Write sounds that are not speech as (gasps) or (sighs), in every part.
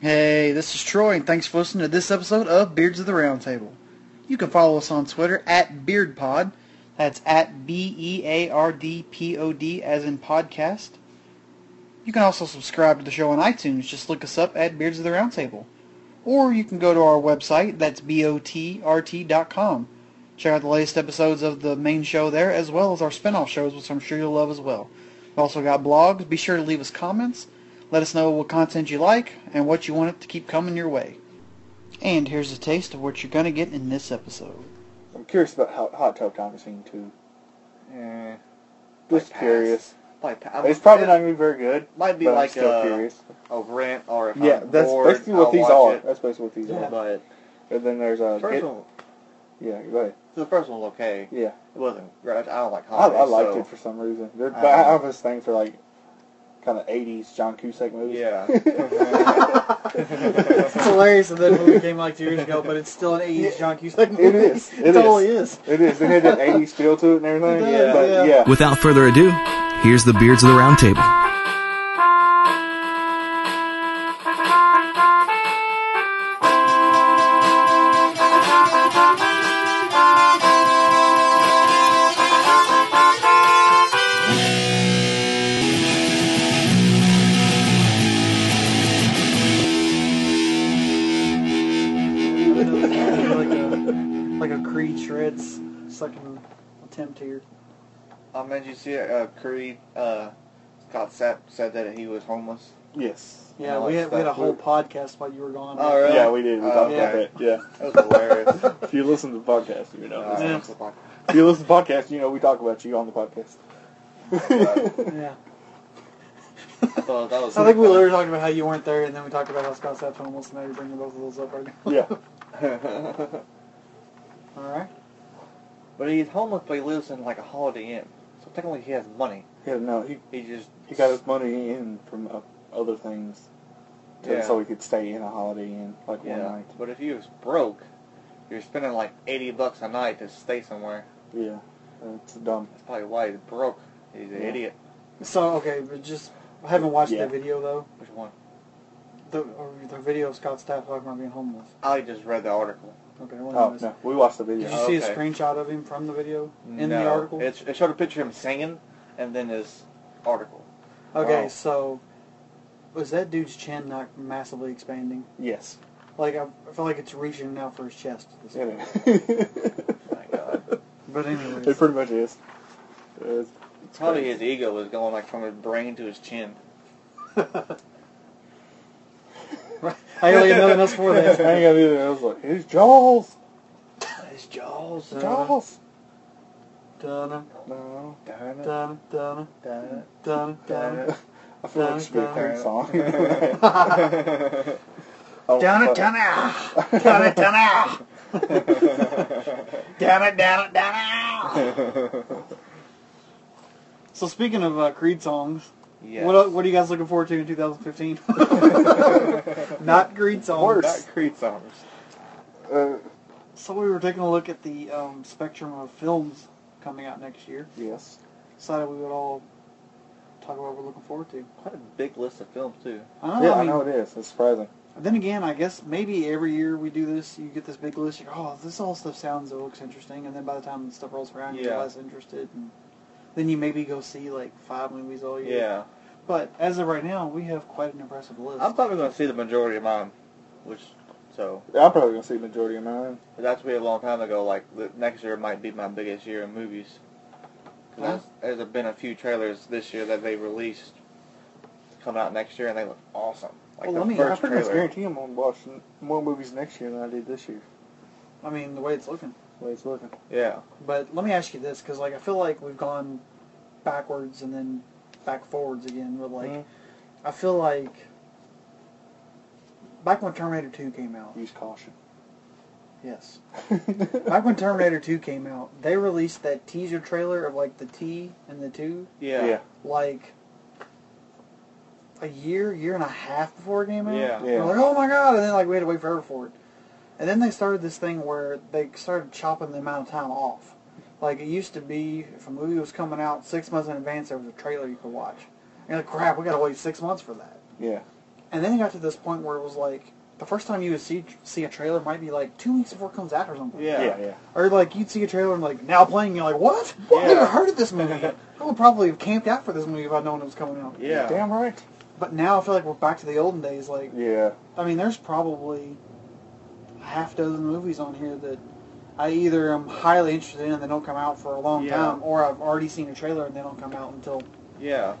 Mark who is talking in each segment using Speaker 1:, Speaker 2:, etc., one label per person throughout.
Speaker 1: Hey, this is Troy, and thanks for listening to this episode of Beards of the Roundtable. You can follow us on Twitter at BeardPod. That's at E B-E-A-R-D-P-O-D as in podcast. You can also subscribe to the show on iTunes. Just look us up at Beards of the Roundtable. Or you can go to our website, that's B-O-T-R-T.com. Check out the latest episodes of the main show there, as well as our spin-off shows, which I'm sure you'll love as well. We've also got blogs. Be sure to leave us comments. Let us know what content you like and what you want it to keep coming your way. And here's a taste of what you're going to get in this episode.
Speaker 2: I'm curious about how Hot Tub Time is singing too.
Speaker 3: Eh,
Speaker 2: Just
Speaker 3: pass.
Speaker 2: curious.
Speaker 3: like, I
Speaker 2: It's
Speaker 3: mean,
Speaker 2: probably
Speaker 3: it
Speaker 2: not gonna be very good.
Speaker 3: Might be
Speaker 2: but I'm
Speaker 3: like
Speaker 2: still
Speaker 3: a,
Speaker 2: curious.
Speaker 3: a rant or if
Speaker 2: Yeah,
Speaker 3: I'm
Speaker 2: that's
Speaker 3: bored,
Speaker 2: basically what
Speaker 3: I'll
Speaker 2: these
Speaker 3: watch
Speaker 2: are.
Speaker 3: it.
Speaker 2: That's basically what these
Speaker 3: Yeah,
Speaker 2: are.
Speaker 3: But
Speaker 2: And then there's a
Speaker 3: the first
Speaker 2: get,
Speaker 3: one,
Speaker 2: yeah, go ahead.
Speaker 3: the first one was okay.
Speaker 2: Yeah,
Speaker 3: It wasn't great. I don't like
Speaker 2: I,
Speaker 3: comedy.
Speaker 2: I liked
Speaker 3: so-
Speaker 2: it for some reason. There,
Speaker 3: I
Speaker 2: but I
Speaker 3: don't
Speaker 2: have this thing for like kind of '80s John Cusack movies.
Speaker 3: Yeah.
Speaker 4: (laughs)
Speaker 3: (laughs)
Speaker 4: it's hilarious that that movie came out two years ago, but it's still an 80s John Cusack movie. (laughs)
Speaker 2: is.
Speaker 4: It,
Speaker 2: It
Speaker 4: totally is.
Speaker 2: It is. It had that '80s feel to it and everything.
Speaker 4: It does,
Speaker 2: but
Speaker 4: yeah.
Speaker 2: yeah.
Speaker 5: Without further ado, here's the Beards of the Round Table.
Speaker 4: (laughs) like a like a Creed shreds second attempt here.
Speaker 3: I mean, did you see uh, Creed? Uh, Scott Sapp said that he was homeless.
Speaker 2: Yes.
Speaker 4: Yeah,
Speaker 3: I like
Speaker 4: we had we had a
Speaker 3: that.
Speaker 4: whole podcast while you were gone.
Speaker 3: Oh, really?
Speaker 2: Yeah, we did. We
Speaker 3: Uh,
Speaker 2: talked
Speaker 3: yeah.
Speaker 2: about that. Yeah.
Speaker 3: (laughs) That
Speaker 4: (laughs)
Speaker 2: (laughs)
Speaker 3: was hilarious.
Speaker 2: If you listen to the podcast, you know.
Speaker 3: Uh,
Speaker 4: Yeah.
Speaker 3: it's like,
Speaker 2: If you listen to the podcast, you know we talk about you on the podcast.
Speaker 4: Yeah.
Speaker 3: I thought that was
Speaker 4: I think we literally talked about how you weren't there, and then we talked about how Scott Sapp homeless, and now you're bringing both of those up right now.
Speaker 2: yeah.
Speaker 3: (laughs)
Speaker 4: All right.
Speaker 3: But he's homeless, but he lives in like a Holiday Inn. So technically, he has money.
Speaker 2: Yeah. No, he
Speaker 3: He just
Speaker 2: he got his money in from uh, other things, to,
Speaker 3: Yeah.
Speaker 2: so he could stay in a Holiday Inn like
Speaker 3: yeah.
Speaker 2: one night.
Speaker 3: But if he was broke, you're spending like eighty bucks a night to stay somewhere.
Speaker 2: Yeah, that's dumb.
Speaker 3: That's probably why he's broke. He's an
Speaker 2: Yeah.
Speaker 3: idiot.
Speaker 4: So okay, but just I haven't watched
Speaker 2: Yeah.
Speaker 4: the video though.
Speaker 3: Which one?
Speaker 4: The or the video of Scott Stapp talking about being homeless.
Speaker 3: I just read the article.
Speaker 4: Okay. I wasn't
Speaker 2: Oh
Speaker 4: this.
Speaker 2: no, we watched the video.
Speaker 4: Did you
Speaker 3: Oh,
Speaker 4: see
Speaker 3: okay.
Speaker 4: a screenshot of him from the video in
Speaker 3: no.
Speaker 4: the article?
Speaker 3: It, it showed a picture of him singing, and then his article.
Speaker 4: Okay,
Speaker 2: Wow.
Speaker 4: so was that dude's chin not massively expanding?
Speaker 2: Oh, Yes.
Speaker 4: Like I, I feel like it's reaching now for his chest. at this
Speaker 2: It
Speaker 4: point.
Speaker 2: is.
Speaker 3: My God.
Speaker 4: But
Speaker 2: it
Speaker 4: anyways,
Speaker 2: pretty much is. It's- it's
Speaker 3: Probably
Speaker 2: crazy.
Speaker 3: his ego was going like from his brain to his chin.
Speaker 4: I don't even know nothing else for
Speaker 2: (laughs)
Speaker 4: (laughs)
Speaker 2: I
Speaker 4: that.
Speaker 2: ain't gonna do that. I was like, his jaws,
Speaker 3: His jaws.
Speaker 4: Uh-huh. uh,
Speaker 2: jaws.
Speaker 4: Dunna,
Speaker 2: No.
Speaker 4: dunna, dunna,
Speaker 3: Dun,
Speaker 4: dunna, dunna.
Speaker 2: I feel like it should be a theme song. oh,
Speaker 1: Down it,
Speaker 2: fuck.
Speaker 1: down
Speaker 4: ah!
Speaker 1: it, down it, down it,
Speaker 2: (laughs)
Speaker 1: down it, down it, down it.
Speaker 4: So speaking of uh, Creed songs,
Speaker 3: yeah.
Speaker 4: what el- what are you guys looking forward to in 2015? (laughs)
Speaker 2: (laughs)
Speaker 4: Not Creed songs.
Speaker 3: Not Creed songs.
Speaker 2: Uh,
Speaker 4: So we were taking a look at the um, spectrum of films coming out next year.
Speaker 2: yes.
Speaker 4: Decided we would all talk about what we're looking forward to.
Speaker 3: Quite a big list of films too.
Speaker 4: I don't know.
Speaker 2: yeah,
Speaker 4: I
Speaker 2: Oh, I
Speaker 4: mean,
Speaker 2: know it is. It's surprising.
Speaker 4: Then again, I guess maybe every year we do this, you get this big list. You go, oh, this all stuff sounds and looks interesting, and then by the time stuff rolls around, you're
Speaker 3: Yeah.
Speaker 4: less interested, and then you maybe go see like five movies all year.
Speaker 3: Yeah.
Speaker 4: But as of right now, we have quite an impressive list.
Speaker 3: I'm probably going to see the majority of mine, which so
Speaker 2: Yeah, I'm probably gonna see the majority of mine.
Speaker 3: but that's me a long time ago. Like the next year might be my biggest year in movies. 'Cause
Speaker 4: Huh?
Speaker 3: that's- There's been a few trailers this year that they released come out next year, and they look awesome. Like
Speaker 4: Well,
Speaker 3: the
Speaker 4: let me-
Speaker 2: I
Speaker 3: first
Speaker 2: pretty much
Speaker 3: trailer.
Speaker 2: guarantee I'm gonna watch n- more movies next year than I did this year.
Speaker 4: I mean, the way it's looking.
Speaker 2: The way it's looking.
Speaker 3: Yeah.
Speaker 4: But let me ask you this, because like I feel like we've gone backwards and then back forwards again. But like,
Speaker 2: Mhm.
Speaker 4: I feel like back when Terminator Two came out,
Speaker 2: Use (laughs) caution.
Speaker 4: yes,
Speaker 2: yeah.
Speaker 4: Back when Terminator 2 came out, they released that teaser trailer of like the T and the 2
Speaker 3: Yeah. Yeah.
Speaker 4: like a year, year and a half before it came out.
Speaker 3: Yeah.
Speaker 4: And we're like, oh my god, and then like we had to wait forever for it. And then they started this thing where they started chopping the amount of time off. Like it used to be, if a movie was coming out six months in advance, there was a trailer you could watch. And you're like, crap, we gotta wait six months for that.
Speaker 2: Yeah.
Speaker 4: And then it got to this point where it was like the first time you would see see a trailer might be like two weeks before it comes out or something.
Speaker 3: Yeah.
Speaker 2: Yeah, yeah.
Speaker 4: Or like you'd see a trailer and like now playing, you're like, what? What? I
Speaker 2: Yeah.
Speaker 4: never heard of this movie. I would probably have camped out for this movie if I'd known it was coming out.
Speaker 3: Yeah.
Speaker 2: Damn right.
Speaker 4: But now I feel like we're back to the olden days. Like
Speaker 2: Yeah.
Speaker 4: I mean, there's probably a half dozen movies on here that I either am highly interested in and they don't come out for a long
Speaker 3: Yeah.
Speaker 4: time, or I've already seen a trailer and they don't come out until
Speaker 3: Yeah.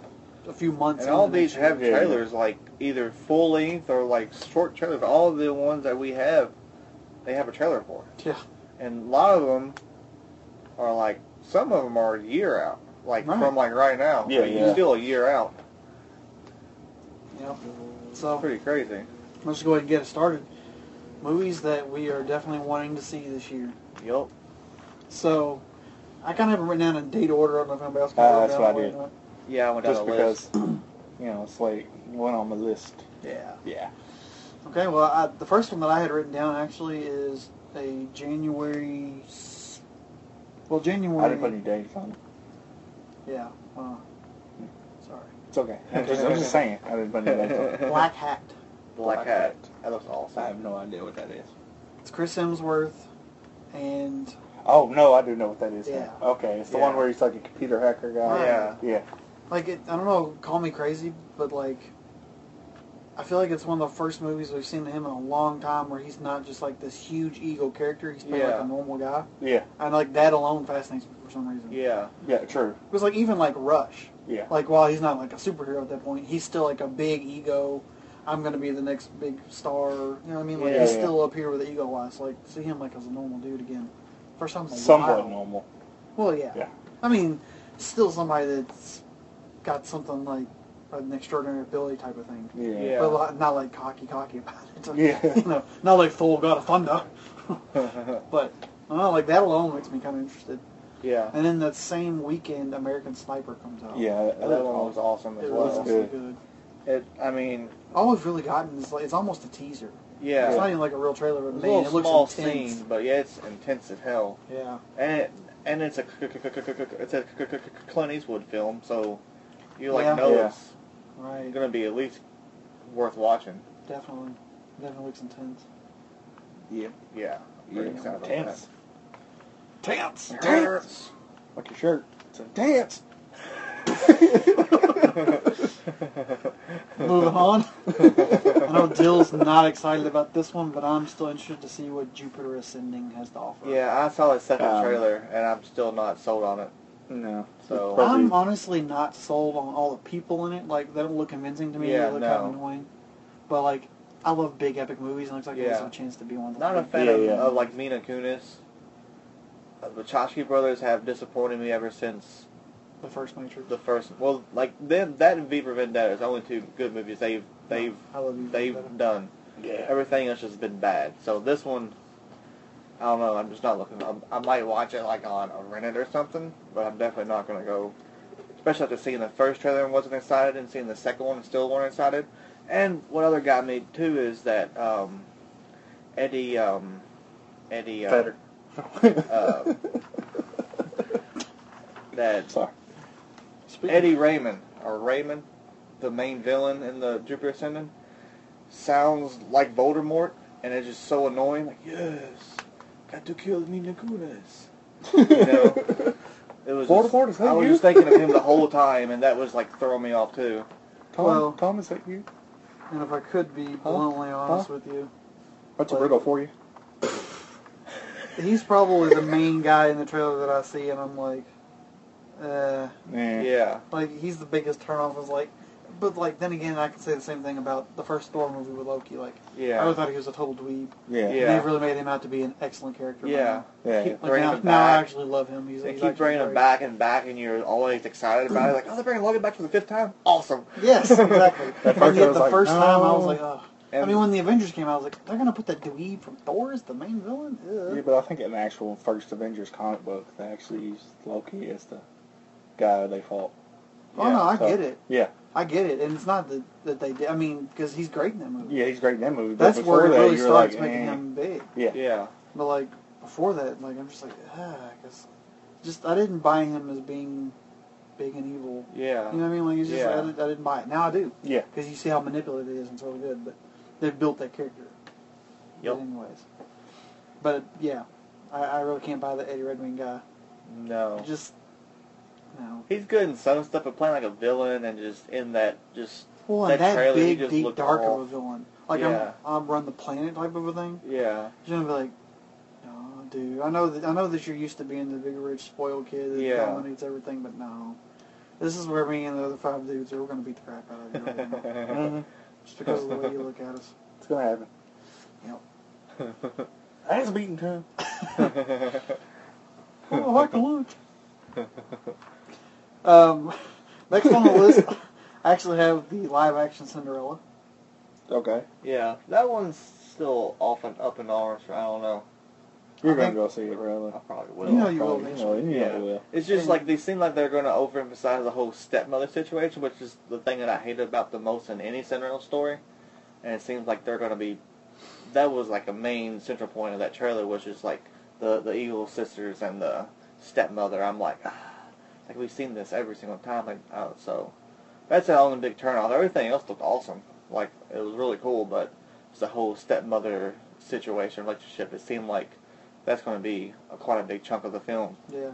Speaker 4: a few months.
Speaker 3: And
Speaker 4: into
Speaker 3: all
Speaker 4: the
Speaker 3: these
Speaker 4: next year.
Speaker 3: have trailers like either full length or like short trailers. All the ones that we have, they have a trailer for.
Speaker 4: Yeah.
Speaker 3: And a lot of them are like some of them are a year out, like
Speaker 4: Right.
Speaker 3: from like right now.
Speaker 2: Yeah,
Speaker 3: But you're
Speaker 2: yeah.
Speaker 3: Still a year out.
Speaker 4: Yep. So
Speaker 3: Pretty crazy.
Speaker 4: let's go ahead and get it started. Movies that we are definitely wanting to see this year.
Speaker 3: Yup.
Speaker 4: So I kind of have it written down in date order. I don't know if anybody else.
Speaker 2: Ah,
Speaker 4: wrote it
Speaker 2: that's
Speaker 4: down
Speaker 2: what I
Speaker 4: that way or
Speaker 2: did.
Speaker 4: not.
Speaker 3: Yeah, I went down
Speaker 2: Just
Speaker 3: the
Speaker 2: because,
Speaker 3: list.
Speaker 2: you know, it's like one on my list.
Speaker 4: Yeah.
Speaker 2: Yeah.
Speaker 4: Okay. Well, I, the first one that I had written down actually is a January. s- Well, January.
Speaker 2: I didn't put any dates on it.
Speaker 4: Yeah. Well, sorry.
Speaker 2: It's okay. I'm just, I'm just saying. I didn't put any dates on it.
Speaker 4: Black Hat.
Speaker 3: Black,
Speaker 2: Black
Speaker 3: Hat.
Speaker 2: Hat.
Speaker 3: That looks
Speaker 2: I
Speaker 3: awesome.
Speaker 2: have no idea what that is.
Speaker 4: It's Chris Hemsworth, and
Speaker 2: (laughs) Oh, no, I do know what that is. now.
Speaker 4: Yeah.
Speaker 2: Okay, it's the
Speaker 3: Yeah.
Speaker 2: one where he's like a computer hacker guy.
Speaker 3: Yeah.
Speaker 2: Yeah.
Speaker 4: like it, I don't know. Call me crazy, but like. I feel like it's one of the first movies we've seen him in a long time where he's not just like this huge ego character. He's playing like
Speaker 3: Yeah.
Speaker 4: a normal guy.
Speaker 2: Yeah.
Speaker 4: And like that alone fascinates me for some reason.
Speaker 3: Yeah.
Speaker 2: Yeah, true.
Speaker 4: It was like even like Rush.
Speaker 2: Yeah.
Speaker 4: Like while he's not like a superhero at that point, he's still like a big ego. I'm gonna be the next big star. You know what I mean? Like
Speaker 2: Yeah,
Speaker 4: he's
Speaker 2: yeah.
Speaker 4: still up here with the ego wise. Like see him like as a normal dude again. For some
Speaker 2: Somewhat
Speaker 4: while.
Speaker 2: normal.
Speaker 4: Well, yeah.
Speaker 2: Yeah.
Speaker 4: I mean, still somebody that's got something like an extraordinary ability type of thing.
Speaker 2: Yeah. (laughs)
Speaker 3: Yeah.
Speaker 4: But li- not like cocky, cocky about it. (laughs)
Speaker 2: Yeah.
Speaker 4: you know, not like Thor God of Thunder. but I don't know, like that alone makes me kind of interested.
Speaker 3: Yeah.
Speaker 4: And then that same weekend, American Sniper comes out.
Speaker 2: Yeah, that,
Speaker 3: That one was awesome as
Speaker 4: It
Speaker 2: was
Speaker 4: was
Speaker 3: well.
Speaker 4: also
Speaker 2: good.
Speaker 4: good.
Speaker 3: It, I mean,
Speaker 4: All we've really gotten is like it's almost a teaser.
Speaker 3: yeah.
Speaker 4: It's not even like a real trailer, but
Speaker 3: It's a
Speaker 4: man,
Speaker 3: little
Speaker 4: it looks
Speaker 3: small
Speaker 4: intense.
Speaker 3: scene, but yeah, it's intense as hell.
Speaker 4: Yeah,
Speaker 3: And it, and it's a c- c- c- c- c- c- it's a c- c- c- Clint Eastwood film, so you like
Speaker 4: Yeah.
Speaker 3: know
Speaker 2: Yeah.
Speaker 3: it's
Speaker 4: right.
Speaker 3: gonna be at least worth watching.
Speaker 4: Definitely, definitely looks intense.
Speaker 2: Yeah.
Speaker 3: Yeah.
Speaker 2: Yeah.
Speaker 3: Pretty excited about
Speaker 2: Tense.
Speaker 4: (laughs)
Speaker 2: Tense.
Speaker 3: that.
Speaker 2: Tense. Like your shirt. It's a (laughs) dance.
Speaker 4: Moving
Speaker 3: (laughs)
Speaker 4: on. I know Dill's not excited about this one, but I'm still interested to see what Jupiter Ascending has to offer.
Speaker 3: (laughs) Yeah, I saw the second
Speaker 2: Um,
Speaker 3: trailer and I'm still not sold on it.
Speaker 2: No.
Speaker 3: So
Speaker 4: I'm
Speaker 2: um,
Speaker 4: honestly not sold on all the people in it. Like they don't look convincing to me.
Speaker 3: Yeah,
Speaker 4: they look
Speaker 3: no.
Speaker 4: kind of annoying. But like, I love big epic movies, and it looks like there's
Speaker 3: Yeah.
Speaker 4: a chance to be one. of
Speaker 3: not a
Speaker 4: them.
Speaker 3: fan
Speaker 2: Yeah,
Speaker 3: of,
Speaker 2: yeah.
Speaker 3: of like Mina Kunis. Uh, The Chachki brothers have disappointed me ever since
Speaker 4: the first Matrix.
Speaker 3: the first. Well, like then that and V for Vendetta is the only two good movies they've they've
Speaker 4: I love you.
Speaker 3: they've
Speaker 4: Vendetta.
Speaker 3: done.
Speaker 2: Yeah.
Speaker 3: Everything else has been bad. So this one, I don't know. I'm just not looking. I, I might watch it like on a rent it or something, but I'm definitely not gonna go. Especially after seeing the first trailer and wasn't excited, and seeing the second one and still weren't excited. And what other got me too is that um, Eddie um, Eddie uh,
Speaker 2: Better.
Speaker 3: uh,
Speaker 2: (laughs)
Speaker 3: that
Speaker 2: Sorry.
Speaker 4: Speaking
Speaker 3: Eddie Raymond or Raymond, the main villain in the Jupiter Ascending, sounds like Voldemort, and it's just so annoying. Like, yes, got to kill me, Nagunas. You know, it was.
Speaker 2: Voldemort, is
Speaker 3: just,
Speaker 2: that
Speaker 3: I was
Speaker 2: you?
Speaker 3: just thinking of him
Speaker 4: (laughs)
Speaker 3: the whole time, and that was like throwing me off too.
Speaker 2: (laughs) Tom,
Speaker 4: Well-
Speaker 2: Tom, is that you?
Speaker 4: And if I could be bluntly honest with you,
Speaker 2: That's a
Speaker 4: What?
Speaker 2: riddle for you.
Speaker 4: he's probably the main guy in the trailer that I see, and I'm like, uh,
Speaker 2: Yeah.
Speaker 3: Yeah,
Speaker 4: like he's the biggest turnoff. Is like, but like then again, I can say the same thing about the first Thor movie with Loki. Like, I
Speaker 3: yeah,
Speaker 4: always thought he was a total dweeb.
Speaker 2: Yeah.
Speaker 3: Yeah.
Speaker 4: They've really made him out to be an excellent character. by
Speaker 3: yeah.
Speaker 4: now.
Speaker 2: Yeah.
Speaker 3: Keep
Speaker 4: Like
Speaker 3: bringing
Speaker 4: now,
Speaker 3: him
Speaker 4: now I
Speaker 3: back.
Speaker 4: actually love him. He's,
Speaker 3: They
Speaker 4: he's
Speaker 3: keep
Speaker 4: actually
Speaker 3: bringing him
Speaker 4: great.
Speaker 3: back and back, and you're always excited about it. Like, oh, they're bringing Logan back for the fifth time. Awesome.
Speaker 4: Yes,
Speaker 3: (laughs)
Speaker 4: exactly.
Speaker 2: At first
Speaker 4: and
Speaker 2: I
Speaker 4: yet
Speaker 2: was
Speaker 4: the
Speaker 2: like,
Speaker 4: first time I was
Speaker 2: no.
Speaker 4: like, oh. I
Speaker 3: And-
Speaker 4: mean, when the Avengers came out, I was like, they're gonna put that dweeb from Thor as the main villain. Ugh.
Speaker 2: Yeah, but I think in the actual first Avengers comic book, they actually used Loki as the guy they fought.
Speaker 4: oh no, I
Speaker 2: so-
Speaker 4: get it.
Speaker 2: Yeah,
Speaker 4: I get it, and it's not that, that they did. I mean, because he's great in that movie.
Speaker 2: yeah, he's great in that movie. but
Speaker 4: That's
Speaker 2: before
Speaker 4: where it
Speaker 2: that,
Speaker 4: really
Speaker 2: you were
Speaker 4: starts
Speaker 2: like,
Speaker 4: making
Speaker 2: eh.
Speaker 4: him big.
Speaker 2: Yeah,
Speaker 3: Yeah,
Speaker 4: But like before that, like I'm just like, ah, I guess, just I didn't buy him as being big and evil.
Speaker 3: Yeah.
Speaker 4: You know what I mean? Like it's just
Speaker 3: Yeah.
Speaker 4: like, I, didn't, I didn't buy it. Now I do
Speaker 2: Yeah.
Speaker 4: because you see how manipulative it is and so good. But they've built that character.
Speaker 3: Yep.
Speaker 4: But anyways, but yeah, I, I really can't buy the Eddie Redmayne guy.
Speaker 3: No.
Speaker 4: Just no.
Speaker 3: He's good in some stuff, but playing like a villain and just in that just
Speaker 4: Well,
Speaker 3: that
Speaker 4: and that
Speaker 3: trailer, he
Speaker 4: big,
Speaker 3: just
Speaker 4: deep,
Speaker 3: looked
Speaker 4: dark of
Speaker 3: all-
Speaker 4: a villain. Like
Speaker 3: Yeah.
Speaker 4: I'm, I'm run the planet type of a thing. (laughs)
Speaker 3: yeah
Speaker 4: You're gonna be like, no, dude. I know that I know that you're used to being the big, rich, spoiled kid that
Speaker 3: Yeah.
Speaker 4: dominates everything, but no. This is where me and the other five dudes are. We're gonna beat the crap out of you, right now, (laughs) just because of the way you look at us.
Speaker 2: It's gonna happen.
Speaker 4: Yep.
Speaker 2: (laughs) I was beaten too.
Speaker 4: (laughs) Oh, I like the look. Um, (laughs) next on the list, I actually have the live-action Cinderella.
Speaker 2: Okay.
Speaker 3: yeah that one's still off and up in arms. I don't know.
Speaker 2: You're
Speaker 4: I
Speaker 2: gonna
Speaker 4: think-
Speaker 2: go see it, really.
Speaker 3: I probably will.
Speaker 4: You know you will
Speaker 2: Probably, you know,
Speaker 4: eventually.
Speaker 2: you know
Speaker 3: yeah,
Speaker 2: you will.
Speaker 3: it's just like they seem like they're going to overemphasize the whole stepmother situation, which is the thing that I hate about the most in any Cinderella story. And it seems like they're going to be that was like a main central point of that trailer, which is like the the evil sisters and the stepmother. I'm like, ah, like we've seen this every single time. Like, oh, so that's the only big turnoff. Everything else looked awesome. Like it was really cool, but it's the whole stepmother situation relationship. It seemed like that's going to be a, quite a big chunk of the film.
Speaker 4: Yeah.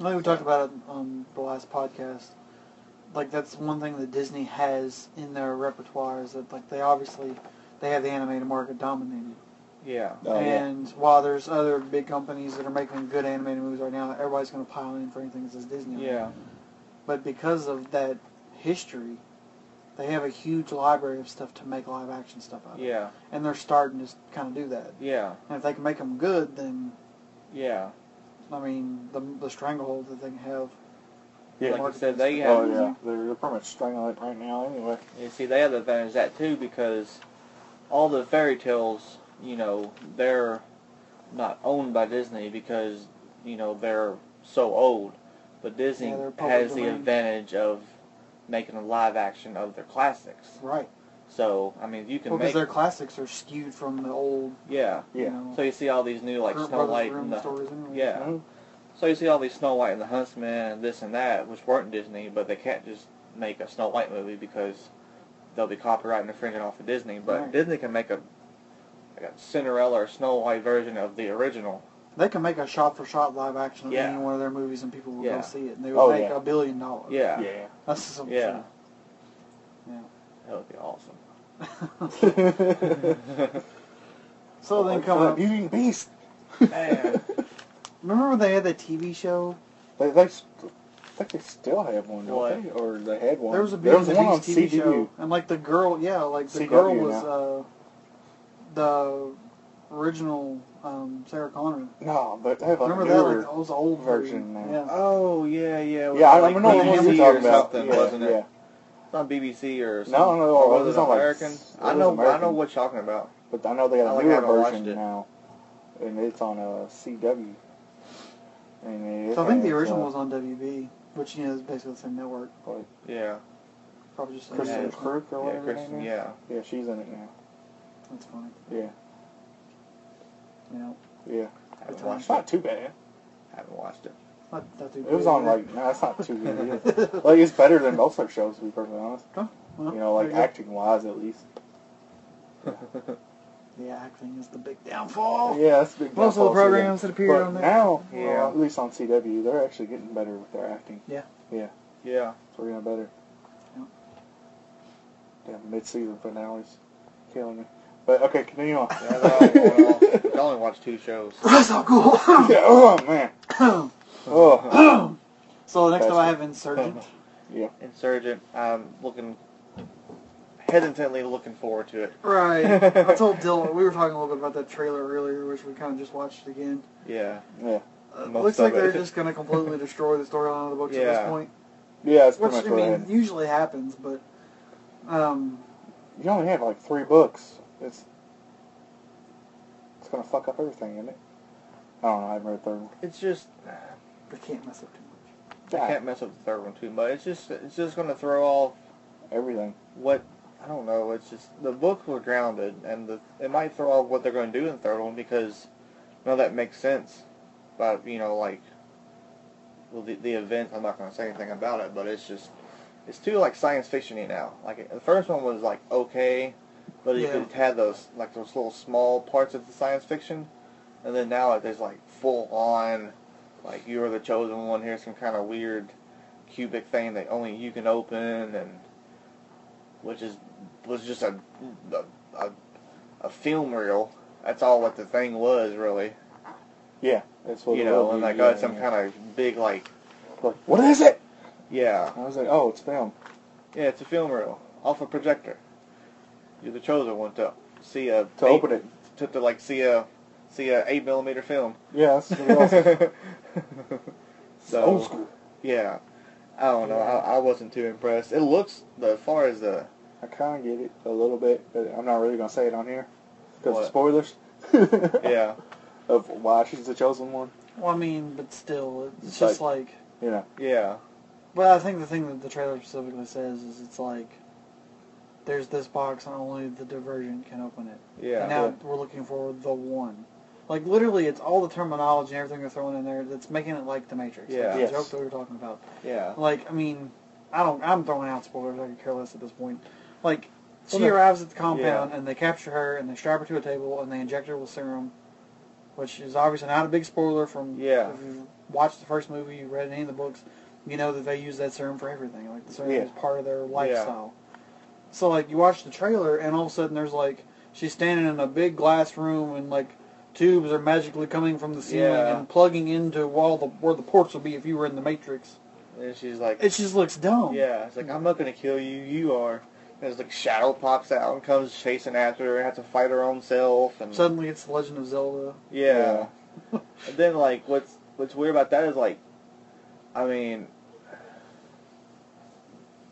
Speaker 4: I think we talked about it on the last podcast. Like that's one thing that Disney has in their repertoire is that like they obviously they have the animated market dominated.
Speaker 3: Yeah.
Speaker 2: Oh, yeah.
Speaker 4: and while there's other big companies that are making good animated movies right now, everybody's going to pile in for anything that's Disney.
Speaker 3: Yeah.
Speaker 4: But because of that history, they have a huge library of stuff to make live action stuff out of.
Speaker 3: Yeah.
Speaker 4: And they're starting to kind of do that.
Speaker 3: Yeah.
Speaker 4: And if they can make them good, then
Speaker 3: Yeah.
Speaker 4: I mean the the stranglehold that they can have.
Speaker 2: Yeah.
Speaker 3: Like you said, they have
Speaker 2: Oh yeah. They're, they're pretty much strangling it right now anyway.
Speaker 3: You see, they have the advantage of that too because all the fairy tales, you know, they're not owned by Disney because you know they're so old. But Disney
Speaker 4: Yeah, they're public
Speaker 3: has the
Speaker 4: domain.
Speaker 3: advantage of making a live action of their classics.
Speaker 4: Right.
Speaker 3: So I mean, you can
Speaker 4: Well, because
Speaker 3: make
Speaker 4: their classics are skewed from the old.
Speaker 3: yeah.
Speaker 4: You
Speaker 2: Yeah.
Speaker 4: know,
Speaker 3: So you see all these new like
Speaker 4: Grimm
Speaker 3: Snow
Speaker 4: Brothers
Speaker 3: White
Speaker 4: Grimm
Speaker 3: and the
Speaker 4: stories anyway.
Speaker 3: Yeah.
Speaker 2: Mhm.
Speaker 3: So you see all these Snow White and the Huntsman and this and that, which weren't Disney, but they can't just make a Snow White movie because they'll be copyright infringing off of Disney. But
Speaker 4: Right.
Speaker 3: Disney can make a like a Cinderella or Snow White version of the original.
Speaker 4: They can make a shot for shot live action of
Speaker 3: Yeah.
Speaker 4: any one of their movies and people will
Speaker 3: Yeah.
Speaker 4: go see it and they will
Speaker 2: Oh,
Speaker 4: make
Speaker 2: yeah.
Speaker 4: a billion dollars.
Speaker 3: Yeah.
Speaker 2: Yeah.
Speaker 4: That's just something.
Speaker 3: Yeah.
Speaker 4: Yeah.
Speaker 3: That would be awesome.
Speaker 4: So then coming up,
Speaker 2: Beauty and the Beast.
Speaker 3: Man.
Speaker 4: remember when they had that TV show?
Speaker 2: (laughs) They, they, st- I think they still have one, don't
Speaker 3: What?
Speaker 2: they? Or they had one.
Speaker 4: There was a Beauty
Speaker 2: there was
Speaker 4: and the
Speaker 2: one on
Speaker 4: Beast TV
Speaker 2: CW.
Speaker 4: show, and like the girl, yeah, like the
Speaker 2: CW
Speaker 4: girl
Speaker 2: now.
Speaker 4: was uh, the original um, Sarah Connor.
Speaker 2: No, but they have a
Speaker 4: Remember that?
Speaker 2: newer.
Speaker 4: Like that was the old
Speaker 2: version
Speaker 4: movie.
Speaker 2: now.
Speaker 4: Yeah.
Speaker 3: oh yeah, yeah. it was
Speaker 2: yeah, I
Speaker 3: like
Speaker 2: remember what
Speaker 3: BBC
Speaker 2: one you're
Speaker 3: or
Speaker 2: talking about.
Speaker 3: something,
Speaker 2: yeah,
Speaker 3: wasn't it?
Speaker 2: yeah.
Speaker 3: It's on BBC or something.
Speaker 2: No, no,
Speaker 3: or
Speaker 2: it
Speaker 3: was
Speaker 2: was
Speaker 3: it
Speaker 2: on, like, s-
Speaker 3: American?
Speaker 2: it was
Speaker 3: I know, I know
Speaker 2: American.
Speaker 3: what you're talking about.
Speaker 2: But I know they
Speaker 3: I
Speaker 2: got a
Speaker 3: like
Speaker 2: newer
Speaker 3: haven't watched
Speaker 2: version
Speaker 3: it.
Speaker 2: now, and it's on uh, CW. And it
Speaker 4: So I think the
Speaker 2: has,
Speaker 4: original
Speaker 2: uh,
Speaker 4: was on WB, which you know is basically the same network.
Speaker 3: Yeah,
Speaker 4: Probably just like
Speaker 2: Kristen
Speaker 3: Yeah.
Speaker 2: Kirk or
Speaker 3: yeah,
Speaker 2: whatever. her
Speaker 3: Kristen,
Speaker 2: name is.
Speaker 3: yeah,
Speaker 2: Yeah, she's in it now.
Speaker 4: That's funny.
Speaker 2: Yeah,
Speaker 4: You know,
Speaker 2: yeah.
Speaker 3: I haven't
Speaker 4: It's
Speaker 3: watched
Speaker 2: It's
Speaker 3: it.
Speaker 2: not too bad.
Speaker 3: I haven't watched it.
Speaker 4: not, not too
Speaker 2: It was
Speaker 4: big,
Speaker 2: on
Speaker 4: yeah. (laughs)
Speaker 2: like no, it's not too
Speaker 3: (laughs)
Speaker 2: good. either. like it's better than most of their shows, to be perfectly honest.
Speaker 4: Well,
Speaker 2: You know, like
Speaker 3: Oh,
Speaker 4: there you
Speaker 2: acting wise, at least.
Speaker 4: go. yeah, acting is the big
Speaker 3: Oh.
Speaker 4: downfall.
Speaker 2: Yeah, that's a big.
Speaker 4: Most of the
Speaker 2: downfall, so yeah.
Speaker 4: programs that appear
Speaker 2: But
Speaker 4: on there.
Speaker 2: now,
Speaker 3: Yeah.
Speaker 2: uh, at least on CW, they're actually getting better with their acting.
Speaker 3: Yeah,
Speaker 2: So we're getting better.
Speaker 4: Yep.
Speaker 2: Damn, mid-season finales, killing me. But okay, continue on.
Speaker 3: yeah they're all going off. I only watched two shows.
Speaker 4: (laughs) That's so cool.
Speaker 2: (laughs)
Speaker 4: (laughs)
Speaker 2: Yeah, oh man. Oh.
Speaker 3: (clears throat)
Speaker 4: so the next
Speaker 2: That's
Speaker 4: up I have
Speaker 2: (laughs)
Speaker 4: Insurgent.
Speaker 3: Insurgent. I'm looking hesitantly looking forward to it.
Speaker 4: right. I told Dylan we were talking a little bit about that trailer earlier, which we kind of just watched again.
Speaker 3: Yeah,
Speaker 2: Yeah.
Speaker 4: Uh,
Speaker 3: Most
Speaker 4: looks
Speaker 3: of
Speaker 4: like
Speaker 3: it.
Speaker 4: they're just going to
Speaker 2: (laughs)
Speaker 4: completely destroy the storyline of the books at
Speaker 3: Yeah.
Speaker 4: this point,
Speaker 2: Yeah, that's
Speaker 4: which
Speaker 2: pretty
Speaker 4: I
Speaker 2: much what I
Speaker 4: mean
Speaker 2: had.
Speaker 4: usually happens. But um,
Speaker 2: You only have like three books. It's it's gonna fuck up everything, isn't it? I don't know. I haven't read the third one.
Speaker 3: it's just
Speaker 4: they can't mess up too much.
Speaker 3: I can't mess up the third one too much. It's just it's just gonna throw off
Speaker 2: Everything.
Speaker 3: what I don't know. It's just the books were grounded, and the, it might throw off what they're gonna do in the third one because none of that makes sense. But you know, like well, the, the event. I'm not going to say anything about it, but it's just it's too like science fictiony now. Like it- the first one was like okay, but you
Speaker 4: Yeah.
Speaker 3: could have those like those little small parts of the science fiction, and then now it is like full on, like you are the chosen one. Here's some kind of weird cubic thing that only you can open, and which is was just a a, a, a film reel. That's all what the thing was really.
Speaker 2: Yeah, that's what
Speaker 3: you
Speaker 2: it
Speaker 3: know,
Speaker 2: will
Speaker 3: and
Speaker 2: be,
Speaker 3: like
Speaker 2: yeah,
Speaker 3: oh, it's some
Speaker 2: yeah.
Speaker 3: kind of big like
Speaker 2: Like, what is it?
Speaker 3: yeah.
Speaker 2: I was like, oh, it's film.
Speaker 3: Yeah, it's a film reel off a projector. You're the chosen one to see a
Speaker 2: To open it.
Speaker 3: to, to like see a see a eight millimeter film.
Speaker 2: Yeah, that's what it
Speaker 3: (laughs)
Speaker 2: was.
Speaker 3: so
Speaker 2: old school.
Speaker 3: yeah, I don't know. I, I wasn't too impressed. It looks as far as the
Speaker 2: I kind of get it a little bit, but I'm not really gonna say it on here
Speaker 3: What?
Speaker 2: because spoilers.
Speaker 3: yeah
Speaker 2: (laughs) Of why she's the chosen
Speaker 3: (laughs)
Speaker 2: one.
Speaker 4: Well, I mean, but still, it's
Speaker 2: It's
Speaker 4: just like.
Speaker 2: You know.
Speaker 3: yeah
Speaker 4: But I think the thing that the trailer specifically says is it's like. There's this box and only the Divergent can open it.
Speaker 3: yeah
Speaker 4: And now we're looking for the one. Like literally, it's all the terminology and everything they're throwing in there that's making it like the Matrix. like
Speaker 3: Yeah.
Speaker 4: the
Speaker 2: Yes.
Speaker 4: joke that we were talking about.
Speaker 3: yeah
Speaker 4: Like, I mean, I don't. I'm throwing out spoilers. I could care less at this point. Like, she
Speaker 2: Well, no.
Speaker 4: arrives at the compound
Speaker 3: Yeah.
Speaker 4: and they capture her and they strap her to a table and they inject her with serum, which is obviously not a big spoiler from.
Speaker 3: Yeah.
Speaker 4: If you watched the first movie, you read any of the books, you know that they use that serum for everything. Like the serum
Speaker 2: Yeah.
Speaker 4: is part of their lifestyle. So like you watch the trailer and all of a sudden there's like she's standing in a big glass room and like tubes are magically coming from the ceiling
Speaker 3: Yeah.
Speaker 4: and plugging into wall the where the ports would be if you were in the Matrix.
Speaker 3: and she's like
Speaker 4: It just looks dumb.
Speaker 3: yeah it's like I'm not gonna kill you you are and it's like shadow pops out and comes chasing after her and has to fight her own self and
Speaker 4: Suddenly it's The Legend of Zelda.
Speaker 3: Yeah. (laughs) and then like what's what's weird about that is like I mean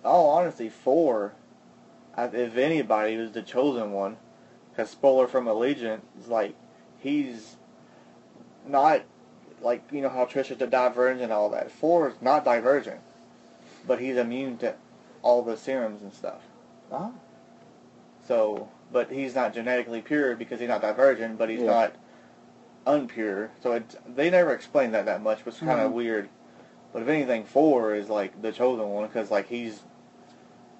Speaker 3: all honesty four I- if anybody was the chosen one because spoiler from Allegiant is like he's not like you know how Trisha's the divergent and all that four is not divergent but he's immune to all the serums and stuff
Speaker 2: Ah,
Speaker 3: so, but he's not genetically pure because he's not divergent, but he's
Speaker 2: Yeah.
Speaker 3: not unpure. So it, they never explain that that much, which is kind of weird. But if anything, four is like the chosen one because like he's,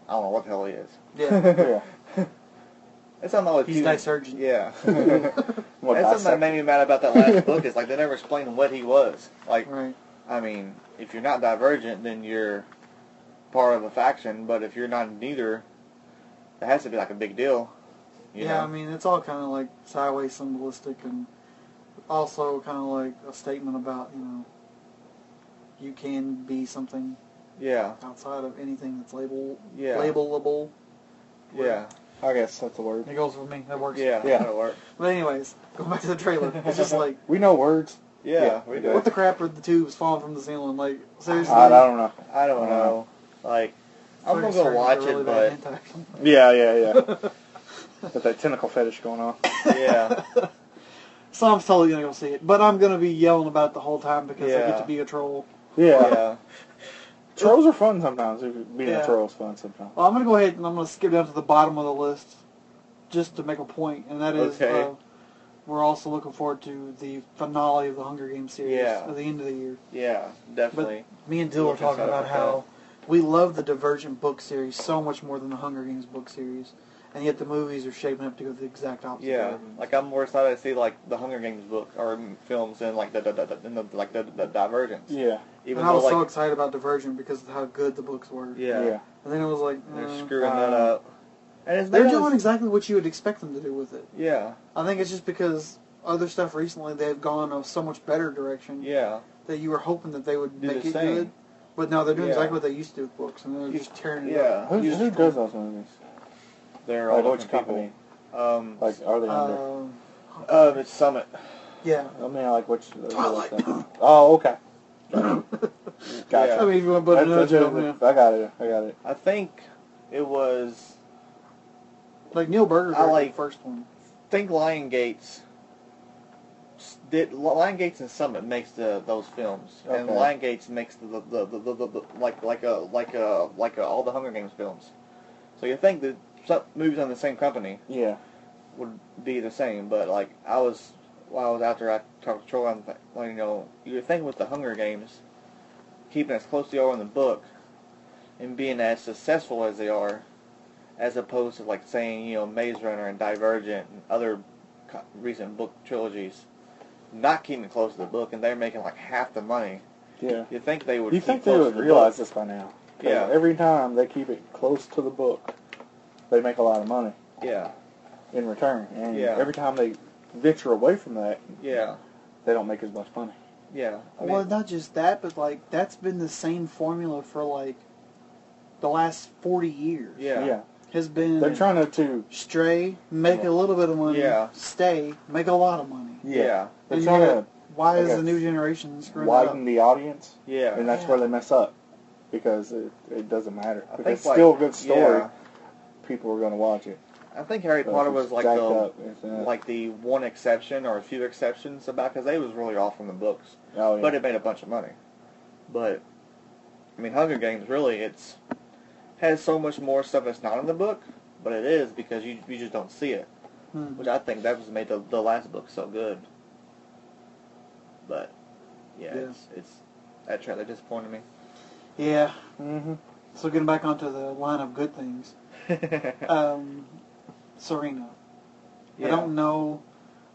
Speaker 3: I don't know what the hell he is.
Speaker 4: (laughs) (laughs) Yeah.
Speaker 2: yeah.
Speaker 3: It's something always
Speaker 4: He's dissurgeon. (laughs)
Speaker 3: Yeah, that's
Speaker 2: Well,
Speaker 3: something that
Speaker 2: dissect-
Speaker 3: made me mad about that (laughs) last book. Is like they never explained what he was. Like,
Speaker 4: right.
Speaker 3: I mean, if you're not divergent, then you're part of a faction. But if you're not neither, that has to be like a big deal. You
Speaker 4: Yeah,
Speaker 3: know?
Speaker 4: I mean it's all kind of like sideways symbolistic and also kind of like a statement about you know you can be something
Speaker 3: yeah.
Speaker 4: outside of anything that's label
Speaker 3: Yeah.
Speaker 4: labelable.
Speaker 3: Yeah.
Speaker 2: I guess that's the word.
Speaker 4: It goes with me. That works.
Speaker 3: Yeah.
Speaker 2: Yeah.
Speaker 3: That'll work.
Speaker 4: But anyways, go back to the trailer. It's
Speaker 3: (laughs)
Speaker 4: just like
Speaker 2: We know words.
Speaker 3: Yeah.
Speaker 2: Yeah.
Speaker 3: we do.
Speaker 4: what the crap are the tubes falling from the ceiling? Like seriously,
Speaker 2: I, I don't know.
Speaker 3: I don't know. Like, I'm gonna
Speaker 4: They're
Speaker 3: go
Speaker 4: starting
Speaker 3: watch
Speaker 4: get
Speaker 3: it,
Speaker 4: Uh, really
Speaker 3: but
Speaker 4: bad hentai.
Speaker 2: Yeah, yeah, (laughs) yeah. Got that tentacle fetish going on.
Speaker 3: (laughs) yeah,
Speaker 4: so I'm totally gonna go see it. But I'm gonna be yelling about it the whole time because I
Speaker 3: Yeah.
Speaker 4: get to be a troll.
Speaker 3: yeah,
Speaker 2: Trolls are fun sometimes. Being
Speaker 4: Yeah.
Speaker 2: a troll is fun sometimes.
Speaker 4: Well, I'm gonna go ahead and I'm gonna skip down to the bottom of the list just to make a point, and that is
Speaker 3: Okay.
Speaker 4: uh, we're also looking forward to the finale of the Hunger Games series
Speaker 3: Yeah.
Speaker 4: at the end of the year.
Speaker 3: yeah, definitely.
Speaker 4: Me and Dill were
Speaker 3: Looking
Speaker 4: talking
Speaker 3: forward
Speaker 4: about
Speaker 3: to
Speaker 4: how we love the Divergent book series so much more than the Hunger Games book series, and yet the movies are shaping up to go the exact opposite.
Speaker 3: yeah,
Speaker 4: direction.
Speaker 3: like I'm more excited to see like the Hunger Games book or m- films than like the, the, the, the, the like the, the Divergence.
Speaker 2: Yeah.
Speaker 3: Even
Speaker 4: and I
Speaker 3: though
Speaker 4: was so
Speaker 3: like
Speaker 4: excited about Divergent because of how good the books were.
Speaker 3: yeah,
Speaker 2: yeah.
Speaker 4: And then it was like
Speaker 3: they're
Speaker 4: mm,
Speaker 3: screwing that
Speaker 2: uh,
Speaker 3: up. And it's
Speaker 4: They're
Speaker 3: not
Speaker 4: doing
Speaker 3: as-
Speaker 4: exactly what you would expect them to do with it.
Speaker 3: yeah,
Speaker 4: I think it's just because other stuff recently they've gone a so much better direction
Speaker 3: yeah,
Speaker 4: that you were hoping that they would
Speaker 3: Do
Speaker 4: make
Speaker 3: the
Speaker 4: it
Speaker 3: same.
Speaker 4: good. But no, they're doing
Speaker 3: Yeah.
Speaker 4: exactly what they used to with books, and they're just tearing it
Speaker 3: yeah.
Speaker 2: Who,
Speaker 4: Use
Speaker 2: who
Speaker 4: troll.
Speaker 2: does those movies?
Speaker 3: They're all
Speaker 2: Like which
Speaker 3: different people.
Speaker 2: company?
Speaker 3: Um,
Speaker 2: Like are they
Speaker 4: up.
Speaker 2: under?
Speaker 4: Um,
Speaker 3: um, it's Summit.
Speaker 4: yeah.
Speaker 2: I mean, like which? uh,
Speaker 4: Twilight.
Speaker 2: Oh,
Speaker 3: (coughs)
Speaker 2: okay.
Speaker 4: I
Speaker 2: Gotcha.
Speaker 4: mean, if you want to put
Speaker 3: uh,
Speaker 2: That-
Speaker 4: another
Speaker 2: that-
Speaker 4: joke,
Speaker 2: that-
Speaker 4: yeah.
Speaker 2: I got it. I got it.
Speaker 3: I think it was
Speaker 4: like Neil Burger,
Speaker 3: I like-
Speaker 4: the first one.
Speaker 3: think Lion Gates did Lion Gates and Summit makes the those films, and
Speaker 2: Okay.
Speaker 3: Lion Gates makes the the, the, the, the, the, the like like a like a like a, all the Hunger Games films. So you think that some movies on the same company
Speaker 2: Yeah.
Speaker 3: would be the same, but like I was while I was out there, I talked to Troy on the- like you know you would think with the Hunger Games keeping as close as they are in the book and being as successful as they are, as opposed to like saying you know Maze Runner and Divergent and other co- recent book trilogies, not keeping close to the book, and they're making like half the money.
Speaker 2: Yeah.
Speaker 3: You think they would?
Speaker 2: You
Speaker 3: keep
Speaker 2: think they
Speaker 3: close
Speaker 2: would
Speaker 3: to the
Speaker 2: realize
Speaker 3: book.
Speaker 2: this by now? 'Cause
Speaker 3: Yeah.
Speaker 2: Every time they keep it close to the book, they make a lot of money
Speaker 3: Yeah,
Speaker 2: in return. And
Speaker 3: Yeah.
Speaker 2: every time they venture away from that,
Speaker 3: yeah,
Speaker 2: they don't make as much money.
Speaker 3: yeah. I
Speaker 4: well,
Speaker 3: mean,
Speaker 4: not just that, but like that's been the same formula for like the last forty years.
Speaker 3: yeah, yeah,
Speaker 2: Yeah.
Speaker 4: has been
Speaker 2: They're trying to- to
Speaker 4: stray, make a little bit of money,
Speaker 3: Yeah.
Speaker 4: stay, make a lot of money.
Speaker 3: yeah,
Speaker 2: They're
Speaker 4: And
Speaker 2: trying
Speaker 4: yet,
Speaker 2: to
Speaker 4: why
Speaker 2: they
Speaker 4: is
Speaker 2: got
Speaker 4: the new generation screwing that
Speaker 2: widen
Speaker 4: up?
Speaker 2: the audience,
Speaker 3: yeah.
Speaker 2: and that's where they mess up because it, it doesn't matter.
Speaker 3: I
Speaker 2: If
Speaker 3: think,
Speaker 2: it's
Speaker 3: like,
Speaker 2: still a good story,
Speaker 3: yeah.
Speaker 2: people are going to watch it.
Speaker 3: I think Harry
Speaker 2: But
Speaker 3: Potter
Speaker 2: if
Speaker 3: was
Speaker 2: it's
Speaker 3: like
Speaker 2: jacked
Speaker 3: the
Speaker 2: up, it's, uh,
Speaker 3: like the one exception or a few exceptions about because they was really off from the books,
Speaker 2: oh, yeah.
Speaker 3: but it made a bunch of money. But I mean, Hunger Games really it's has so much more stuff that's not in the book, but it is because you you just don't see it,
Speaker 4: Hmm.
Speaker 3: which I think that was made the, the last book so good. But yeah,
Speaker 4: Yeah.
Speaker 3: it's it's that trailer disappointed me. (laughs)
Speaker 4: Yeah.
Speaker 2: hmm
Speaker 4: So getting back onto the line of good things,
Speaker 3: yeah,
Speaker 4: um, Serena. I don't know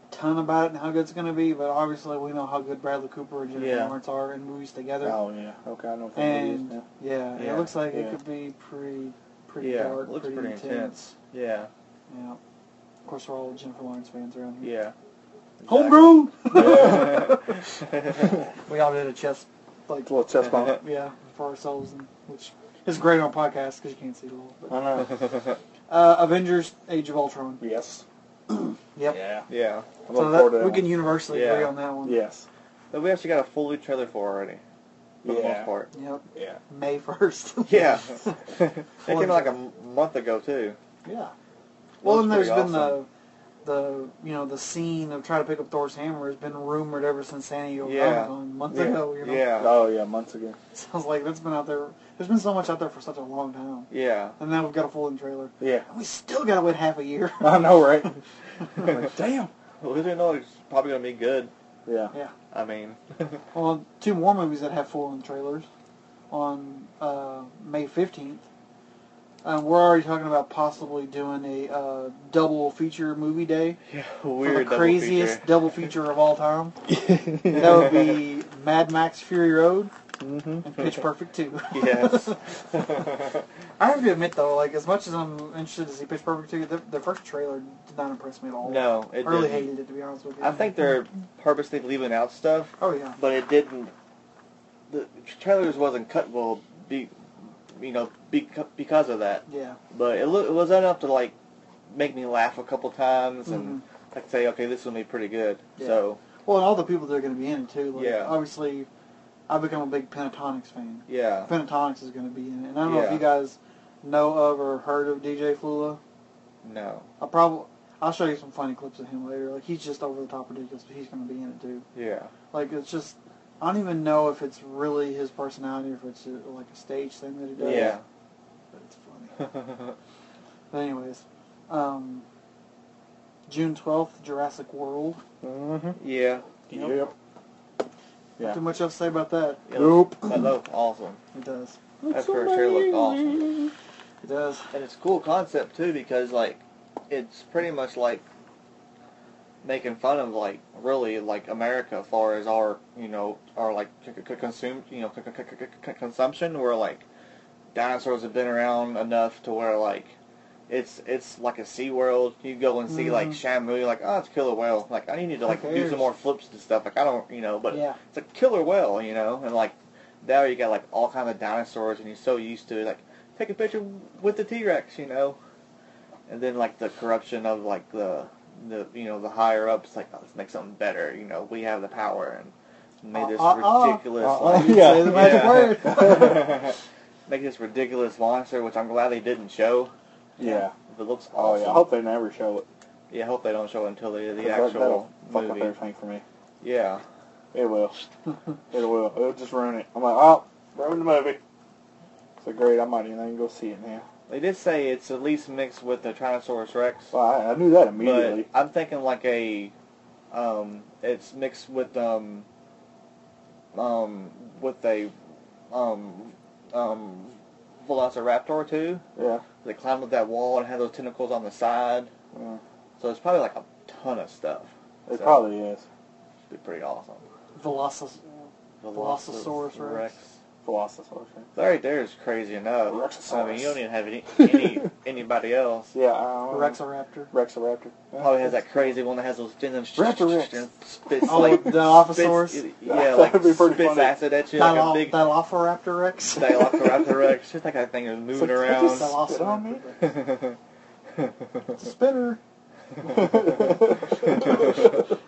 Speaker 4: a ton about it and how good it's going to be, but obviously we know how good Bradley Cooper and Jennifer
Speaker 3: Yeah.
Speaker 4: Lawrence are in movies together.
Speaker 2: Oh, yeah. Okay, I know what it is
Speaker 4: And
Speaker 2: now.
Speaker 4: yeah,
Speaker 3: Yeah,
Speaker 4: it looks like
Speaker 2: yeah.
Speaker 4: it could be pretty, pretty
Speaker 3: Yeah,
Speaker 4: dark,
Speaker 3: it looks
Speaker 4: pretty,
Speaker 3: pretty
Speaker 4: intense.
Speaker 3: yeah,
Speaker 4: Yeah. Of course, we're all Jennifer Lawrence fans around here.
Speaker 3: yeah.
Speaker 4: Homebrew.
Speaker 3: Exactly. (laughs)
Speaker 4: (laughs) we all did a chest, like (laughs)
Speaker 2: It's a little chest bump.
Speaker 4: yeah, for ourselves, and, which is great on podcasts because you can't see it all. But,
Speaker 2: I know.
Speaker 4: uh, Avengers: Age of Ultron.
Speaker 2: Yes.
Speaker 4: Yep.
Speaker 2: Yeah.
Speaker 3: yeah.
Speaker 2: I'm
Speaker 4: So
Speaker 2: looking forward to
Speaker 4: that, we
Speaker 2: that
Speaker 4: can universally
Speaker 3: Yeah.
Speaker 4: agree on that one.
Speaker 2: one. Yes.
Speaker 3: That we actually got a full new trailer for already. For the most part.
Speaker 4: Yep.
Speaker 2: Yeah.
Speaker 4: May first. (laughs)
Speaker 3: Yeah. (laughs) it came out like a m- month ago too.
Speaker 4: yeah. Well, and
Speaker 3: Looks
Speaker 4: there's been
Speaker 3: pretty
Speaker 4: the the you know the scene of trying to pick up Thor's hammer has been rumored ever since San Diego
Speaker 3: Yeah.
Speaker 4: Comic Con months ago. You know?
Speaker 3: Yeah.
Speaker 2: Oh yeah, months ago.
Speaker 4: (laughs) Sounds like that's been out there. There's been so much out there for such a long time,
Speaker 3: Yeah.
Speaker 4: and now we've got a full-in trailer.
Speaker 2: Yeah.
Speaker 4: And we still gotta wait half a year. (laughs)
Speaker 2: (laughs) I know,
Speaker 3: (laughs)
Speaker 2: right? Like, damn.
Speaker 3: Well, we didn't know it's probably gonna be good.
Speaker 2: Yeah.
Speaker 4: yeah.
Speaker 3: I mean,
Speaker 4: Well, two more movies that have full-in trailers on uh, May 15th. Um, we're already talking about possibly doing a uh, double feature movie day.
Speaker 3: yeah,
Speaker 4: for
Speaker 3: weird.
Speaker 4: the craziest
Speaker 3: Double
Speaker 4: double feature of all time. that would be Mad Max Fury Road
Speaker 2: hmm
Speaker 4: and Pitch Perfect
Speaker 3: (laughs)
Speaker 4: 2.
Speaker 3: feature. yes.
Speaker 4: (laughs) I have to admit, though, like as much as I'm interested to see Pitch Perfect 2, the, the first trailer did not impress me at all.
Speaker 3: (laughs) No,
Speaker 4: I
Speaker 3: it
Speaker 4: really
Speaker 3: didn't.
Speaker 4: hated it, to be honest with you.
Speaker 3: I think they're purposely leaving out stuff,
Speaker 4: Oh, yeah.
Speaker 3: but it didn't. The trailers wasn't cut well, be, you know, beca- because of that.
Speaker 4: Yeah.
Speaker 3: but it, loo- it was enough to like make me laugh a couple times and like say, okay, this will be pretty good.
Speaker 4: Mm-hmm. Yeah.
Speaker 3: So
Speaker 4: Well, and all the people that are going to be in it, too. Like,
Speaker 3: Yeah.
Speaker 4: Obviously, I've become a big Pentatonics fan.
Speaker 3: yeah,
Speaker 4: Pentatonics is going to be in it. And I don't know
Speaker 3: Yeah.
Speaker 4: if you guys know of or heard of DJ Flula.
Speaker 3: no,
Speaker 4: I'll probably... I'll show you some funny clips of him later. Like, he's just over the top ridiculous, but he's going to be in it, too.
Speaker 3: yeah, (laughs)
Speaker 4: Like it's just, I don't even know if it's really his personality or if it's uh, like a stage thing that he does.
Speaker 3: yeah,
Speaker 4: But it's funny. but anyways, um, June twelfth, Jurassic World.
Speaker 2: hmm
Speaker 3: yeah.
Speaker 4: Yep.
Speaker 2: Yep.
Speaker 4: Not
Speaker 2: Yeah.
Speaker 4: too much else to say about that.
Speaker 3: It
Speaker 2: Nope.
Speaker 3: That looked awesome.
Speaker 4: It does.
Speaker 3: That first trailer looked awesome,
Speaker 4: It does.
Speaker 3: and it's a cool concept too because like it's pretty much like making fun of like really like America as far as our you know our like c- c- consume you know c- c- c- c- consumption where like dinosaurs have been around enough to where like it's it's like a sea world you go and see like Shamu you're like oh it's a killer whale like I need to like do
Speaker 4: cares?
Speaker 3: some more flips and stuff like I don't you know but
Speaker 4: Yeah.
Speaker 3: it's a killer whale you know and like now you got like all kinds of dinosaurs and you're so used to like take a picture with the T-Rex you know and then like the corruption of like the the you know the higher ups like oh, let's make something better you know we have the power and made this
Speaker 4: Uh, uh, uh.
Speaker 3: ridiculous
Speaker 2: Uh,
Speaker 4: (laughs)
Speaker 2: uh, (laughs)
Speaker 3: like,
Speaker 2: Yeah.
Speaker 4: Say the magic
Speaker 3: Yeah.
Speaker 4: word.
Speaker 3: make this ridiculous monster which I'm glad they didn't show
Speaker 2: (laughs) Yeah.
Speaker 3: it looks
Speaker 2: Oh
Speaker 3: awesome
Speaker 2: yeah. I hope they never show it.
Speaker 3: Yeah, I hope they don't show it until the,
Speaker 2: 'cause
Speaker 3: the
Speaker 2: that, that'll
Speaker 3: actual
Speaker 2: fuck up
Speaker 3: movie
Speaker 2: everything for me.
Speaker 3: yeah
Speaker 2: It (laughs) will. it will. It'll just ruin it. I'm like, oh, ruin the movie. So great. I might even go see it now.
Speaker 3: they did say it's at least mixed with the Tyrannosaurus Rex
Speaker 2: Well, I, I knew that
Speaker 3: but
Speaker 2: immediately.
Speaker 3: I'm thinking like a um it's mixed with um um with a um, um, Velociraptor too.
Speaker 2: Yeah.
Speaker 3: They climbed up that wall and had those tentacles on the side.
Speaker 2: yeah.
Speaker 3: So it's probably like a ton of stuff.
Speaker 2: It
Speaker 3: So,
Speaker 2: probably is.
Speaker 3: it'd be pretty awesome.
Speaker 4: Velocis. Velocisaurus Rex.
Speaker 2: Velociraptor.
Speaker 3: Right there is crazy enough. I mean, you don't even have any, any anybody else.
Speaker 2: Yeah. I don't know.
Speaker 4: Rexoraptor.
Speaker 2: Rexoraptor.
Speaker 3: Probably
Speaker 2: (laughs)
Speaker 3: has that crazy one that has those fins and
Speaker 2: Raptor-Rex.
Speaker 3: and spits
Speaker 4: Oh,
Speaker 3: like
Speaker 4: the Dilophosaurus?
Speaker 3: spits- Yeah, like
Speaker 2: (laughs) That'd be pretty
Speaker 3: spits
Speaker 2: funny.
Speaker 3: acid at you like a
Speaker 4: Dilo-
Speaker 3: big (laughs)
Speaker 4: Dilophosaurtor Rex.
Speaker 3: Dilophosaurus Rex. Just like that thing is
Speaker 4: (laughs)
Speaker 3: moving
Speaker 4: Just
Speaker 3: around.
Speaker 4: Dilophosaurus.
Speaker 2: Spit on me?
Speaker 4: Spinner.
Speaker 2: Better.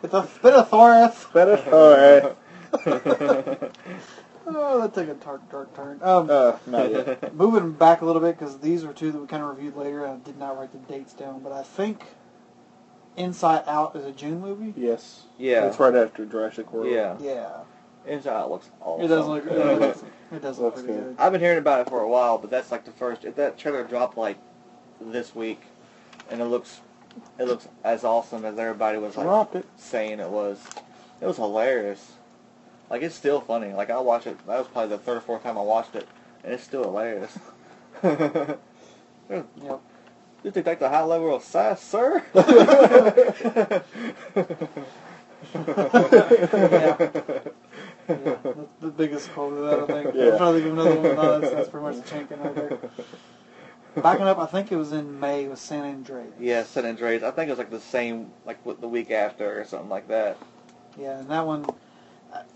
Speaker 4: It's a Spinosaurus.
Speaker 3: (laughs)
Speaker 2: All right.
Speaker 4: Oh, that took a dark, dark turn. Um,
Speaker 2: Uh, not yet.
Speaker 4: moving back a little bit because these are two that we kind of reviewed later. and I did not write the dates down, but I think Inside Out is a June movie.
Speaker 2: Yes.
Speaker 3: Yeah.
Speaker 2: It's right after Jurassic World. (laughs)
Speaker 3: yeah,
Speaker 4: Yeah,
Speaker 3: Inside Out looks awesome.
Speaker 4: it does look. It does, it does look
Speaker 2: Looks
Speaker 4: pretty good.
Speaker 2: good.
Speaker 3: I've been hearing about it for a while, but that's like the first. If that trailer dropped like this week, and it looks, it looks as awesome as everybody was like
Speaker 2: Dropped it.
Speaker 3: saying it was. It was hilarious. Like it's still funny. Like I watch it. That was probably the third or fourth time I watched it, and it's still hilarious. (laughs)
Speaker 4: Yep.
Speaker 3: you think that's a high level of sass, sir? (laughs)
Speaker 4: Yeah,
Speaker 2: (laughs)
Speaker 4: that's the biggest quote of that, I think.
Speaker 2: Yeah.
Speaker 4: I'm trying to think of another one. No, that's,
Speaker 2: (laughs)
Speaker 4: that's pretty much the champion right there. Backing up, I think it was in May with San Andreas.
Speaker 3: yeah, San Andreas. I think it was like the same, like with the week after or something like that.
Speaker 4: Yeah, and that one.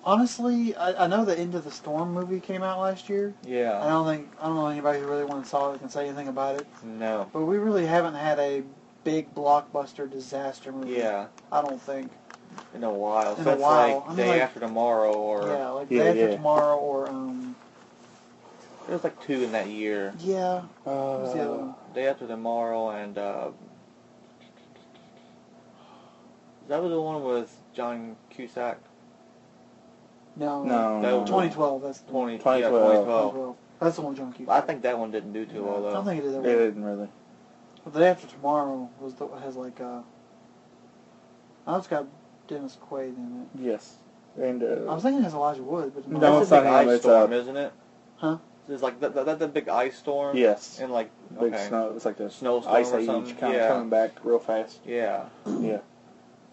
Speaker 4: Honestly, I, I know the End of the Storm movie came out last year. I
Speaker 3: Yeah.
Speaker 4: don't think I don't know anybody who really went and saw it can say anything about it.
Speaker 3: No.
Speaker 4: But we really haven't had a big blockbuster disaster movie.
Speaker 3: Yeah.
Speaker 4: I don't think.
Speaker 3: In a while.
Speaker 4: In
Speaker 3: so
Speaker 4: a
Speaker 3: it's
Speaker 4: while.
Speaker 3: like
Speaker 4: I mean,
Speaker 3: day
Speaker 4: like-
Speaker 3: after tomorrow or
Speaker 4: yeah, like
Speaker 2: Yeah,
Speaker 4: Day After
Speaker 2: yeah.
Speaker 4: Tomorrow or um
Speaker 3: there's like two in that year.
Speaker 4: yeah. What was the other
Speaker 2: Uh,
Speaker 4: one?
Speaker 3: Day after tomorrow and uh, (sighs) that was the one with John Cusack.
Speaker 4: No.
Speaker 2: Uh, no.
Speaker 3: That
Speaker 2: no.
Speaker 3: was
Speaker 4: 2012. That's the one.
Speaker 3: 20, 2012.
Speaker 2: 2012.
Speaker 3: 2012.
Speaker 4: 2012. That's the one John Cusack.
Speaker 3: I think that one didn't do too well
Speaker 4: I don't
Speaker 3: though.
Speaker 4: think it did that
Speaker 2: It uh,
Speaker 4: well.
Speaker 2: didn't really.
Speaker 4: The Day After Tomorrow was the has like uh. I just got Dennis Quaid in it.
Speaker 2: Yes. And
Speaker 4: I
Speaker 2: uh,
Speaker 4: was thinking it has Elijah Wood, but
Speaker 2: No,
Speaker 3: That's
Speaker 2: it's
Speaker 3: the
Speaker 2: not
Speaker 3: big
Speaker 2: him,
Speaker 3: ice
Speaker 2: it's,
Speaker 3: storm,
Speaker 2: uh,
Speaker 3: isn't it?
Speaker 4: Huh?
Speaker 3: It's like that. That, that the big ice storm.
Speaker 2: yes.
Speaker 3: And like
Speaker 2: Big
Speaker 3: okay.
Speaker 2: snow. It's like the
Speaker 3: Snowstorm
Speaker 2: ice
Speaker 3: or
Speaker 2: age
Speaker 3: something.
Speaker 2: kind
Speaker 3: Yeah.
Speaker 2: of coming back real fast.
Speaker 3: Yeah.
Speaker 2: Yeah.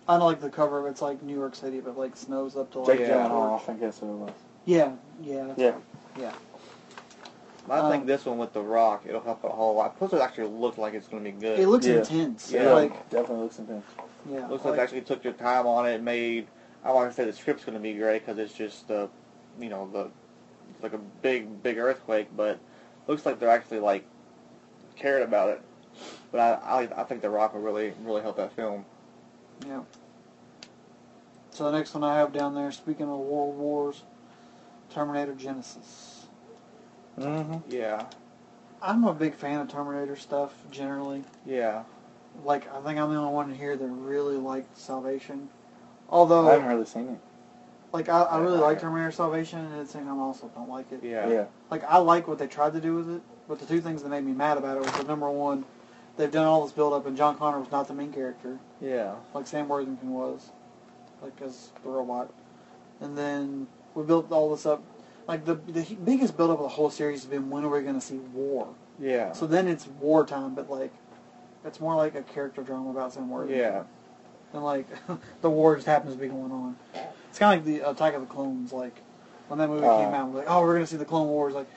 Speaker 4: I don't like the cover. It's like New York City, but like snows up to like.
Speaker 2: Jake
Speaker 3: Yeah.
Speaker 2: Gyllenhaal, I think that's who it was.
Speaker 4: Yeah, yeah, that's
Speaker 2: Yeah.
Speaker 4: right. yeah.
Speaker 3: I
Speaker 4: Um,
Speaker 3: think this one with the rock, it'll help a whole lot. Plus, it actually looks like it's going to be good.
Speaker 4: It looks
Speaker 2: Yeah.
Speaker 4: intense.
Speaker 3: Yeah.
Speaker 4: It's Like
Speaker 2: Definitely looks intense.
Speaker 4: yeah.
Speaker 3: Looks like, they actually took your time on it. Made I want to say the script's going to be great because it's just the, you know the, it's like a big big earthquake, but looks like they're actually like cared about it. But I I, I think The Rock will really really help that film.
Speaker 4: Yeah. So the next one I have down there, speaking of World Wars, Terminator Genesis.
Speaker 2: Mm-hmm.
Speaker 3: Yeah,
Speaker 4: I'm a big fan of Terminator stuff generally.
Speaker 3: yeah.
Speaker 4: Like I think I'm the only one here that really liked Salvation. Although,
Speaker 2: I haven't really seen it.
Speaker 4: like I, I really
Speaker 3: Yeah.
Speaker 4: like Terminator Salvation, and at the same time I also don't like it.
Speaker 3: Yeah.
Speaker 2: Yeah.
Speaker 4: Like I like what they tried to do with it, but the two things that made me mad about it was the number one, they've done all this build up, and John Connor was not the main character.
Speaker 3: Yeah.
Speaker 4: like Sam Worthington was, like as the robot. And then we built all this up. Like the the hu- biggest build up of the whole series has been when are we going to see war?
Speaker 3: Yeah.
Speaker 4: So then it's wartime, but like it's more like a character drama about Sam Worthington.
Speaker 3: yeah.
Speaker 4: And like (laughs) the war just happens to be going on. It's kind of like the uh, Attack of the Clones. Like when that movie
Speaker 2: Uh,
Speaker 4: came out, we're like, oh, we're going to see the Clone Wars. Like.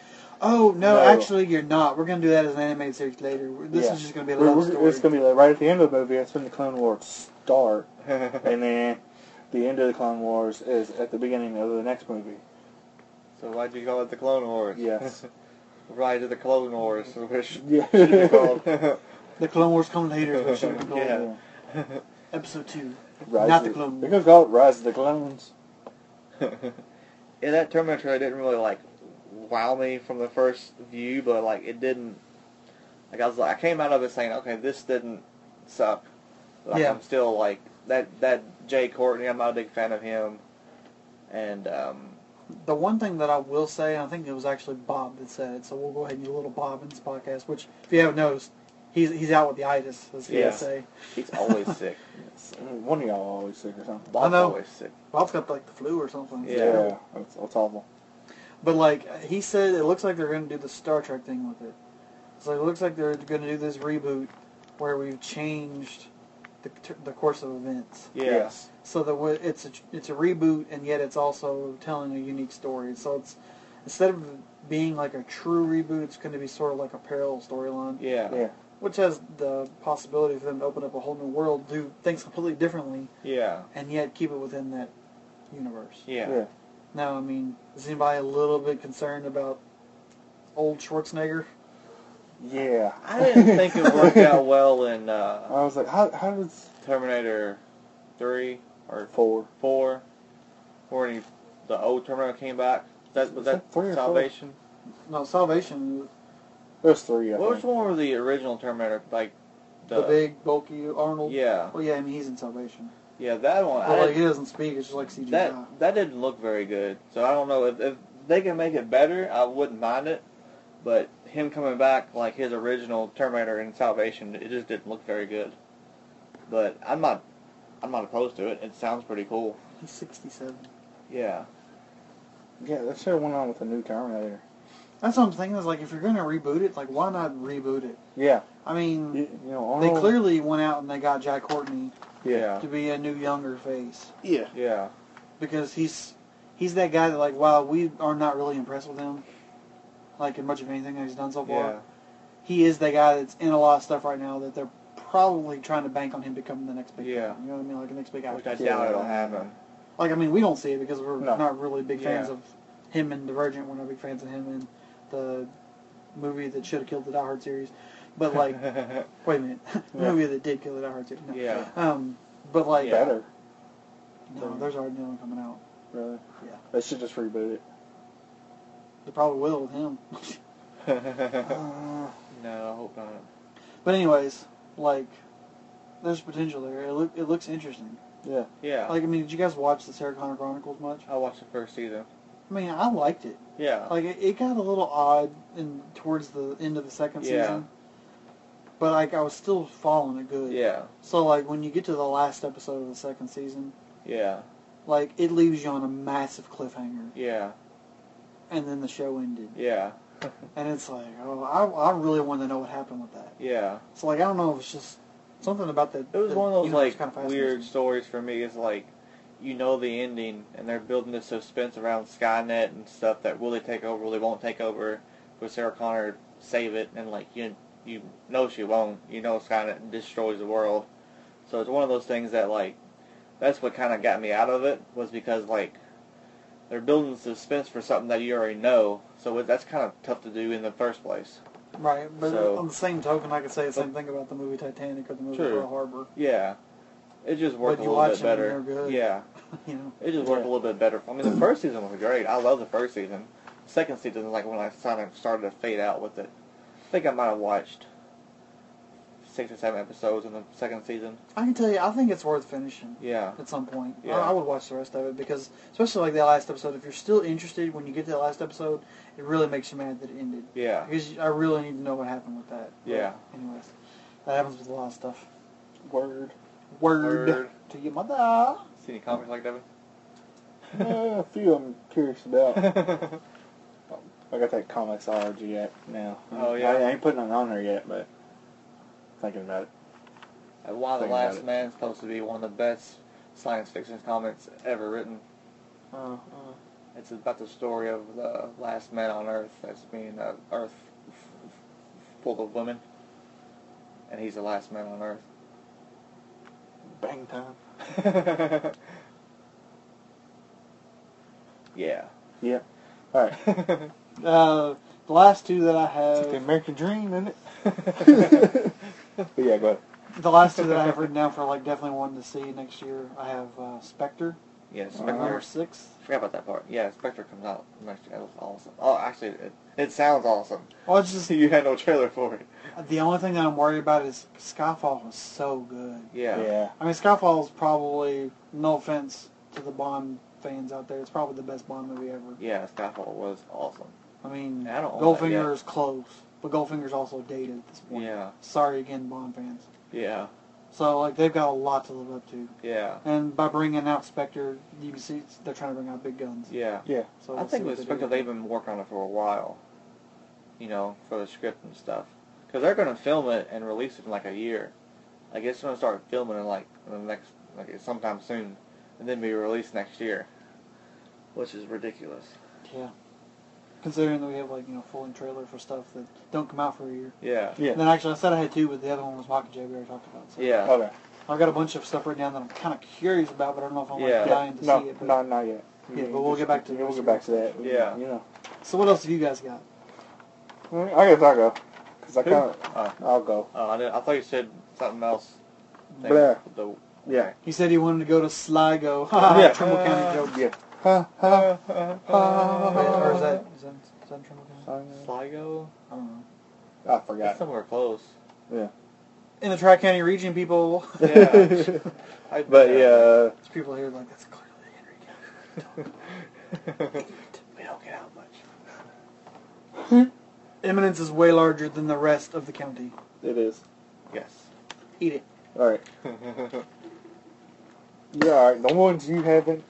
Speaker 4: Oh no,
Speaker 2: No.
Speaker 4: Actually, you're not. We're gonna do that as an animated series later. We're- This
Speaker 2: Yeah.
Speaker 4: is just gonna be a
Speaker 2: We're-
Speaker 4: love
Speaker 2: we're-
Speaker 4: story.
Speaker 2: It's gonna be like right at the end of the movie. That's when the Clone Wars start, and then the end of the Clone Wars is at the beginning of the next movie.
Speaker 3: (laughs) so why'd you call it the Clone
Speaker 4: (laughs)
Speaker 3: Wars? (laughs)
Speaker 2: Yes.
Speaker 3: Ride of the Clone Wars, which
Speaker 2: Yeah. (laughs)
Speaker 4: The Clone Wars come later. is what it should've been called.
Speaker 3: Yeah.
Speaker 4: Episode two.
Speaker 2: Rise
Speaker 4: Not the
Speaker 2: of-
Speaker 4: Clone
Speaker 2: They're gonna call it Rise of the Clones.
Speaker 3: (laughs) yeah, that Terminator trailer didn't really like wow me from the first view, but like it didn't. Like I was like, I came out of it saying, okay, this didn't suck. Like
Speaker 4: Yeah.
Speaker 3: I'm still like that that Jay Courtney. I'm not a big fan of him, and um,
Speaker 4: The one thing that I will say, and I think it was actually Bob that said it, so we'll go ahead and do a little Bob in this podcast, which, if you haven't noticed, he's, he's out with the itis, as he
Speaker 3: Yeah.
Speaker 4: would say.
Speaker 3: he's always sick.
Speaker 2: One of y'all always sick or something.
Speaker 3: Bob's
Speaker 4: know.
Speaker 3: always sick.
Speaker 4: Bob's got, like, the flu or something.
Speaker 3: Yeah.
Speaker 2: that's, that's awful.
Speaker 4: But like he said, it looks like they're going to do the Star Trek thing with it. So it looks like they're going to do this reboot where we've changed the, the course of events.
Speaker 3: Yes.
Speaker 4: So that wh- it's a, it's a reboot and yet it's also telling a unique story. So it's instead of being like a true reboot, it's going to be sort of like a parallel storyline.
Speaker 3: Yeah. Yeah.
Speaker 2: Yeah.
Speaker 4: Which has the possibility for them to open up a whole new world, do things completely differently,
Speaker 3: Yeah.
Speaker 4: and yet keep it within that universe.
Speaker 3: Yeah.
Speaker 2: Yeah.
Speaker 4: Now, I mean, is anybody a little bit concerned about old Schwarzenegger?
Speaker 2: Yeah.
Speaker 3: I didn't think
Speaker 2: (laughs)
Speaker 3: it worked out well in uh,
Speaker 2: I was like, how how does
Speaker 3: Terminator 3 or
Speaker 2: four?
Speaker 3: 4 or any the old Terminator came back. That was
Speaker 2: Was
Speaker 3: that
Speaker 2: that three or four?
Speaker 3: Salvation.
Speaker 4: No, Salvation,
Speaker 2: There's three. I
Speaker 3: What was
Speaker 2: think.
Speaker 3: the one with the original Terminator? Like
Speaker 4: the,
Speaker 3: the,
Speaker 4: big, bulky Arnold.
Speaker 3: yeah,
Speaker 4: Well, yeah, I mean, he's in Salvation.
Speaker 3: yeah, that one. I
Speaker 4: But, like,
Speaker 3: didn't-
Speaker 4: he doesn't speak, it's just like CGI.
Speaker 3: That that didn't look very good. So I don't know if, if they can make it better. I wouldn't mind it, but him coming back like his original Terminator in Salvation, it just didn't look very good. But I'm not I'm not opposed to it. It sounds pretty cool.
Speaker 4: He's 67.
Speaker 3: Yeah.
Speaker 2: Yeah, that should have went on with the new Terminator.
Speaker 4: That's what I'm thinking, is like, if you're going to reboot it, like, why not reboot it?
Speaker 2: Yeah.
Speaker 4: I mean,
Speaker 2: You, you know,
Speaker 4: they
Speaker 2: Arnold.
Speaker 4: clearly went out and they got Jack Courtney
Speaker 3: Yeah.
Speaker 4: to be a new, younger face.
Speaker 2: Yeah.
Speaker 3: Yeah.
Speaker 4: because he's he's that guy that like while we are not really impressed with him, like in much of anything that he's done so far,
Speaker 3: Yeah.
Speaker 4: he is that guy that's in a lot of stuff right now that they're probably trying to bank on him becoming the next big.
Speaker 3: Yeah.
Speaker 4: thing, you know what I mean, like the next big
Speaker 3: Which I
Speaker 4: actor.
Speaker 3: doubt it'll happen.
Speaker 4: Like I mean, we don't see it because we're
Speaker 2: No.
Speaker 4: not really big fans
Speaker 3: Yeah.
Speaker 4: of him and Divergent. We're not big fans of him and the movie that should have killed the Die Hard series. But
Speaker 3: (laughs)
Speaker 4: like, wait a minute, (laughs) the
Speaker 2: Yeah.
Speaker 4: movie that did kill the Die Hard series. No.
Speaker 3: yeah.
Speaker 4: Um, but like,
Speaker 3: Yeah.
Speaker 2: Better.
Speaker 4: no, there's already another one coming out.
Speaker 2: Really.
Speaker 4: Yeah.
Speaker 2: They should just reboot it.
Speaker 4: They probably will with him.
Speaker 2: Uh,
Speaker 3: no, I hope not.
Speaker 4: But anyways, like, there's potential there. It, look, it looks interesting.
Speaker 2: yeah.
Speaker 3: Yeah.
Speaker 4: Like, I mean, did you guys watch the Sarah Connor Chronicles much?
Speaker 3: I watched the first season.
Speaker 4: I mean, I liked it.
Speaker 3: Yeah.
Speaker 4: Like, it, it got a little odd in towards the end of the second
Speaker 3: Yeah.
Speaker 4: season. But like, I was still following it good.
Speaker 3: yeah.
Speaker 4: So like, when you get to the last episode of the second season,
Speaker 3: Yeah.
Speaker 4: like, it leaves you on a massive cliffhanger,
Speaker 3: Yeah.
Speaker 4: and then the show ended,
Speaker 3: Yeah.
Speaker 4: and it's like, oh, I, I really want to know what happened with that.
Speaker 3: Yeah.
Speaker 4: So like, I don't know if it's just something about that.
Speaker 3: It was
Speaker 4: that
Speaker 3: one of those
Speaker 4: universe
Speaker 3: like
Speaker 4: kinda fascinates
Speaker 3: weird
Speaker 4: me.
Speaker 3: stories for me. Is like you know the ending, and they're building this suspense around Skynet and stuff that will they take over, will they won't take over? Will Sarah Connor save it? And like you, you know she won't. You know Skynet destroys the world. So it's one of those things that like that's what kind of got me out of it was because like they're building suspense for something that you already know. So it, that's kind of tough to do in the first place.
Speaker 4: Right, but
Speaker 3: So-
Speaker 4: on the same token, I could say the same thing about the movie Titanic or the movie
Speaker 3: True.
Speaker 4: Pearl Harbor. (laughs)
Speaker 3: Yeah, it just worked
Speaker 4: But
Speaker 3: a
Speaker 4: you
Speaker 3: little
Speaker 4: watch
Speaker 3: bit
Speaker 4: them and
Speaker 3: better.
Speaker 4: they're good.
Speaker 3: Yeah.
Speaker 4: You know,
Speaker 3: It just worked a
Speaker 2: Yeah.
Speaker 3: little bit better. I mean, the first season was great. I love the first season. Second season, like when I started started to fade out with it. I think I might have watched six or seven episodes in the second season.
Speaker 4: I can tell you, I think it's worth finishing
Speaker 3: Yeah,
Speaker 4: at some point. I-
Speaker 3: Yeah.
Speaker 4: I, would watch the rest of it because, especially like that last episode, if you're still interested when you get to that last episode, it really makes you mad that it ended.
Speaker 3: yeah,
Speaker 4: Because I really need to know what happened with that.
Speaker 3: Yeah.
Speaker 4: But anyways, that happens with a lot of stuff.
Speaker 2: Word.
Speaker 4: Word,
Speaker 3: Word.
Speaker 4: to your mother.
Speaker 3: See any comics like Devin?
Speaker 2: Uh, a few I'm curious
Speaker 3: (laughs)
Speaker 2: about.
Speaker 3: yeah,
Speaker 2: I got that comicsology app now.
Speaker 3: Oh, yeah.
Speaker 2: I, I ain't putting it on there yet, but thinking about it.
Speaker 3: Why the
Speaker 2: Think about
Speaker 3: Last
Speaker 2: it.
Speaker 3: Man is supposed to be one of the best science fiction comics ever written.
Speaker 2: Uh,
Speaker 3: Uh-huh. It's about the story of the last man on Earth that's being uh, Earth full of women, and he's the last man on Earth.
Speaker 2: bang time.
Speaker 3: (laughs) yeah.
Speaker 2: Yeah. All right.
Speaker 4: Uh, the last two that I
Speaker 2: It's the
Speaker 4: have,
Speaker 2: American dream, isn't it? (laughs) but yeah, go ahead.
Speaker 4: the last two that I have written down for like definitely wanting to see next year, I have uh, Spectre,
Speaker 3: yeah, Spectre.
Speaker 4: November sixth.
Speaker 3: forgot about that part. Yeah, Spectre comes out next year. That was awesome. Oh, actually, it, it sounds awesome.
Speaker 4: Well, it's just
Speaker 3: (laughs) You had no trailer for it.
Speaker 4: The only thing that I'm worried about is Skyfall was so good.
Speaker 3: Yeah.
Speaker 2: Yeah.
Speaker 4: I mean, Skyfall is probably, no offense to the Bond fans out there, it's probably the best Bond movie ever.
Speaker 3: Yeah, Skyfall was awesome.
Speaker 4: I mean,
Speaker 3: I don't own that
Speaker 4: Goldfinger
Speaker 3: yet.
Speaker 4: is close, but Goldfinger's also dated at this point.
Speaker 3: Yeah.
Speaker 4: Sorry again, Bond fans.
Speaker 3: Yeah.
Speaker 4: So like they've got a lot to live up to,
Speaker 3: Yeah.
Speaker 4: and by bringing out Spectre, you can see it's- they're trying to bring out big guns.
Speaker 3: Yeah.
Speaker 2: Yeah.
Speaker 4: So
Speaker 3: I
Speaker 4: we'll
Speaker 3: think
Speaker 4: see what
Speaker 3: with
Speaker 4: they
Speaker 3: Spectre,
Speaker 4: do.
Speaker 3: they've been working on it for a while. You know, for the script and stuff. Because they're going to film it and release it in like a year. I guess they're going to start filming in like in the next, like sometime soon. And then be released next year. Which is ridiculous.
Speaker 4: yeah. Considering that we have like you know full in trailer for stuff that don't come out for a year.
Speaker 3: Yeah.
Speaker 2: Yeah.
Speaker 4: And then actually I said I had two, but the other one was Mockingjay we already talked about. So
Speaker 3: Yeah.
Speaker 2: Okay.
Speaker 4: I've got a bunch of stuff written down that I'm kind of curious about, but I don't know if I'm
Speaker 3: Yeah.
Speaker 4: like dying to
Speaker 2: no,
Speaker 4: see it. But...
Speaker 2: not not yet.
Speaker 4: Yeah, but we'll get back to
Speaker 2: yeah, we'll
Speaker 4: those
Speaker 2: get back to that.
Speaker 3: Yeah.
Speaker 2: You know.
Speaker 4: So what else have you guys got?
Speaker 2: Mm, I guess I'll go. Cause I
Speaker 4: Who?
Speaker 2: kind of
Speaker 3: Oh.
Speaker 2: I'll go.
Speaker 3: Oh, I, didn't- I thought you said something else.
Speaker 2: Blah.
Speaker 3: The,
Speaker 2: Yeah.
Speaker 4: He said he wanted to go to Sligo. (laughs)
Speaker 2: Yeah.
Speaker 4: Trimble County joke.
Speaker 2: Yeah. Ha ha.
Speaker 4: or is that, is that, is that in Trimble County?
Speaker 3: Sligo?
Speaker 4: I don't know.
Speaker 2: I
Speaker 3: That's
Speaker 2: forgot.
Speaker 3: somewhere close.
Speaker 4: In the Tri-County region, people, (laughs)
Speaker 3: Yeah.
Speaker 2: (laughs)
Speaker 3: I,
Speaker 2: But yeah,
Speaker 4: there's people here like, that's clearly Henry County.
Speaker 3: we don't get out much.
Speaker 4: (laughs) Eminence is way larger than the rest of the county.
Speaker 2: it is.
Speaker 3: Yes.
Speaker 4: Eat it.
Speaker 2: All
Speaker 3: (laughs)
Speaker 2: right. Yeah, all right. The ones you haven't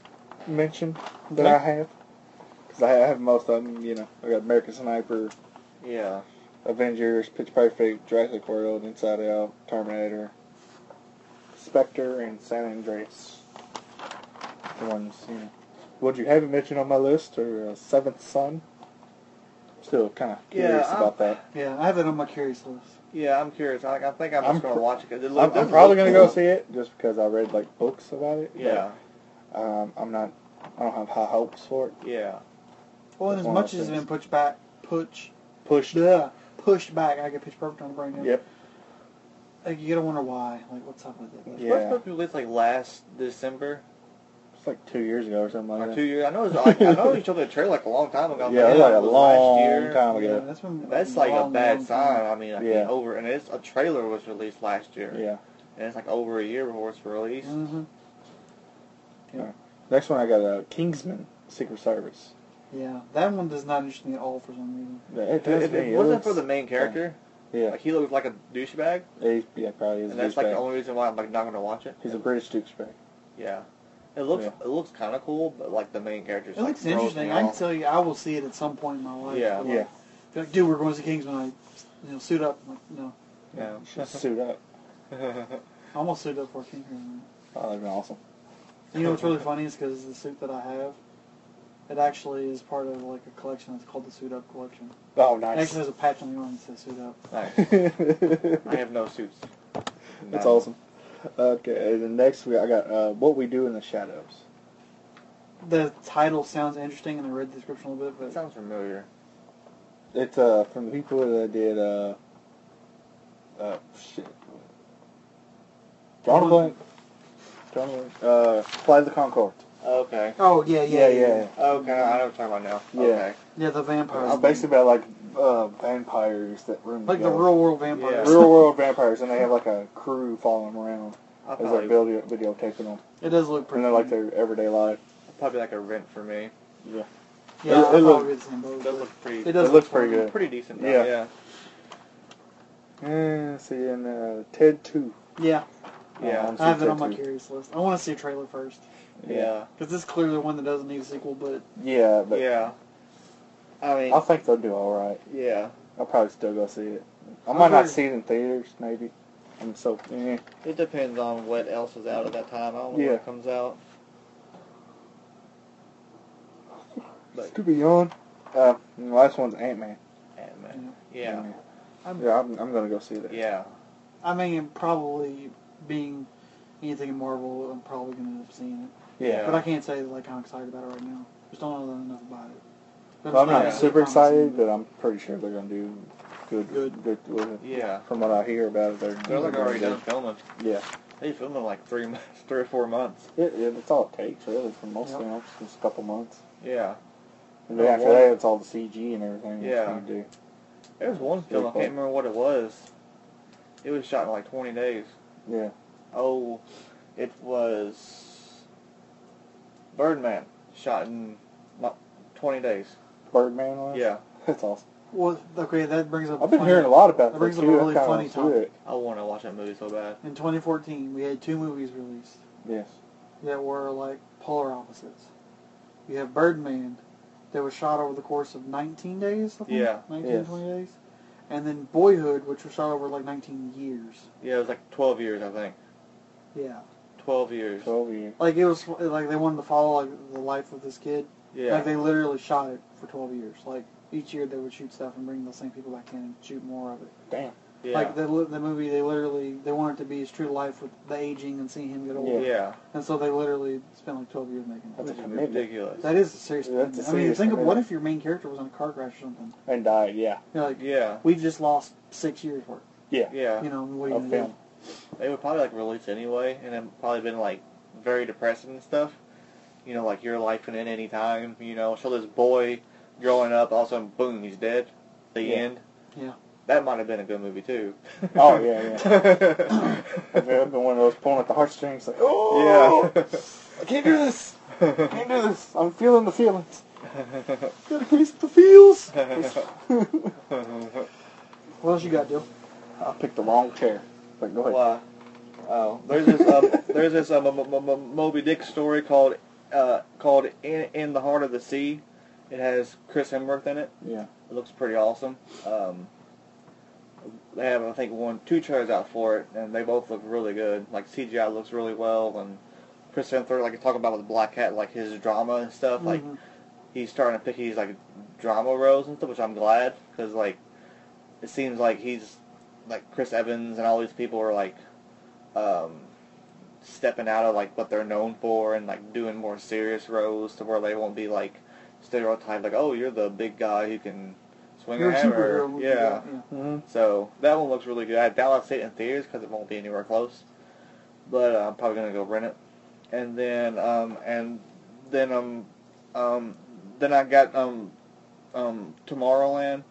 Speaker 2: mentioned that I have, because I have most of them. You know, I got American Sniper,
Speaker 3: yeah.
Speaker 2: Avengers, Pitch Perfect, Jurassic World, Inside Out, Terminator, Spectre, and San Andreas. The ones you know. What you haven't mentioned on my list are uh, Seventh Son. Still kind of curious
Speaker 3: I'm-
Speaker 2: about that.
Speaker 4: Yeah, I have it on my curious list.
Speaker 3: Yeah, I'm curious. I, I think I'm just
Speaker 2: I'm
Speaker 3: gonna
Speaker 2: pr-
Speaker 3: watch it. 'cause it look-
Speaker 2: I'm,
Speaker 3: does
Speaker 2: I'm probably
Speaker 3: look
Speaker 2: gonna go
Speaker 3: cool.
Speaker 2: see it just because I read like books about it. but,
Speaker 3: Yeah,
Speaker 2: um, I'm not. I don't have high hopes for it.
Speaker 3: yeah,
Speaker 4: Well, and as
Speaker 2: One of
Speaker 4: much as it's
Speaker 2: those.
Speaker 4: been pushed back, push,
Speaker 2: Pushed.
Speaker 4: duh, pushed back, I get pitch perfect on the brain. now.
Speaker 2: Yep.
Speaker 4: Like, you gotta wonder why. Like, what's up with it? Like,
Speaker 2: Yeah.
Speaker 3: What's supposed to be released like last December
Speaker 2: It's like two years ago or something like
Speaker 3: or
Speaker 2: that.
Speaker 3: two years? I know. It's, like, I know you showed the trailer like a long time ago.
Speaker 2: yeah,
Speaker 3: but
Speaker 2: it was
Speaker 3: yeah,
Speaker 2: like a
Speaker 3: it was
Speaker 2: long
Speaker 3: last year.
Speaker 2: time
Speaker 4: yeah,
Speaker 2: ago.
Speaker 4: that's been
Speaker 3: That's like a
Speaker 4: long,
Speaker 3: bad
Speaker 4: long time.
Speaker 3: sign. I mean, I mean,
Speaker 2: Yeah.
Speaker 3: over and it's a trailer was released last year.
Speaker 2: Yeah.
Speaker 3: and it's like over a year before it's released.
Speaker 4: Mhm.
Speaker 2: Next one I got uh, Kingsman Secret Service.
Speaker 4: Yeah, that one does not interest me at all for some reason.
Speaker 2: Yeah, it
Speaker 3: If it,
Speaker 2: does
Speaker 3: if
Speaker 2: me.
Speaker 3: it
Speaker 2: It
Speaker 3: wasn't
Speaker 2: looks-
Speaker 3: for the main character,
Speaker 2: yeah,
Speaker 3: like he looks like a douchebag,
Speaker 2: he, yeah, probably is.
Speaker 3: and
Speaker 2: a
Speaker 3: that's like the
Speaker 2: douchebag.
Speaker 3: only reason why I'm like not gonna watch it.
Speaker 2: He's a British douchebag.
Speaker 3: Yeah, it looks
Speaker 2: Yeah.
Speaker 3: it looks kind of cool, but like the main character.
Speaker 4: It looks interesting. I can tell you, I will see it at some point in my life.
Speaker 3: Yeah.
Speaker 4: but,
Speaker 2: Yeah,
Speaker 4: Like, be like, dude, we're going to see Kingsman. I, you know, suit up. I'm like, no,
Speaker 2: (laughs) should suit up.
Speaker 3: Yeah.
Speaker 4: I almost suited up for Kingsman.
Speaker 2: Oh, that'd be awesome.
Speaker 4: You know what's really funny is because the suit that I have, it actually is part of like a collection that's called the Suit Up collection.
Speaker 2: Oh,
Speaker 4: It
Speaker 2: nice.
Speaker 4: actually has a patch on the arm that says Suit Up.
Speaker 2: (laughs)
Speaker 3: (laughs) Nice. (laughs) I
Speaker 2: that's (laughs)
Speaker 3: have no suits. None.
Speaker 2: awesome. Okay, and then next we I got uh, What We Do in the Shadows.
Speaker 4: The title sounds interesting, and I read the description a little bit,
Speaker 3: That
Speaker 4: but
Speaker 3: sounds familiar.
Speaker 2: It's uh from the people that did uh uh shit. John Blank. John Blank. Uh Fly the Concord.
Speaker 3: Okay.
Speaker 4: oh yeah, yeah, yeah, yeah. yeah.
Speaker 3: Okay, Oh, I know what you're talking about now.
Speaker 2: Yeah.
Speaker 3: Okay.
Speaker 4: the vampires.
Speaker 2: It's basically about like uh vampires that room
Speaker 4: like the real world vampires.
Speaker 2: real world vampires and they have like a crew following them around
Speaker 3: I'll
Speaker 2: as they're
Speaker 3: probably,
Speaker 2: video videotaping them.
Speaker 4: It does look pretty.
Speaker 2: And they're like
Speaker 4: cool.
Speaker 2: their everyday life.
Speaker 3: probably like a rent for me.
Speaker 4: yeah,
Speaker 2: it-
Speaker 4: I'll
Speaker 2: it look-
Speaker 4: probably be the same boat,
Speaker 3: That
Speaker 4: but-
Speaker 3: looks pretty.
Speaker 4: does
Speaker 2: it looks pretty
Speaker 4: fun.
Speaker 2: good.
Speaker 3: Pretty decent. Though.
Speaker 2: Yeah.
Speaker 3: Yeah.
Speaker 2: Mm, see and uh Ted two.
Speaker 4: Yeah,
Speaker 3: Yeah.
Speaker 2: Um,
Speaker 4: I have it on my
Speaker 2: Ted two.
Speaker 4: curious list. I want to see a trailer first
Speaker 3: Yeah.
Speaker 4: because this is clearly one that doesn't need a sequel, but
Speaker 2: Yeah,
Speaker 3: Yeah.
Speaker 2: but
Speaker 3: I mean.
Speaker 2: I think they'll do alright.
Speaker 3: yeah.
Speaker 2: I'll probably still go see it. I
Speaker 4: I've
Speaker 2: might not
Speaker 4: heard-
Speaker 2: see it in theaters, maybe. I'm so eh.
Speaker 3: It depends on what else is out at that time. I don't know
Speaker 2: Yeah.
Speaker 3: when it comes out. But
Speaker 2: To be on. Uh, and the last one's Ant Man.
Speaker 3: Ant-Man. Yeah.
Speaker 2: I'm, yeah, I'm, I'm gonna go see that.
Speaker 3: Yeah.
Speaker 4: I mean, probably being anything Marvel, I'm probably gonna end up seeing it.
Speaker 2: yeah.
Speaker 4: But I can't say like I'm excited about it right now. Just don't know enough about it. But
Speaker 2: Well, I'm not
Speaker 3: Yeah.
Speaker 2: super excited,
Speaker 4: promising.
Speaker 2: but I'm pretty sure they're gonna do good.
Speaker 4: Good.
Speaker 2: Good. with it.
Speaker 3: Yeah.
Speaker 2: From what I hear about it, they're,
Speaker 3: They're like
Speaker 2: gonna
Speaker 3: already
Speaker 2: do
Speaker 3: done filming.
Speaker 2: good. Yeah.
Speaker 3: They filmed in like three months, (laughs) three or four months.
Speaker 2: It, it, it's all it takes really for most
Speaker 4: Yep.
Speaker 2: films, just a couple months.
Speaker 3: Yeah.
Speaker 2: And then
Speaker 3: Oh,
Speaker 2: after
Speaker 3: wow.
Speaker 2: that, it's all the CG and everything. that's
Speaker 3: Yeah.
Speaker 2: gonna Do.
Speaker 3: There was one film, I can't remember what it was. It was shot in like 20 days.
Speaker 2: Yeah.
Speaker 3: Oh, it was Birdman, shot in not 20 days.
Speaker 2: Birdman. was?
Speaker 3: Yeah.
Speaker 2: (laughs) That's awesome.
Speaker 4: Well, okay, that brings up. a
Speaker 2: I've been
Speaker 4: funny-
Speaker 2: hearing a lot
Speaker 4: That
Speaker 2: about that,
Speaker 4: brings up
Speaker 2: too.
Speaker 4: a
Speaker 2: I
Speaker 4: really
Speaker 2: kinda
Speaker 4: funny
Speaker 2: wanna see
Speaker 4: topic.
Speaker 2: it.
Speaker 3: I want to watch that movie so bad.
Speaker 4: In 2014, we had two movies released
Speaker 2: Yes.
Speaker 4: that were like polar opposites. You have Birdman, that was shot over the course of 19 days. I think?
Speaker 3: Yeah.
Speaker 4: 19,
Speaker 2: Yes.
Speaker 4: 20 days. And then Boyhood, which was shot over like 19 years.
Speaker 3: Yeah, it was like 12 years, I think.
Speaker 4: Yeah.
Speaker 3: 12 years.
Speaker 2: Twelve years.
Speaker 4: Like it was like they wanted to follow like the life of this kid.
Speaker 3: Yeah.
Speaker 4: Like they literally shot it for 12 years. Like each year they would shoot stuff and bring the same people back in and shoot more of it.
Speaker 2: Damn.
Speaker 3: yeah.
Speaker 4: Like the the movie, they literally they want it to be as true to life with the aging and seeing him get older.
Speaker 3: yeah.
Speaker 4: And so they literally spent like 12 years making
Speaker 2: That's
Speaker 4: it.
Speaker 2: a commitment.
Speaker 3: Ridiculous.
Speaker 4: That is a serious.
Speaker 2: Yeah, that's a
Speaker 4: commitment. I mean,
Speaker 2: serious
Speaker 4: think of what
Speaker 2: commitment.
Speaker 4: if your main character was in a car crash or something.
Speaker 2: And died. Yeah.
Speaker 4: You're like,
Speaker 3: Yeah.
Speaker 4: we just lost six years worth.
Speaker 2: Yeah.
Speaker 3: Yeah.
Speaker 4: You know, what are you
Speaker 2: Of
Speaker 4: gonna
Speaker 2: film.
Speaker 4: do?
Speaker 3: They would probably like release anyway, and it probably been like very depressing and stuff. You know, like your life can end any time. You know, so this boy growing up, all of a sudden, boom, he's dead. The
Speaker 2: Yeah.
Speaker 3: end.
Speaker 4: Yeah.
Speaker 3: That might have been a good movie too. (laughs)
Speaker 2: Oh yeah, yeah. (laughs)
Speaker 3: yeah.
Speaker 2: I've been I've been one of those pulling at the heartstrings, like, oh, I can't do this. I can't do this. I'm feeling the feelings. Gotta face the feels.
Speaker 4: What else you got, Dill?
Speaker 2: I picked the wrong chair. But go ahead.
Speaker 3: Why? Oh, there's this um, there's this um, M- M- M- Moby Dick story called uh, called in, in the Heart of the Sea. It has Chris Hemsworth in it.
Speaker 2: Yeah.
Speaker 3: It looks pretty awesome. Um, they have, I think, one, two trailers out for it, and they both look really good. Like CGI looks really well, and Chris Hemsworth, like you talk about with Black Hat, like his drama and stuff. Like
Speaker 4: Mhm.
Speaker 3: he's starting to pick these like drama roles and stuff, which I'm glad because like it seems like he's like Chris Evans and all these people are like um, stepping out of like what they're known for and like doing more serious roles to where they won't be like stereotyped like oh you're the big guy who can swing
Speaker 4: You're
Speaker 3: a
Speaker 4: a
Speaker 3: hammer
Speaker 4: superhero.
Speaker 3: yeah.
Speaker 2: Mm-hmm.
Speaker 3: So that one looks really good. I doubt I'll see it in theaters because it won't be anywhere close. But uh, I'm probably gonna go rent it. And then um and then um um then I got um um Tomorrowland,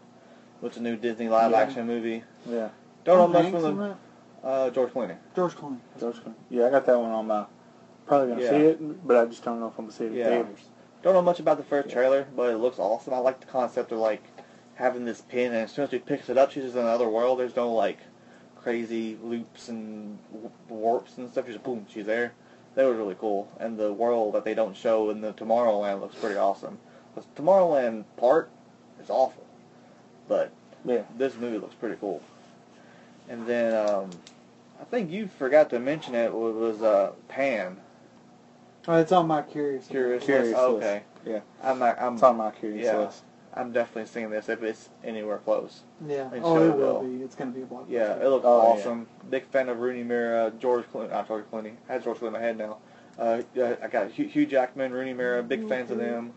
Speaker 3: which is a new Disney live
Speaker 4: Yeah. Oh,
Speaker 3: action movie.
Speaker 2: Yeah.
Speaker 3: Don't know
Speaker 4: Tom
Speaker 3: much
Speaker 4: Hanks
Speaker 3: from
Speaker 4: in
Speaker 3: the
Speaker 4: that?
Speaker 3: uh, George Clooney.
Speaker 4: George Clooney.
Speaker 2: George Clooney. Yeah, I got that one on my. Probably gonna
Speaker 3: Yeah.
Speaker 2: see it, but I just don't know if I'm gonna see it in
Speaker 3: Yeah.
Speaker 2: theaters.
Speaker 3: Don't know much about the first
Speaker 2: Yeah.
Speaker 3: trailer, but it looks awesome. I like the concept of like having this pin, and as soon as she picks it up, she's just in another world. There's no like crazy loops and w- warps and stuff. Just boom, she's there. That was really cool. And the world that they don't show in the Tomorrowland looks pretty awesome. The Tomorrowland part is awful, but
Speaker 2: Yeah.
Speaker 3: this movie looks pretty cool. And then um, I think you forgot to mention it wa- was uh, Pan.
Speaker 4: Oh, it's on my curious.
Speaker 3: Curious.
Speaker 2: Curious
Speaker 3: Oh,
Speaker 2: List.
Speaker 3: okay.
Speaker 2: Yeah.
Speaker 3: I'm not, I'm
Speaker 2: It's on my curious
Speaker 3: Yeah.
Speaker 2: list.
Speaker 3: I'm definitely seeing this if it's anywhere close.
Speaker 4: Yeah.
Speaker 3: They
Speaker 4: Oh,
Speaker 3: sure
Speaker 4: it will
Speaker 3: will.
Speaker 4: be. It's gonna be a blockbuster.
Speaker 3: Yeah, it looks
Speaker 2: Oh, yeah.
Speaker 3: awesome. Big fan of Rooney Mara, George Clooney, not George Clooney. I had George Clooney in my head now. Uh, yeah, I got Hugh, Hugh Jackman, Rooney Mara, big fans of them.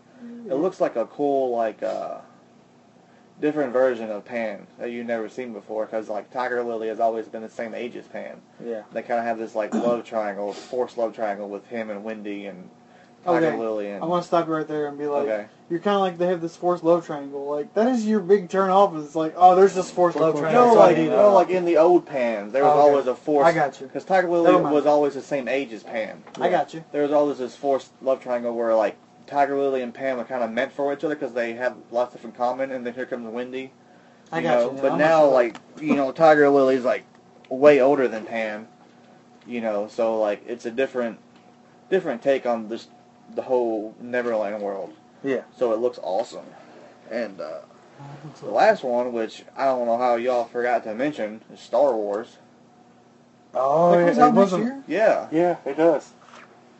Speaker 3: It looks like a cool, like, uh, different version of Pan that you've never seen before because, like, Tiger Lily has always been the same age as Pan.
Speaker 2: Yeah.
Speaker 3: They kind of have this, like, love triangle, forced love triangle with him and Wendy and Tiger
Speaker 4: Okay.
Speaker 3: Lily and...
Speaker 4: I want to stop you right there and be like,
Speaker 3: Okay.
Speaker 4: you're kind of like they have this forced love triangle. Like that is your big turn off. Is like, oh, there's this forced love triangle.
Speaker 3: No,
Speaker 4: so I
Speaker 3: like
Speaker 4: need it.
Speaker 3: no, like in the old Pans, there was
Speaker 4: Okay.
Speaker 3: always a force.
Speaker 4: I got you.
Speaker 3: Because Tiger
Speaker 4: Never
Speaker 3: Lily
Speaker 4: mind.
Speaker 3: was always the same age as Pam.
Speaker 4: I got you.
Speaker 3: There was always this forced love triangle where like Tiger Lily and Pam are kind of meant for each other because they have lots of in common, and then here comes Wendy.
Speaker 4: I
Speaker 3: you
Speaker 4: got
Speaker 3: know?
Speaker 4: you.
Speaker 3: But
Speaker 4: I'm
Speaker 3: now,
Speaker 4: not-
Speaker 3: like you know, Tiger Lily's like way older than Pam. You know, so like it's a different, different take on this the whole Neverland world.
Speaker 2: Yeah.
Speaker 3: So it looks awesome. And uh, the last one, which I don't know how y'all forgot to mention, is Star Wars.
Speaker 2: Oh,
Speaker 4: That comes out next year?
Speaker 3: Yeah.
Speaker 2: Yeah, it does.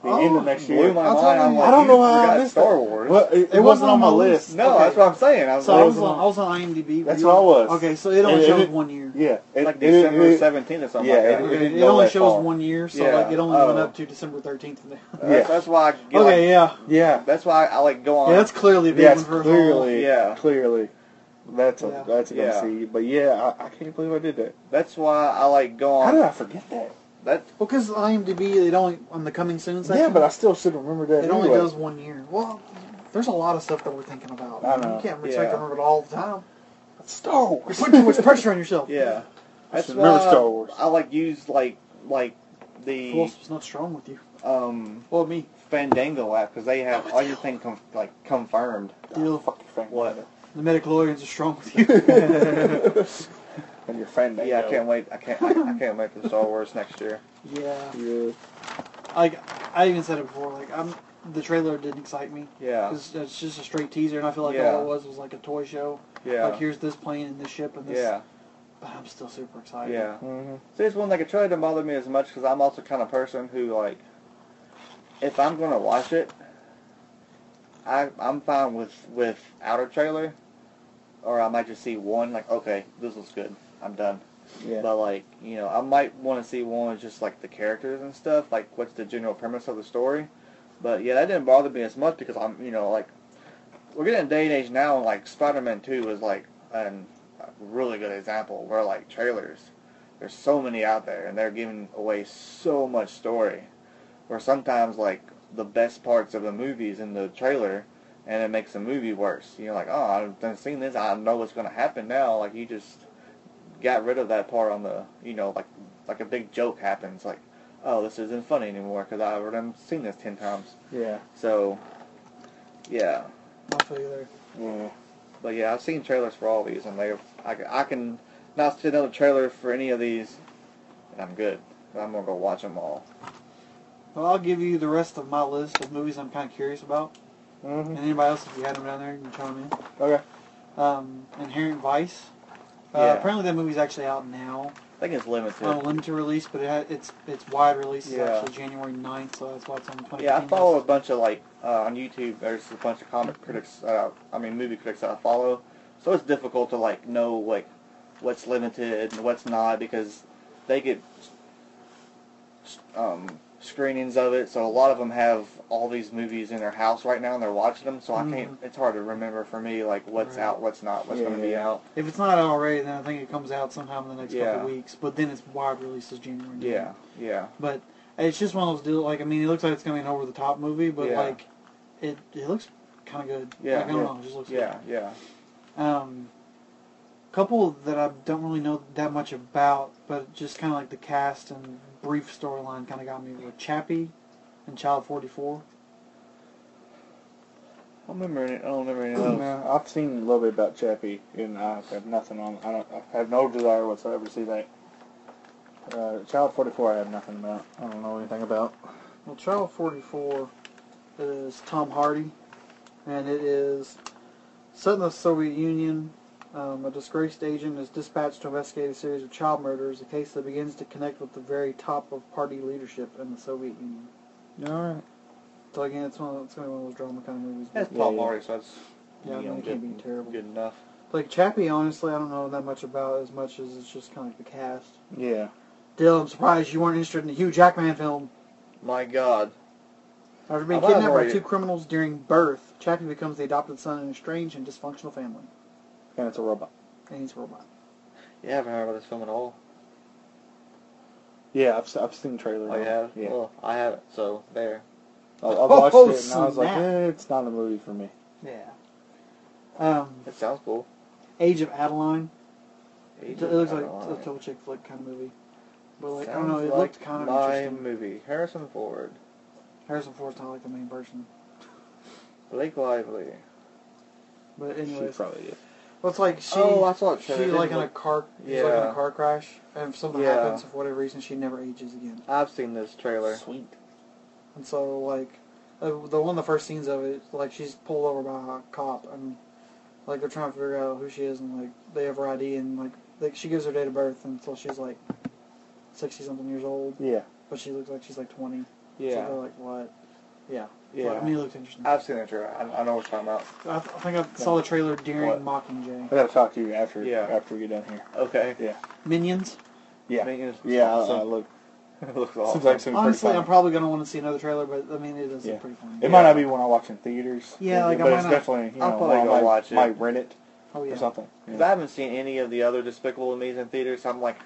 Speaker 2: The
Speaker 4: Oh,
Speaker 2: end of next year.
Speaker 3: Blew my
Speaker 4: I thought
Speaker 3: mind. I'm
Speaker 4: you-
Speaker 3: like,
Speaker 2: I don't
Speaker 3: you
Speaker 2: know how I
Speaker 3: forgot
Speaker 2: missed
Speaker 3: Star
Speaker 2: that.
Speaker 3: Wars.
Speaker 2: Well, it, it wasn't on my list.
Speaker 3: No,
Speaker 4: Okay.
Speaker 3: that's what I'm saying. I was
Speaker 4: So I
Speaker 2: That
Speaker 3: like,
Speaker 4: was
Speaker 2: was
Speaker 4: on,
Speaker 2: my-
Speaker 4: I was on IMDb.
Speaker 2: That's
Speaker 4: were you-
Speaker 2: what I was.
Speaker 4: Okay, so it only
Speaker 2: It-
Speaker 4: shows
Speaker 2: it-
Speaker 4: one year.
Speaker 2: Yeah, it,
Speaker 3: like
Speaker 2: it- it-
Speaker 3: December
Speaker 2: it-
Speaker 3: 17th or something
Speaker 2: yeah,
Speaker 3: like that.
Speaker 2: it-
Speaker 4: Okay,
Speaker 2: didn't
Speaker 4: it
Speaker 2: go
Speaker 4: only
Speaker 2: that
Speaker 4: shows
Speaker 2: far.
Speaker 4: one year, so
Speaker 3: Yeah.
Speaker 4: like it only went
Speaker 3: Oh.
Speaker 4: up to December thirteenth.
Speaker 3: Uh,
Speaker 2: (laughs) yeah.
Speaker 3: That's, that's why I get
Speaker 4: okay,
Speaker 3: like,
Speaker 4: yeah,
Speaker 2: Yeah,
Speaker 3: that's why I like go on.
Speaker 4: yeah, that's clearly a big
Speaker 2: that's
Speaker 4: one for us all.
Speaker 2: clearly,
Speaker 3: Yeah.
Speaker 2: clearly, that's a
Speaker 4: Yeah.
Speaker 2: that's a
Speaker 3: Yeah.
Speaker 2: yeah. see. But yeah, I, I can't believe I did that.
Speaker 3: that's why I like go
Speaker 2: How
Speaker 3: on.
Speaker 2: did I forget that?
Speaker 3: That's
Speaker 4: Well, because IMDb, it only on the coming soon section.
Speaker 2: Yeah, but I still should remember that.
Speaker 4: it only
Speaker 2: anyway.
Speaker 4: does one year. Well, there's a lot of stuff that we're thinking about.
Speaker 2: I know.
Speaker 4: You can't expect
Speaker 3: Yeah.
Speaker 4: to remember it all the time.
Speaker 2: Star
Speaker 4: You're
Speaker 2: Wars.
Speaker 4: putting
Speaker 2: (laughs)
Speaker 4: too much pressure on yourself.
Speaker 3: yeah. That's
Speaker 2: should remember
Speaker 3: why
Speaker 2: Star Wars.
Speaker 3: I like use like like the
Speaker 4: What's not strong with you?
Speaker 3: um
Speaker 4: Well, me.
Speaker 3: Fandango app because they have everything com- like confirmed.
Speaker 2: Deal fucking thing.
Speaker 3: What?
Speaker 4: The Metachlorians are strong with you.
Speaker 2: (laughs) and your friend.
Speaker 3: Yeah, I can't wait. I can't. I, I can't wait for Star Wars next year.
Speaker 4: yeah.
Speaker 2: Yeah.
Speaker 4: Like, I even said it before, like, I'm, the trailer didn't excite me.
Speaker 3: Yeah,
Speaker 4: It's, it's just a straight teaser, and I feel like
Speaker 3: Yeah.
Speaker 4: all it was was like a toy show. Like,
Speaker 3: yeah,
Speaker 4: here's this plane and this ship and this.
Speaker 3: yeah,
Speaker 4: But I'm still super excited.
Speaker 3: yeah.
Speaker 2: Mhm.
Speaker 3: See, it's one like a trailer didn't bother me as much because I'm also kind of person who like, if I'm gonna watch it, I I'm fine with without a trailer, or I might just see one like okay this looks good I'm done.
Speaker 2: Yeah.
Speaker 3: But like you know I might want to see one just like the characters and stuff like what's the general premise of the story, but yeah that didn't bother me as much because I'm you know like we're getting a day and age now and like Spider-Man Two is like an, a really good example where like trailers there's so many out there and they're giving away so much story where sometimes like the best parts of the movies in the trailer and it makes the movie worse you're like oh i've done seen this i know what's going to happen now like you just got rid of that part on the you know like like a big joke happens like oh this isn't funny anymore because i've already seen this 10 times
Speaker 2: Yeah.
Speaker 3: so yeah
Speaker 4: I feel you there.
Speaker 2: Yeah.
Speaker 3: but yeah, I've seen trailers for all these, and they, I, I can not see another trailer for any of these, and I'm good. I'm gonna go watch them all.
Speaker 4: Well, I'll give you the rest of my list of movies I'm kind of curious about.
Speaker 3: Mm-hmm.
Speaker 2: Mhm.
Speaker 4: And anybody else, if you had them down there, you can chime in.
Speaker 2: Okay.
Speaker 4: Um, Inherent Vice. Uh,
Speaker 3: Yeah.
Speaker 4: Apparently that movie's actually out now.
Speaker 3: I think it's limited.
Speaker 4: It's on a limited release, but it had, it's it's wide release. It's
Speaker 3: Yeah.
Speaker 4: actually January 9th, so that's why it's on the 20th.
Speaker 3: yeah, I follow a bunch of like uh, on YouTube. There's a bunch of comic critics. Uh, I mean, movie critics that I follow. So it's difficult to like know like what's limited and what's not because they get um, screenings of it. So a lot of them have all these movies in their house right now and they're watching them. So I can't. It's hard to remember for me like what's
Speaker 4: Right.
Speaker 3: out, what's not, what's
Speaker 2: Mm. Yeah,
Speaker 3: going to be
Speaker 2: yeah.
Speaker 3: out.
Speaker 4: If it's not out already, then I think it comes out sometime in the next
Speaker 3: Yeah.
Speaker 4: couple weeks. But then it's wide release is January 9th.
Speaker 3: Yeah, yeah,
Speaker 4: But it's just one of those deals. Like, I mean, it looks like it's going to be an over the top movie, but
Speaker 3: Yeah.
Speaker 4: like, it it looks kind of good.
Speaker 3: Yeah,
Speaker 4: Like, I don't
Speaker 3: yeah.
Speaker 4: know. It just looks
Speaker 3: yeah, yeah.
Speaker 4: good. Um, couple that I don't really know that much about, but just kind of like the cast and brief storyline kind of got me with Chappie and Child 44.
Speaker 3: I don't remember any. I don't remember any of those.
Speaker 2: No, I've seen a little bit about Chappie, and I have nothing on. I don't. I have no desire whatsoever to see that. Uh, Child 44, I have nothing about. I don't know anything about.
Speaker 4: Well, Child 44 is Tom Hardy, and it is set in the Soviet Union. Um, a disgraced agent is dispatched to investigate a series of child murders, a case that begins to connect with the very top of party leadership in the Soviet Union.
Speaker 2: All right.
Speaker 4: So again, it's, one of, it's going to be one of those drama kind of movies. but-
Speaker 3: That's Tom
Speaker 2: yeah.
Speaker 3: Hardy, so that's
Speaker 4: Yeah, I
Speaker 3: you
Speaker 4: mean,
Speaker 3: know,
Speaker 4: it
Speaker 3: good,
Speaker 4: can't be terrible.
Speaker 3: good enough.
Speaker 4: Like Chappie, honestly, I don't know that much about as much as it's just kind of like the cast.
Speaker 2: Yeah.
Speaker 4: Dill, I'm surprised you weren't interested in the Hugh Jackman film.
Speaker 3: My God.
Speaker 4: After being
Speaker 3: I'm not
Speaker 4: kidnapped by
Speaker 3: worried.
Speaker 4: two criminals during birth, Chappie becomes the adopted son in a strange and dysfunctional family.
Speaker 2: And it's a robot.
Speaker 4: And he's a robot.
Speaker 3: Yeah, I haven't heard about this film at all.
Speaker 2: Yeah, I've, s- I've seen trailers.
Speaker 3: Oh, you have?
Speaker 2: Yeah.
Speaker 3: Well, I haven't, so there.
Speaker 2: (laughs) I, I watched it and I
Speaker 4: Oh,
Speaker 2: was like,
Speaker 4: snap.
Speaker 2: eh, it's not a movie for me.
Speaker 4: Yeah. Um,
Speaker 3: It sounds cool.
Speaker 4: Age of Adeline. It, it looks like
Speaker 3: Age of
Speaker 4: a
Speaker 3: Adeline.
Speaker 4: total chick flick kind of movie. But like, I don't
Speaker 3: Sounds
Speaker 4: know, it
Speaker 3: like
Speaker 4: looked kind of
Speaker 3: my
Speaker 4: interesting.
Speaker 3: movie. Harrison Ford,
Speaker 4: Harrison Ford's not like the main person.
Speaker 3: Blake Lively.
Speaker 4: But
Speaker 2: She
Speaker 4: anyways,
Speaker 2: probably is.
Speaker 4: well, it's like she,
Speaker 3: oh, I saw it.
Speaker 4: she
Speaker 3: Trevor. It
Speaker 4: like in
Speaker 3: didn't
Speaker 4: a car, yeah. like in
Speaker 3: Yeah.
Speaker 4: a car crash, and if something
Speaker 3: Yeah.
Speaker 4: happens, if for whatever reason, she never ages again.
Speaker 3: look- I've seen this trailer.
Speaker 2: Sweet.
Speaker 4: And so like, uh, the one of the first scenes of it, like she's pulled over by a cop, and like they're trying to figure out who she is, and like they have her ID, and like, like she gives her date of birth until she's like sixty something years old.
Speaker 2: Yeah.
Speaker 4: But she looks like she's like 20. So they're
Speaker 3: Yeah,
Speaker 4: like, what? Yeah.
Speaker 3: yeah.
Speaker 4: But, I mean, it looked interesting. I,
Speaker 3: I've seen that trailer. I, I know what you're talking about.
Speaker 4: I think I saw the trailer during Mockingjay.
Speaker 2: I gotta talk to you after
Speaker 3: Yeah.
Speaker 2: after we get done here.
Speaker 3: Okay.
Speaker 4: Minions.
Speaker 2: Yeah.
Speaker 3: I mean, it's
Speaker 2: yeah, I, I
Speaker 3: awesome.
Speaker 2: look.
Speaker 4: uh,
Speaker 3: (laughs) it looks
Speaker 2: Seems
Speaker 3: awesome.
Speaker 2: like some pretty
Speaker 4: Honestly,
Speaker 2: fun.
Speaker 4: I'm probably going to want to see another trailer, but I mean, it does
Speaker 2: Yeah.
Speaker 4: look pretty funny.
Speaker 2: It might
Speaker 3: Yeah.
Speaker 2: not be one I watch in theaters.
Speaker 4: Yeah, like, I
Speaker 2: but
Speaker 4: might
Speaker 2: it's
Speaker 4: not-
Speaker 2: definitely. You
Speaker 3: I'll
Speaker 2: know, one
Speaker 3: probably
Speaker 2: I
Speaker 3: go
Speaker 2: might,
Speaker 3: watch it.
Speaker 2: Might rent it
Speaker 4: Oh,
Speaker 2: or
Speaker 4: yeah.
Speaker 2: something.
Speaker 3: Because I haven't seen any of the other Despicable Me's in theaters, so I'm like,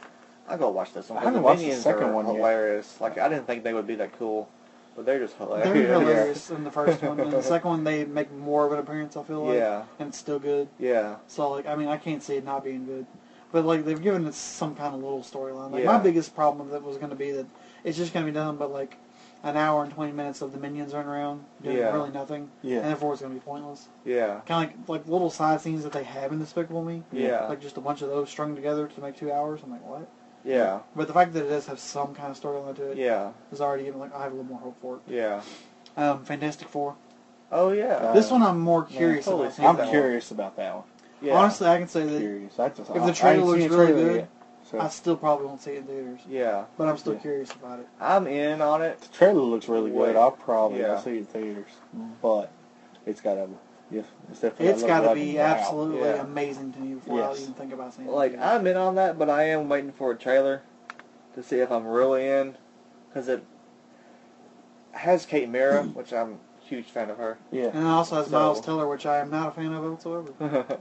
Speaker 3: I'll go watch this one.
Speaker 2: I haven't
Speaker 3: 'cause
Speaker 2: watched the
Speaker 3: Minions
Speaker 2: second
Speaker 3: are
Speaker 2: one yet.
Speaker 3: hilarious. Like, I didn't think they would be that cool, but they're just hilarious.
Speaker 4: They're hilarious in the first one. and the second one, they make more of an appearance, I feel like.
Speaker 3: Yeah.
Speaker 4: And it's still good.
Speaker 3: (laughs) Yeah.
Speaker 4: So, like, I mean, I can't see it not being good. But, like, they've given us some kind of little storyline. Like, my
Speaker 3: Yeah.
Speaker 4: biggest problem with it was going to be that it's just going to be nothing but, like, an hour and 20 minutes of the minions running around doing
Speaker 3: Yeah.
Speaker 4: really nothing,
Speaker 2: Yeah.
Speaker 4: and therefore it's going to be pointless.
Speaker 3: Yeah.
Speaker 4: Kind of like, like little side scenes that they have in Despicable Me.
Speaker 3: Yeah.
Speaker 4: Like just a bunch of those strung together to make two hours. I'm like, what?
Speaker 3: Yeah.
Speaker 4: But the fact that it does have some kind of storyline to it is
Speaker 3: Yeah.
Speaker 4: already giving like I have a little more hope for
Speaker 3: Yeah.
Speaker 4: it. Um, Fantastic Four.
Speaker 3: Oh yeah.
Speaker 4: this one I'm more
Speaker 2: yeah,
Speaker 4: curious
Speaker 3: totally
Speaker 4: about.
Speaker 3: see
Speaker 4: seeing
Speaker 2: I'm
Speaker 4: that one.
Speaker 2: curious about that one.
Speaker 3: yeah.
Speaker 4: Honestly, I can say that
Speaker 2: Curious. That's just,
Speaker 4: If the trailer looks really good, I
Speaker 2: so.
Speaker 4: still probably won't see it in theaters,
Speaker 3: Yeah.
Speaker 4: but I'm still
Speaker 2: Yeah.
Speaker 4: curious about it.
Speaker 3: I'm in on it.
Speaker 2: the trailer looks really good.
Speaker 3: Wait.
Speaker 2: I'll probably
Speaker 3: Yeah.
Speaker 2: see it in theaters, but it's got to. Yes, it's definitely.
Speaker 4: It's
Speaker 2: got
Speaker 4: got to be absolutely
Speaker 3: Yeah.
Speaker 4: amazing to me before I'll
Speaker 2: Yes.
Speaker 4: even think about seeing it.
Speaker 3: Like I'm in on that, but I am waiting for a trailer to see if I'm really in, because it has Kate Mara, which I'm a huge fan of her.
Speaker 2: Yeah.
Speaker 4: and it also has Miles
Speaker 3: So-
Speaker 4: Teller, which I am not a fan of whatsoever.
Speaker 3: yeah.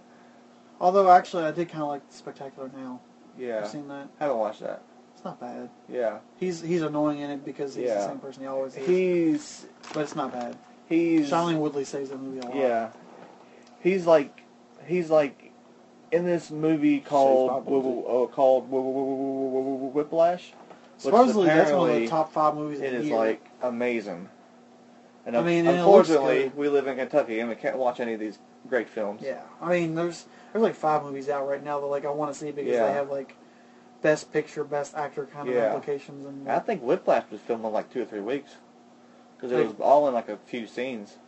Speaker 4: Although actually, I did kind of like Spectacular Now. I've seen that.
Speaker 3: haven't watched that.
Speaker 4: It's not bad.
Speaker 3: Yeah.
Speaker 4: He's he's annoying in it because he's the
Speaker 3: Yeah.
Speaker 4: same person he always is.
Speaker 3: He's
Speaker 4: but it's not bad.
Speaker 3: he's
Speaker 4: Shailene Woodley saves that movie a lot.
Speaker 3: yeah. He's like he's like in this movie
Speaker 2: Saved
Speaker 3: called
Speaker 2: by the Bell.
Speaker 3: Wibble, oh, called Wibble- Wibble- Wibble- Wibble- Whiplash. which
Speaker 4: Supposedly that's one of the
Speaker 3: apparently
Speaker 4: top five movies
Speaker 3: It
Speaker 4: of the
Speaker 3: is
Speaker 4: year.
Speaker 3: like amazing. And
Speaker 4: I
Speaker 3: un-
Speaker 4: mean, and it looks
Speaker 3: unfortunately,
Speaker 4: good.
Speaker 3: we live in Kentucky and we can't watch any of these great films.
Speaker 4: yeah, I mean there's there's like five movies out right now that like I want to see because
Speaker 3: Yeah.
Speaker 4: they have like best picture, best actor kind of
Speaker 3: Yeah.
Speaker 4: applications and
Speaker 3: And I think Whiplash was filmed in like two or three weeks because it
Speaker 4: Like-
Speaker 3: was all in like a few scenes.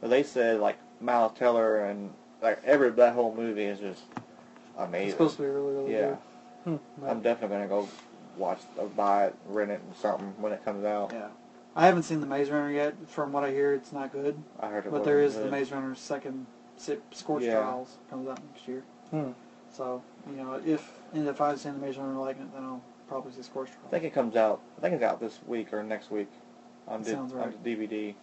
Speaker 3: But they said like Miles Teller and like every that whole movie is just amazing.
Speaker 4: it's supposed to be really really
Speaker 3: yeah,
Speaker 4: good. Hmm, But-
Speaker 3: I'm definitely gonna go watch, or buy it, rent it, or something when it comes out.
Speaker 4: Yeah. I haven't seen The Maze Runner yet. From what I hear, it's not good.
Speaker 3: I heard it.
Speaker 4: But
Speaker 3: wasn't
Speaker 4: there is
Speaker 3: good.
Speaker 4: The Maze Runner's second si- Scorch
Speaker 3: Yeah.
Speaker 4: Trials comes out next year.
Speaker 2: Hmm.
Speaker 4: So, you know, if and if I've seen The Maze Runner like it, then I'll probably see Scorch
Speaker 3: I
Speaker 4: Trials.
Speaker 3: think it comes out. I think it's out this week or next week on,
Speaker 4: That
Speaker 3: di-
Speaker 4: sounds
Speaker 3: on
Speaker 4: right.
Speaker 3: DVD.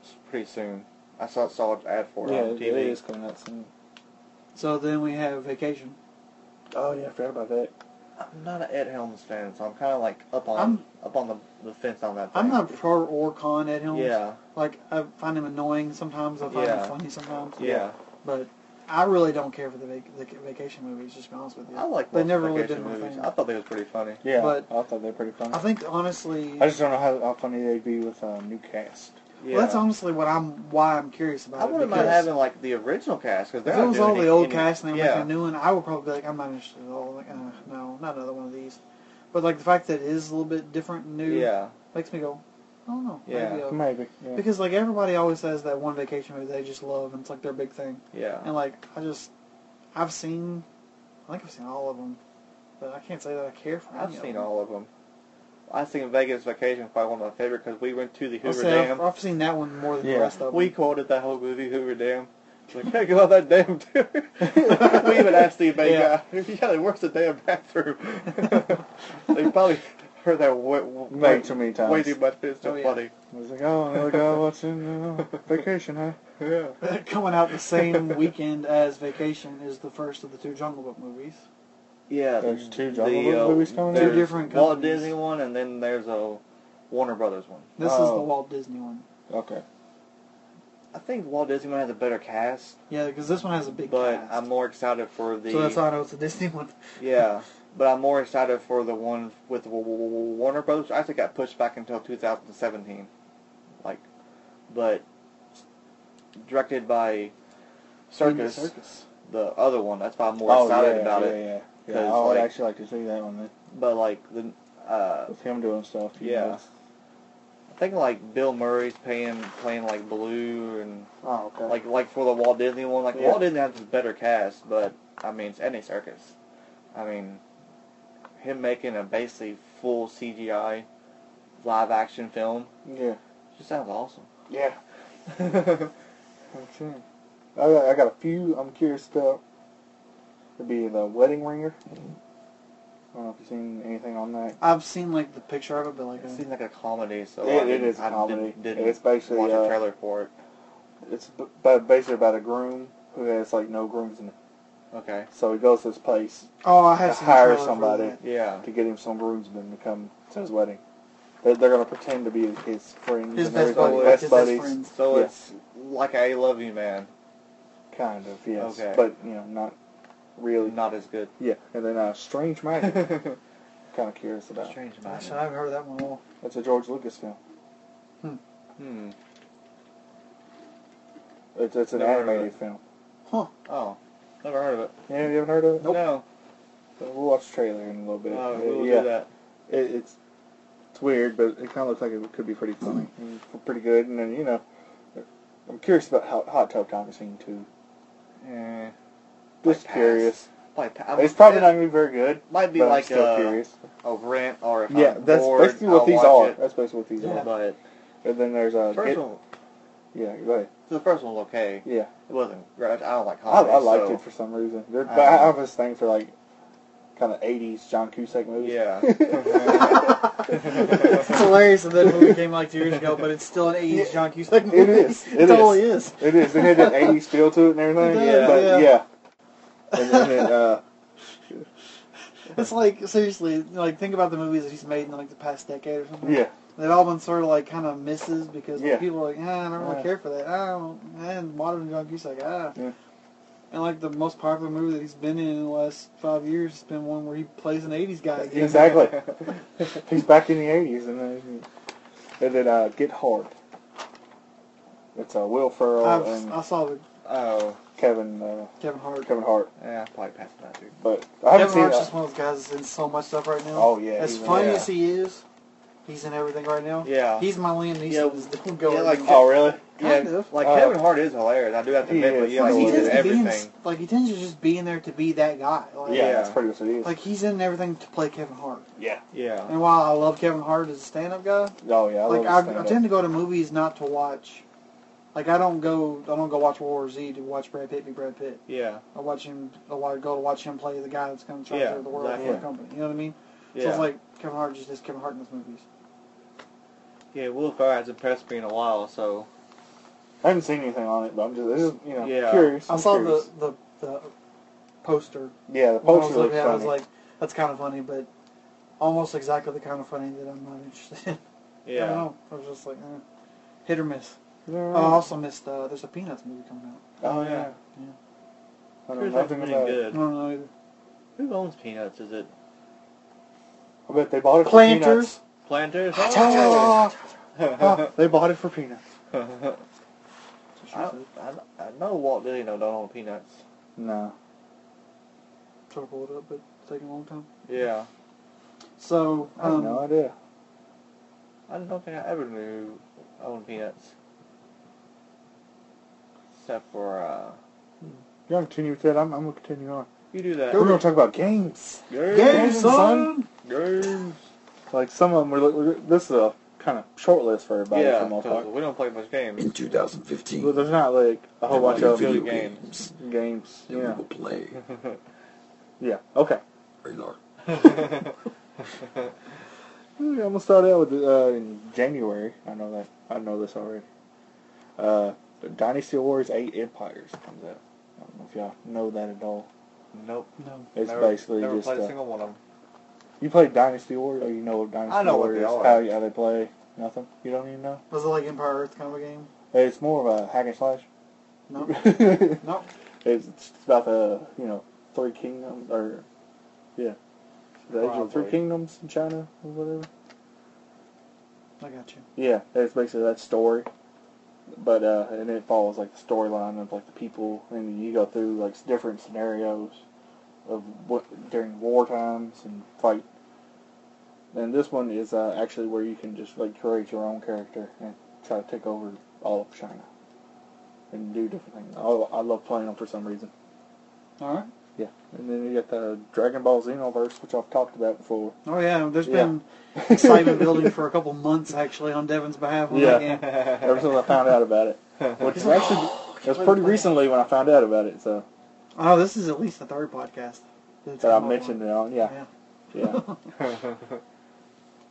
Speaker 3: It's pretty soon. I saw saw an ad for it
Speaker 2: Yeah,
Speaker 3: on
Speaker 2: it
Speaker 3: TV.
Speaker 2: is coming out soon.
Speaker 4: So then we have Vacation.
Speaker 2: Oh yeah, I forgot about that.
Speaker 3: I'm not an Ed Helms fan, so I'm kind of like up on
Speaker 4: I'm-
Speaker 3: up on the, the fence on that. Thing.
Speaker 4: I'm not pro or con Ed Helms.
Speaker 3: Yeah,
Speaker 4: Like, I find him annoying sometimes. I find
Speaker 3: Yeah.
Speaker 4: him funny sometimes.
Speaker 3: yeah.
Speaker 4: But I really don't care for the, vac- the Vacation movies, just to be honest with you.
Speaker 3: I like.
Speaker 4: They
Speaker 3: most
Speaker 4: never really
Speaker 3: vacation
Speaker 4: did my
Speaker 3: movies.
Speaker 4: thing.
Speaker 3: I thought they was pretty funny.
Speaker 2: Yeah,
Speaker 4: But-
Speaker 2: I thought they were pretty funny.
Speaker 4: I think, honestly...
Speaker 2: I just don't know how, how funny they'd be with a new cast.
Speaker 3: Yeah.
Speaker 4: Well, that's honestly what I'm why I'm curious about
Speaker 3: I
Speaker 4: it.
Speaker 3: wouldn't mind
Speaker 4: because-
Speaker 3: having like the original cast because
Speaker 4: If it was all the old cast and they were
Speaker 3: yeah,
Speaker 4: making a new one, I would probably be like, I'm not interested at all. Like, uh, no, not another one of these. But like the fact that it is a little bit different, and new,
Speaker 3: yeah,
Speaker 4: makes me go, I don't know.
Speaker 3: Yeah.
Speaker 4: Maybe I'll-"
Speaker 2: Maybe. Yeah.
Speaker 4: Because like everybody always says that one vacation movie they just love, and it's like their big thing.
Speaker 3: yeah,
Speaker 4: And like I just, I've seen, I think I've seen all of them, but I can't say that I care for.
Speaker 3: I've
Speaker 4: any of
Speaker 3: seen
Speaker 4: them.
Speaker 3: all of them. I seen Vegas Vacation probably one of my favorite because we went to the
Speaker 4: I'll
Speaker 3: Hoover
Speaker 4: say
Speaker 3: Dam.
Speaker 4: I've, I've seen that one more than
Speaker 2: Yeah.
Speaker 4: the rest of them.
Speaker 3: We quoted that whole movie Hoover Dam. Like, hey, go on that damn too. (laughs) we even asked the main
Speaker 4: Yeah.
Speaker 3: guy, yeah, they worse the damn bathroom. (laughs) they probably heard that way,
Speaker 2: Way
Speaker 3: way,
Speaker 2: too many times.
Speaker 3: way too much, but it's still
Speaker 4: Oh, yeah.
Speaker 3: funny.
Speaker 2: (laughs) I was like, oh, another guy watching uh, vacation, huh?
Speaker 3: Yeah.
Speaker 4: (laughs) coming out the same weekend as Vacation is the first of the two Jungle Book movies.
Speaker 3: Yeah.
Speaker 2: There's two Jungle Book movies coming
Speaker 4: uh, Two
Speaker 3: there's
Speaker 2: out.
Speaker 4: different
Speaker 3: Walt
Speaker 4: companies.
Speaker 3: Disney one, and then there's a Warner Brothers one.
Speaker 4: This is the
Speaker 2: Oh.
Speaker 4: Walt Disney one.
Speaker 2: Okay.
Speaker 3: I think Walt Disney one has a better cast,
Speaker 4: Yeah, because this one has a big
Speaker 3: but
Speaker 4: cast.
Speaker 3: I'm more excited for the
Speaker 4: so that's how I know it's a Disney one.
Speaker 3: Yeah, but I'm more excited for the one with W- W- W- Warner Brothers. I think got pushed back until 2017. Like, but directed by Circus,
Speaker 4: Circus.
Speaker 3: the other one. That's why I'm more excited
Speaker 2: Oh, yeah,
Speaker 3: about
Speaker 2: yeah,
Speaker 3: it.
Speaker 2: Yeah, yeah.
Speaker 3: 'Cause,
Speaker 2: I would
Speaker 3: like-
Speaker 2: actually like to see that one then.
Speaker 3: But like the, uh,
Speaker 2: with him doing stuff. you
Speaker 3: Yeah.
Speaker 2: know.
Speaker 3: I think like Bill Murray's playing playing like Blue and
Speaker 2: Oh, okay.
Speaker 3: like like for the Walt Disney one. Like
Speaker 2: Yeah.
Speaker 3: Walt Disney has a better cast, but I mean it's any circus. I mean, him making a basically full CGI live action film
Speaker 2: yeah.
Speaker 3: just sounds awesome.
Speaker 2: (laughs) Yeah. Okay. I got, I got a few I'm curious about. It'd be the wedding ringer. I don't know if you've seen anything on that.
Speaker 4: I've seen like the picture of it, but like
Speaker 3: It
Speaker 4: uh,
Speaker 3: seems like a comedy, so
Speaker 2: Yeah,
Speaker 3: I
Speaker 2: it
Speaker 3: didn't,
Speaker 2: is a
Speaker 3: I
Speaker 2: comedy.
Speaker 3: Didn't, didn't
Speaker 2: It's basically,
Speaker 3: watch
Speaker 2: uh,
Speaker 3: a trailer for it.
Speaker 2: It's b- but basically about a groom who has like no groomsmen.
Speaker 3: Okay.
Speaker 2: So he goes to this place
Speaker 4: oh, I have
Speaker 2: to
Speaker 4: seen
Speaker 2: hire
Speaker 4: the trailer for
Speaker 2: somebody.
Speaker 4: that.
Speaker 3: Yeah.
Speaker 2: to get him some groomsmen to come to his wedding. They're, they're gonna pretend to be his friends
Speaker 4: His
Speaker 2: and
Speaker 4: best
Speaker 2: everything.
Speaker 3: buddy,
Speaker 4: buddies.
Speaker 3: best
Speaker 4: his
Speaker 2: buddies,
Speaker 4: best friends.
Speaker 3: So
Speaker 2: Yeah.
Speaker 3: it's like I Love You Man,
Speaker 2: kind of yes,
Speaker 3: Okay.
Speaker 2: but you know not really.
Speaker 3: not as good.
Speaker 2: Yeah, and then uh, Strange
Speaker 3: (laughs)
Speaker 2: Magic. kind of curious about.
Speaker 3: Strange
Speaker 4: Gosh,
Speaker 3: Magic.
Speaker 4: I've heard of that one at all.
Speaker 2: That's a George Lucas film.
Speaker 3: Hmm.
Speaker 2: It's, it's an
Speaker 3: Never heard of
Speaker 2: animated
Speaker 3: it.
Speaker 2: film.
Speaker 3: Oh, never heard of it.
Speaker 2: Yeah, you haven't heard of it?
Speaker 3: No.
Speaker 2: We'll watch the trailer in a little bit.
Speaker 3: Uh,
Speaker 2: Uh,
Speaker 3: we'll
Speaker 2: yeah,
Speaker 3: do that.
Speaker 2: It, it's it's weird, but it kind of looks like it could be pretty funny,
Speaker 3: Mm.
Speaker 2: and pretty good. And then you know, I'm curious about how Hot Tub Time Scene too.
Speaker 3: Eh,
Speaker 2: Just
Speaker 3: pass.
Speaker 2: curious.
Speaker 3: like, I'm-
Speaker 2: It's probably
Speaker 3: it
Speaker 2: not gonna be very good.
Speaker 3: Might be
Speaker 2: but I'm
Speaker 3: like
Speaker 2: still
Speaker 3: a,
Speaker 2: curious.
Speaker 3: a rant or if
Speaker 2: Yeah,
Speaker 3: I'm
Speaker 2: that's
Speaker 3: bored,
Speaker 2: basically what
Speaker 3: I'll
Speaker 2: these are.
Speaker 3: watch it.
Speaker 2: That's basically what these are.
Speaker 3: But
Speaker 2: And then there's a
Speaker 3: the first one,
Speaker 2: yeah, go ahead.
Speaker 3: the first one was okay.
Speaker 2: Yeah,
Speaker 3: It wasn't great. I don't like
Speaker 2: I,
Speaker 3: comedy.
Speaker 2: I liked
Speaker 3: so-
Speaker 2: it for some reason. There,
Speaker 3: I
Speaker 2: but I
Speaker 3: don't
Speaker 2: have this thing for like kind of '80s John Cusack movies. (laughs)
Speaker 3: Yeah. Mm-hmm. (laughs)
Speaker 4: It's hilarious that that movie came out like two years ago, but it's still an 80s
Speaker 2: Yeah.
Speaker 4: junk. He's like,
Speaker 2: It is.
Speaker 4: It,
Speaker 2: It is.
Speaker 4: totally is.
Speaker 2: It is. It
Speaker 4: (laughs)
Speaker 2: had that '80s feel to it and everything.
Speaker 4: It does,
Speaker 2: but
Speaker 4: yeah.
Speaker 2: yeah. And then
Speaker 4: (laughs)
Speaker 2: it, uh,
Speaker 4: It's like seriously, like think about the movies that he's made in like the past decade or something.
Speaker 2: yeah,
Speaker 4: They've all been sort of like kind of misses because like,
Speaker 2: Yeah.
Speaker 4: people are like, ah, I don't really
Speaker 2: Yeah.
Speaker 4: care for that. I don't. And modern junk, he's like, ah.
Speaker 2: Yeah.
Speaker 4: And like the most popular movie that he's been in in the last five years has been one where he plays an '80s guy again. (laughs)
Speaker 2: exactly. He's back in the '80s, and then and then uh, Get Hard. It's uh, Will Ferrell
Speaker 4: I've,
Speaker 2: and
Speaker 4: I saw the
Speaker 3: oh,
Speaker 2: Kevin uh,
Speaker 4: Kevin Hart.
Speaker 2: Kevin Hart,
Speaker 3: yeah, I'll probably pass that dude.
Speaker 2: but I haven't
Speaker 4: Kevin
Speaker 2: seen
Speaker 4: Hart's
Speaker 2: that.
Speaker 4: just one of those guys that's in so much stuff right now.
Speaker 2: Oh, yeah,
Speaker 4: As
Speaker 2: he's in-
Speaker 4: funny
Speaker 3: yeah.
Speaker 4: as he is, he's in everything right now.
Speaker 3: Yeah.
Speaker 4: He's my Liam Neeson.
Speaker 3: Yeah,
Speaker 4: is the going.
Speaker 3: yeah, like-
Speaker 2: Oh really?
Speaker 4: Kind
Speaker 3: yeah,
Speaker 4: of.
Speaker 3: Like
Speaker 2: Uh,
Speaker 3: Kevin Hart is hilarious. I do have to
Speaker 2: he
Speaker 3: admit, but
Speaker 2: is.
Speaker 3: yeah,
Speaker 4: Like,
Speaker 2: Like,
Speaker 3: he
Speaker 4: he
Speaker 2: he
Speaker 3: did
Speaker 4: tends to be in,
Speaker 3: everything.
Speaker 4: like he tends to just be in there to be that guy. Like,
Speaker 2: Yeah,
Speaker 3: Yeah.
Speaker 2: that's pretty much what it is.
Speaker 4: Like he's in everything to play Kevin Hart.
Speaker 2: yeah.
Speaker 3: Yeah.
Speaker 4: And while I love Kevin Hart as a stand-up guy,
Speaker 2: Oh yeah. I
Speaker 4: like
Speaker 2: love
Speaker 4: I, I
Speaker 2: stand-up.
Speaker 4: tend to go to movies not to watch. Like I don't go, I don't go watch World War Z to watch Brad Pitt be Brad Pitt.
Speaker 3: Yeah.
Speaker 4: I watch him, I wa- go to watch him play the guy that's going to try
Speaker 3: Yeah,
Speaker 4: to save the world for
Speaker 3: exactly.
Speaker 4: the company. You know what I mean? So
Speaker 3: Yeah.
Speaker 4: it's like Kevin Hart just is Kevin Hart in his movies.
Speaker 3: yeah. Will Ferrell has impressed me in a while, so
Speaker 2: I haven't seen anything on it, but I'm just this is you know
Speaker 3: Yeah.
Speaker 2: curious.
Speaker 4: i
Speaker 2: I'm
Speaker 4: saw
Speaker 2: curious.
Speaker 4: the, the the poster.
Speaker 2: yeah the
Speaker 4: When I was
Speaker 2: poster looks
Speaker 4: looking at, it, I was
Speaker 2: funny.
Speaker 4: like, that's kind of funny, but almost exactly the kind of funny that I'm not (laughs) interested in. I don't
Speaker 3: yeah.
Speaker 4: know. I was just like, eh. hit or miss.
Speaker 2: Yeah.
Speaker 4: Oh, I also missed. Uh, there's a Peanuts movie coming out.
Speaker 2: oh yeah.
Speaker 4: Yeah.
Speaker 2: I know
Speaker 3: Here's
Speaker 2: nothing
Speaker 3: something
Speaker 2: about it.
Speaker 4: I
Speaker 3: good.
Speaker 4: don't know either.
Speaker 3: Who owns Peanuts? Is it
Speaker 2: I bet they bought it for
Speaker 4: Planters. (gasps)
Speaker 3: Planters?
Speaker 2: peanuts. Oh, they bought it for peanuts.
Speaker 3: (laughs) I, I, I know Walt Disney don't own Peanuts.
Speaker 2: No.
Speaker 4: Try to pull it up, but it's taking a long time.
Speaker 3: Yeah.
Speaker 4: So,
Speaker 2: I have
Speaker 4: um,
Speaker 2: no idea.
Speaker 3: I don't think I ever knew I owned Peanuts. Except for, uh...
Speaker 2: You're gonna continue with that. I'm, I'm gonna continue on.
Speaker 3: You do
Speaker 2: We're
Speaker 3: that.
Speaker 2: gonna talk about games.
Speaker 4: Games,
Speaker 2: son.
Speaker 4: son.
Speaker 3: Games!
Speaker 2: Like some of them were. We're, this is a kind of short list for everybody
Speaker 3: Yeah,
Speaker 2: for the most part.
Speaker 3: 'cause we don't play much games.
Speaker 6: in
Speaker 2: But
Speaker 6: 2015.
Speaker 2: there's not like a whole bunch
Speaker 3: Video
Speaker 2: of
Speaker 6: video
Speaker 3: games.
Speaker 6: games
Speaker 2: games.
Speaker 6: that we
Speaker 2: Yeah.
Speaker 6: will play.
Speaker 2: Yeah. Okay.
Speaker 6: Radar.
Speaker 2: (laughs) I'm gonna start out with uh, in January. I know that. I know this already. Uh, Dynasty Warriors Eight Empires comes out. I don't know if y'all know that at all.
Speaker 3: nope.
Speaker 4: No.
Speaker 2: It's
Speaker 3: never,
Speaker 2: basically
Speaker 3: never
Speaker 2: just
Speaker 3: played a
Speaker 2: uh,
Speaker 3: single one of them.
Speaker 2: you play Dynasty Warriors. Or you know Dynasty
Speaker 3: I know what they
Speaker 2: Warriors.
Speaker 3: are.
Speaker 2: How, how they play? Nothing. You don't even know.
Speaker 4: Was it like Empire Earth kind of a game?
Speaker 2: It's more of a hack and
Speaker 3: (laughs)
Speaker 2: slash. (laughs)
Speaker 4: No.
Speaker 2: it's
Speaker 4: no.
Speaker 2: it's about the you know three kingdoms or yeah, the Age of three
Speaker 3: Probably.
Speaker 2: kingdoms in China or whatever.
Speaker 4: I got you.
Speaker 2: Yeah, it's basically that story. But uh, and it follows like the storyline of like the people, and you go through like s- different scenarios of what during war times and fight. And this one is uh, actually where you can just like create your own character and try to take over all of China and do different things. I, I love playing them for some reason.
Speaker 4: All right.
Speaker 2: Yeah, and then you got the Dragon Ball Xenoverse, which I've talked about before.
Speaker 4: Oh yeah, there's
Speaker 2: Yeah.
Speaker 4: been excitement building for a couple months actually on Devin's behalf on that
Speaker 2: Yeah.
Speaker 4: game.
Speaker 2: Ever since I found out about it, which is actually it was pretty recently when I found out about it, so
Speaker 4: Oh, this is at least the third podcast. that's
Speaker 2: that I
Speaker 4: come up
Speaker 2: mentioned
Speaker 4: on.
Speaker 2: it on. Yeah,
Speaker 4: Yeah.
Speaker 2: yeah.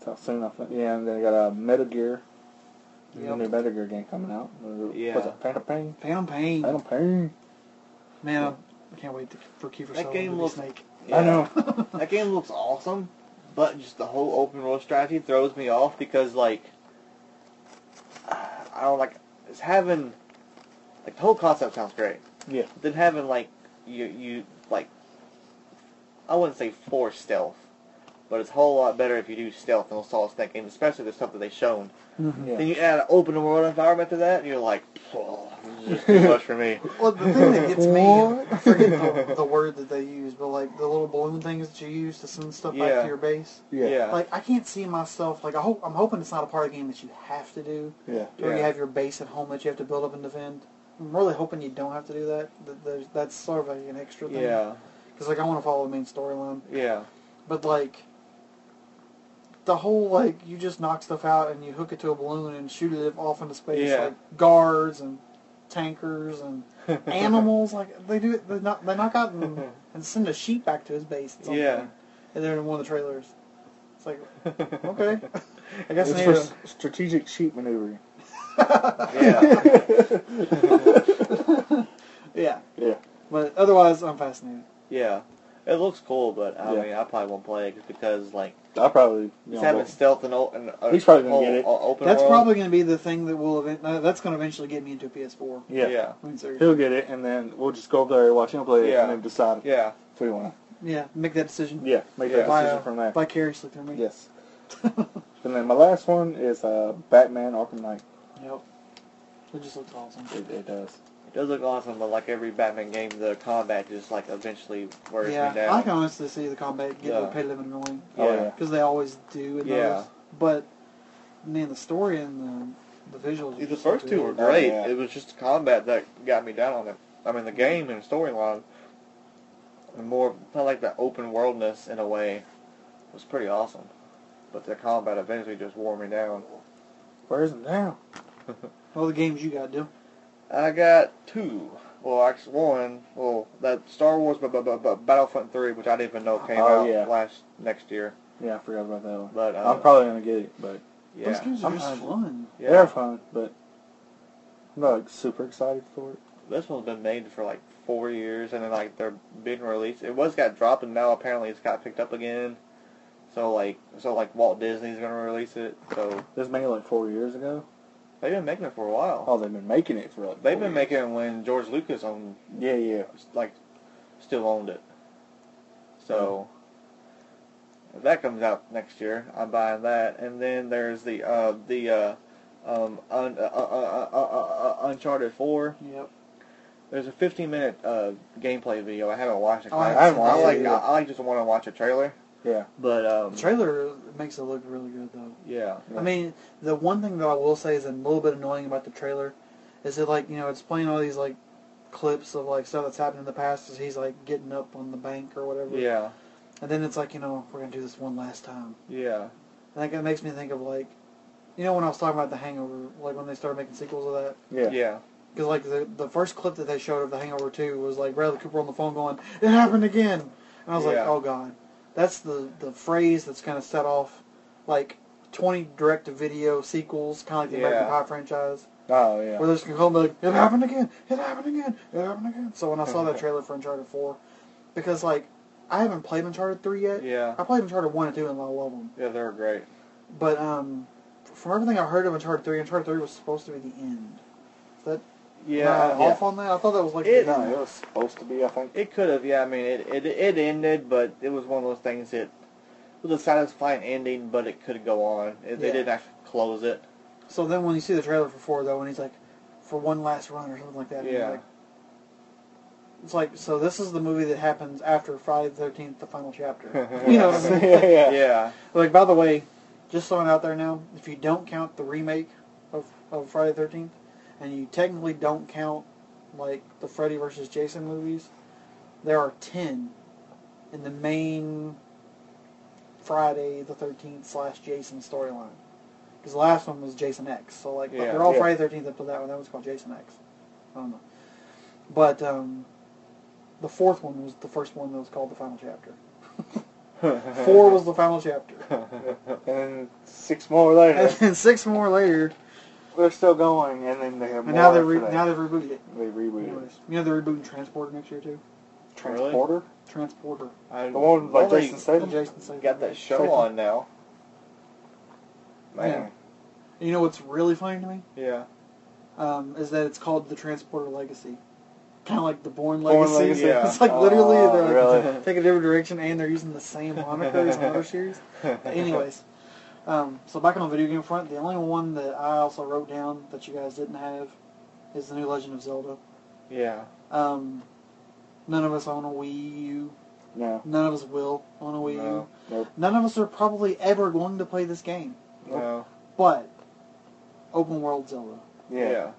Speaker 2: so soon I found, yeah, and then I got a Metal Gear, the
Speaker 4: Yep.
Speaker 2: new Metal Gear game coming out. Uh,
Speaker 3: Yeah.
Speaker 2: what's it? Phantom Pain.
Speaker 4: Phantom Pain.
Speaker 2: Phantom Pain.
Speaker 4: Man, I can't wait to, for Kiefer
Speaker 3: That
Speaker 4: Sutherland
Speaker 3: game
Speaker 4: to be
Speaker 3: looks-
Speaker 4: Snake.
Speaker 2: (laughs)
Speaker 4: (laughs)
Speaker 2: I know.
Speaker 3: That game looks awesome, but just the whole open world strategy throws me off because like I don't like it's having like the whole concept sounds great.
Speaker 2: Yeah.
Speaker 3: But then having like you you like I wouldn't say force stealth, but it's a whole lot better if you do stealth and don't solve snake games, especially the stuff that they've shown.
Speaker 2: Yeah.
Speaker 3: Then you add an open world environment to that, and you're like, "Phew, this
Speaker 2: (laughs)
Speaker 3: is too much for me.
Speaker 4: Well, the thing that gets me, I forget
Speaker 3: (laughs)
Speaker 4: the, the word that they use, but like the little balloon things that you use to send stuff back
Speaker 3: Yeah.
Speaker 4: to your base.
Speaker 2: Yeah. Yeah.
Speaker 3: Yeah.
Speaker 4: Like I can't see myself. Like I hope I'm hoping it's not a part of the game that you have to do,
Speaker 2: Yeah.
Speaker 4: or you
Speaker 3: Yeah.
Speaker 4: have your base at home that you have to build up and defend. I'm really hoping you don't have to do that. That there's, that's sort of like an extra thing.
Speaker 3: Yeah.
Speaker 4: Because like I want to follow the main storyline,
Speaker 3: Yeah.
Speaker 4: but like the whole like you just knock stuff out and you hook it to a balloon and shoot it off into space
Speaker 3: Yeah.
Speaker 4: like guards and tankers
Speaker 2: (laughs)
Speaker 4: and animals like they do it they knock, they knock out and,
Speaker 2: (laughs)
Speaker 4: and send a sheep back to his base at some
Speaker 3: Yeah.
Speaker 4: point. and they're in one of the trailers it's like
Speaker 2: (laughs)
Speaker 4: okay (laughs) i guess I
Speaker 2: It's
Speaker 4: need
Speaker 2: for
Speaker 4: to-
Speaker 2: s- strategic sheep maneuvering. (laughs)
Speaker 3: Yeah.
Speaker 4: yeah
Speaker 2: Yeah.
Speaker 4: but otherwise i'm fascinated
Speaker 3: Yeah. It looks cool, but I
Speaker 2: Yeah.
Speaker 3: mean, I probably won't play it just because, like,
Speaker 2: I probably. You
Speaker 3: he's
Speaker 2: know,
Speaker 3: having stealth and, o- and uh,
Speaker 2: He's probably gonna
Speaker 3: whole-
Speaker 2: get it.
Speaker 3: o- open
Speaker 4: that's
Speaker 3: world.
Speaker 4: probably going to be the thing that will event- uh, that's going to eventually get me into a ps4
Speaker 2: yeah.
Speaker 3: Yeah.
Speaker 4: I mean, seriously.
Speaker 2: He'll get it, and then we'll just go up there and watch him play it,
Speaker 3: Yeah.
Speaker 2: and then decide
Speaker 3: Yeah.
Speaker 2: if we want
Speaker 4: yeah make that decision
Speaker 2: to. Yeah. Make
Speaker 3: Yeah.
Speaker 2: that
Speaker 4: By,
Speaker 2: decision
Speaker 4: uh,
Speaker 2: from there.
Speaker 4: vicariously through me
Speaker 2: Yes. (laughs) and then my last one is uh, Batman Arkham Knight.
Speaker 4: yep it just looks awesome
Speaker 2: It, it does.
Speaker 3: It does look awesome, but like every Batman game, the combat just, like, eventually wears
Speaker 4: yeah
Speaker 3: me down.
Speaker 4: i can honestly see the combat get
Speaker 3: Yeah.
Speaker 4: repetitive and annoying
Speaker 2: Oh,
Speaker 3: Yeah.
Speaker 2: yeah.
Speaker 4: because they always do in
Speaker 3: Yeah.
Speaker 4: those. But man, the story and the, the visuals. are
Speaker 3: The
Speaker 4: just
Speaker 3: first two were
Speaker 4: good.
Speaker 3: great.
Speaker 2: Yeah.
Speaker 3: It was just the combat that got me down on it. I mean, the game and the storyline, and more kind of like the open worldness in a way, was pretty awesome. But the combat eventually just wore me down.
Speaker 2: Where is it now?
Speaker 4: All the games you got, do.
Speaker 3: I got two. Well, actually, one. Well, that Star Wars b- b- b- Battlefront 3, which I didn't even know came
Speaker 2: Oh,
Speaker 3: out
Speaker 2: yeah.
Speaker 3: last next year.
Speaker 2: Yeah, I forgot about that one.
Speaker 3: But uh,
Speaker 2: I'm probably gonna get it, but
Speaker 4: Those
Speaker 3: yeah,
Speaker 4: games are
Speaker 2: I'm
Speaker 4: just
Speaker 2: hungry.
Speaker 4: fun.
Speaker 2: they're
Speaker 3: yeah.
Speaker 2: fun. But I'm not like, super excited for it.
Speaker 3: This one's been made for like four years, and then like they're being released. It was got dropped, and now apparently it's got picked up again. So like, so like Walt Disney's gonna release it. So
Speaker 2: This made like four years ago.
Speaker 3: they've been making it for a while.
Speaker 2: Oh, they've been making it for like.
Speaker 3: they've
Speaker 2: four
Speaker 3: been making it when George Lucas owned,
Speaker 2: years. Yeah, yeah.
Speaker 3: like, still owned it. So if that comes out next year, I'm buying that. And then there's the uh, the uh, um, un, uh, uh, uh, uh, uh, Uncharted Four.
Speaker 4: Yep.
Speaker 3: There's a 15 minute uh, gameplay video. I haven't watched it.
Speaker 4: Oh, I
Speaker 3: I,
Speaker 4: haven't
Speaker 3: I,
Speaker 4: seen that
Speaker 3: like
Speaker 2: either.
Speaker 3: I, I just want to watch a trailer.
Speaker 2: Yeah.
Speaker 3: But um,
Speaker 4: The trailer makes it look really good, though.
Speaker 3: yeah,
Speaker 4: I mean, the one thing that I will say is a little bit annoying about the trailer is that, like, you know, it's playing all these like clips of like stuff that's happened in the past as he's like getting up on the bank or whatever.
Speaker 3: yeah,
Speaker 4: And then it's like, you know, we're gonna do this one last time.
Speaker 3: yeah,
Speaker 4: I think it makes me think of like, you know, when I was talking about The Hangover, like when they started making sequels of that.
Speaker 2: Yeah.
Speaker 3: yeah,
Speaker 4: Because like the the first clip that they showed of The Hangover Two was like Bradley Cooper on the phone going, "It happened again," and I was like,
Speaker 3: Yeah.
Speaker 4: "Oh God," that's the the phrase that's kind of set off like twenty direct to video sequels, kind of like the American
Speaker 3: Yeah.
Speaker 4: Pie franchise,
Speaker 2: Oh yeah.
Speaker 4: where there's gonna come like, "It happened again, it happened again, it happened again." So when I
Speaker 3: (laughs)
Speaker 4: saw that trailer for Uncharted Four, because like I haven't played Uncharted Three yet,
Speaker 3: yeah,
Speaker 4: I played Uncharted One and Two and I love them,
Speaker 3: yeah. They're great.
Speaker 4: but um, from everything I heard of Uncharted Three, Uncharted Three was supposed to be the end. Is that
Speaker 3: Yeah,
Speaker 4: Am I
Speaker 3: yeah.
Speaker 4: off on that? I thought that was like
Speaker 3: It-
Speaker 2: no, it was supposed to be. I
Speaker 3: (laughs)
Speaker 2: think.
Speaker 3: It could have, yeah. I mean, it, it it ended, but it was one of those things that it was a satisfying ending, but it could go on. It, They
Speaker 4: Yeah.
Speaker 3: didn't actually close it.
Speaker 4: So then when you see the trailer for four though, when he's like, for one last run or something like that. and you're
Speaker 3: Yeah.
Speaker 4: Like, it's like so. This is the movie that happens after Friday the Thirteenth, the final
Speaker 3: (laughs)
Speaker 4: chapter. you know what I mean?
Speaker 2: yeah, yeah.
Speaker 3: (laughs) Yeah,
Speaker 4: Like by the way, just throwing it out there now, if you don't count the remake of, of Friday the Thirteenth, and you technically don't count like the Freddy versus Jason movies, there are ten in the main Friday the Thirteenth slash Jason storyline. Because the last one was Jason X, so like
Speaker 3: Yeah,
Speaker 4: they're all
Speaker 2: yeah.
Speaker 4: Friday the Thirteenth up to that one. That one's called Jason X. I don't know, but um, the fourth one was the first one that was called the final chapter.
Speaker 2: Uh-huh.
Speaker 4: Four
Speaker 2: (laughs)
Speaker 4: was the final chapter.
Speaker 2: And six more later,
Speaker 4: and then six more later,
Speaker 2: (laughs) they're still going, and then they have
Speaker 4: and
Speaker 2: more.
Speaker 4: now they
Speaker 2: after
Speaker 4: re-
Speaker 2: that.
Speaker 4: now they rebooted it.
Speaker 2: they rebooted
Speaker 4: Anyways, you know they're rebooting Transporter next year too.
Speaker 2: Transporter.
Speaker 4: Transporter.
Speaker 3: I,
Speaker 2: The one like
Speaker 3: well, they
Speaker 2: Jason Statham.
Speaker 4: Jason Statham.
Speaker 3: got that show on now. Man,
Speaker 4: And you know what's really funny to me
Speaker 3: yeah,
Speaker 4: um, is that it's called the Transporter Legacy, kind of like the Born
Speaker 2: Bourne
Speaker 4: Legacy. (laughs)
Speaker 2: Legacy,
Speaker 3: yeah.
Speaker 4: It's like literally
Speaker 2: Oh,
Speaker 4: (laughs) they're like,
Speaker 2: really? (laughs)
Speaker 3: (laughs)
Speaker 4: take a different direction and they're using the same moniker as another series. Anyways, Um, so back on the video game front, the only one that I also wrote down that you guys didn't have is the new Legend of Zelda.
Speaker 3: Yeah.
Speaker 4: Um, none of us own a Wii U.
Speaker 2: No.
Speaker 4: None of us will own a Wii U.
Speaker 3: No.
Speaker 2: Nope.
Speaker 4: None of us are probably ever going to play this game.
Speaker 3: No.
Speaker 4: But open world Zelda
Speaker 2: Yeah,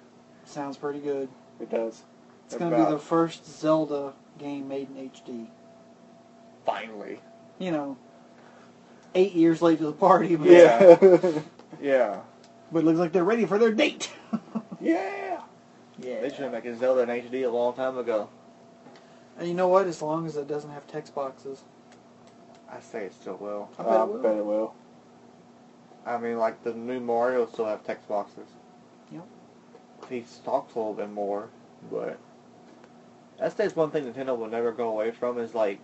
Speaker 4: sounds pretty good.
Speaker 2: it does.
Speaker 4: It's going to be
Speaker 3: About-
Speaker 4: the first Zelda game made in HD.
Speaker 3: Finally.
Speaker 4: You know, eight years late to the party, but,
Speaker 3: Yeah. (laughs) Yeah.
Speaker 4: (laughs) but it looks like they're ready for their date. (laughs)
Speaker 3: Yeah. They should have made Zelda in HD a long time ago.
Speaker 4: And you know what? As long as it doesn't have text boxes,
Speaker 3: I say it still will.
Speaker 4: I bet
Speaker 2: I
Speaker 4: it will.
Speaker 2: bet it will.
Speaker 3: I mean, like the new Mario still have text boxes.
Speaker 4: Yep.
Speaker 3: He talks a little bit more, but that's that's one thing Nintendo will never go away from is like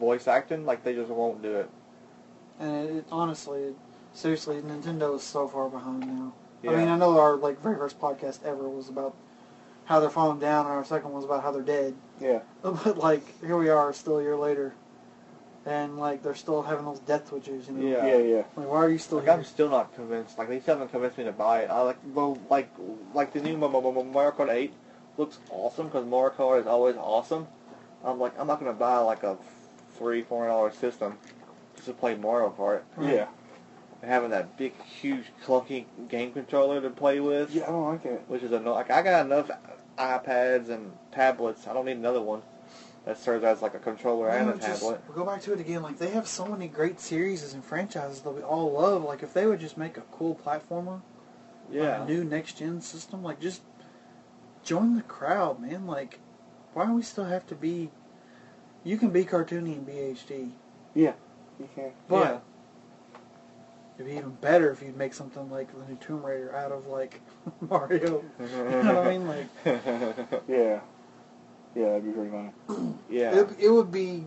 Speaker 3: voice acting. Like they just won't do it.
Speaker 4: And it, it honestly, seriously, Nintendo is so far behind now.
Speaker 3: Yeah.
Speaker 4: I mean, I know our like very first podcast ever was about how they're falling down, and our second was about how they're dead.
Speaker 2: Yeah.
Speaker 4: (laughs) But like, here we are, still a year later, and like they're still having those death twitches. You know,
Speaker 3: Yeah.
Speaker 2: Yeah, yeah.
Speaker 4: like why are you still
Speaker 3: Like
Speaker 4: here?
Speaker 3: I'm still not convinced. Like they still haven't convinced me to buy it. I like well, like like the new Mo- Mo- Mo- Mario Kart 8 looks awesome because Mario Kart is always awesome. I'm like I'm not gonna buy like a three four hundred dollar system just to play Mario Kart.
Speaker 2: Yeah.
Speaker 3: And having that big huge clunky game controller to play with,
Speaker 2: Yeah, I don't like it.
Speaker 3: which is annoying. Like I got enough iPads and tablets. I don't need another one that serves as like a controller and
Speaker 4: No,
Speaker 3: a
Speaker 4: Mm, just- (laughs)
Speaker 3: tablet.
Speaker 4: we'll go back to it again. Like they have so many great series and franchises that we all love. Like if they would just make a cool platformer,
Speaker 3: Yeah.
Speaker 4: a new next gen system, like just join the crowd, man. Like why do we still have to be? You can be cartoony and be HD,
Speaker 2: You can't.
Speaker 4: but
Speaker 3: Yeah.
Speaker 4: it'd be even better if you'd make something like the new Tomb Raider out of like (laughs) Mario. You know what I mean? Like
Speaker 2: Yeah. Yeah, that'd be pretty funny.
Speaker 3: (laughs) yeah.
Speaker 4: it, it would be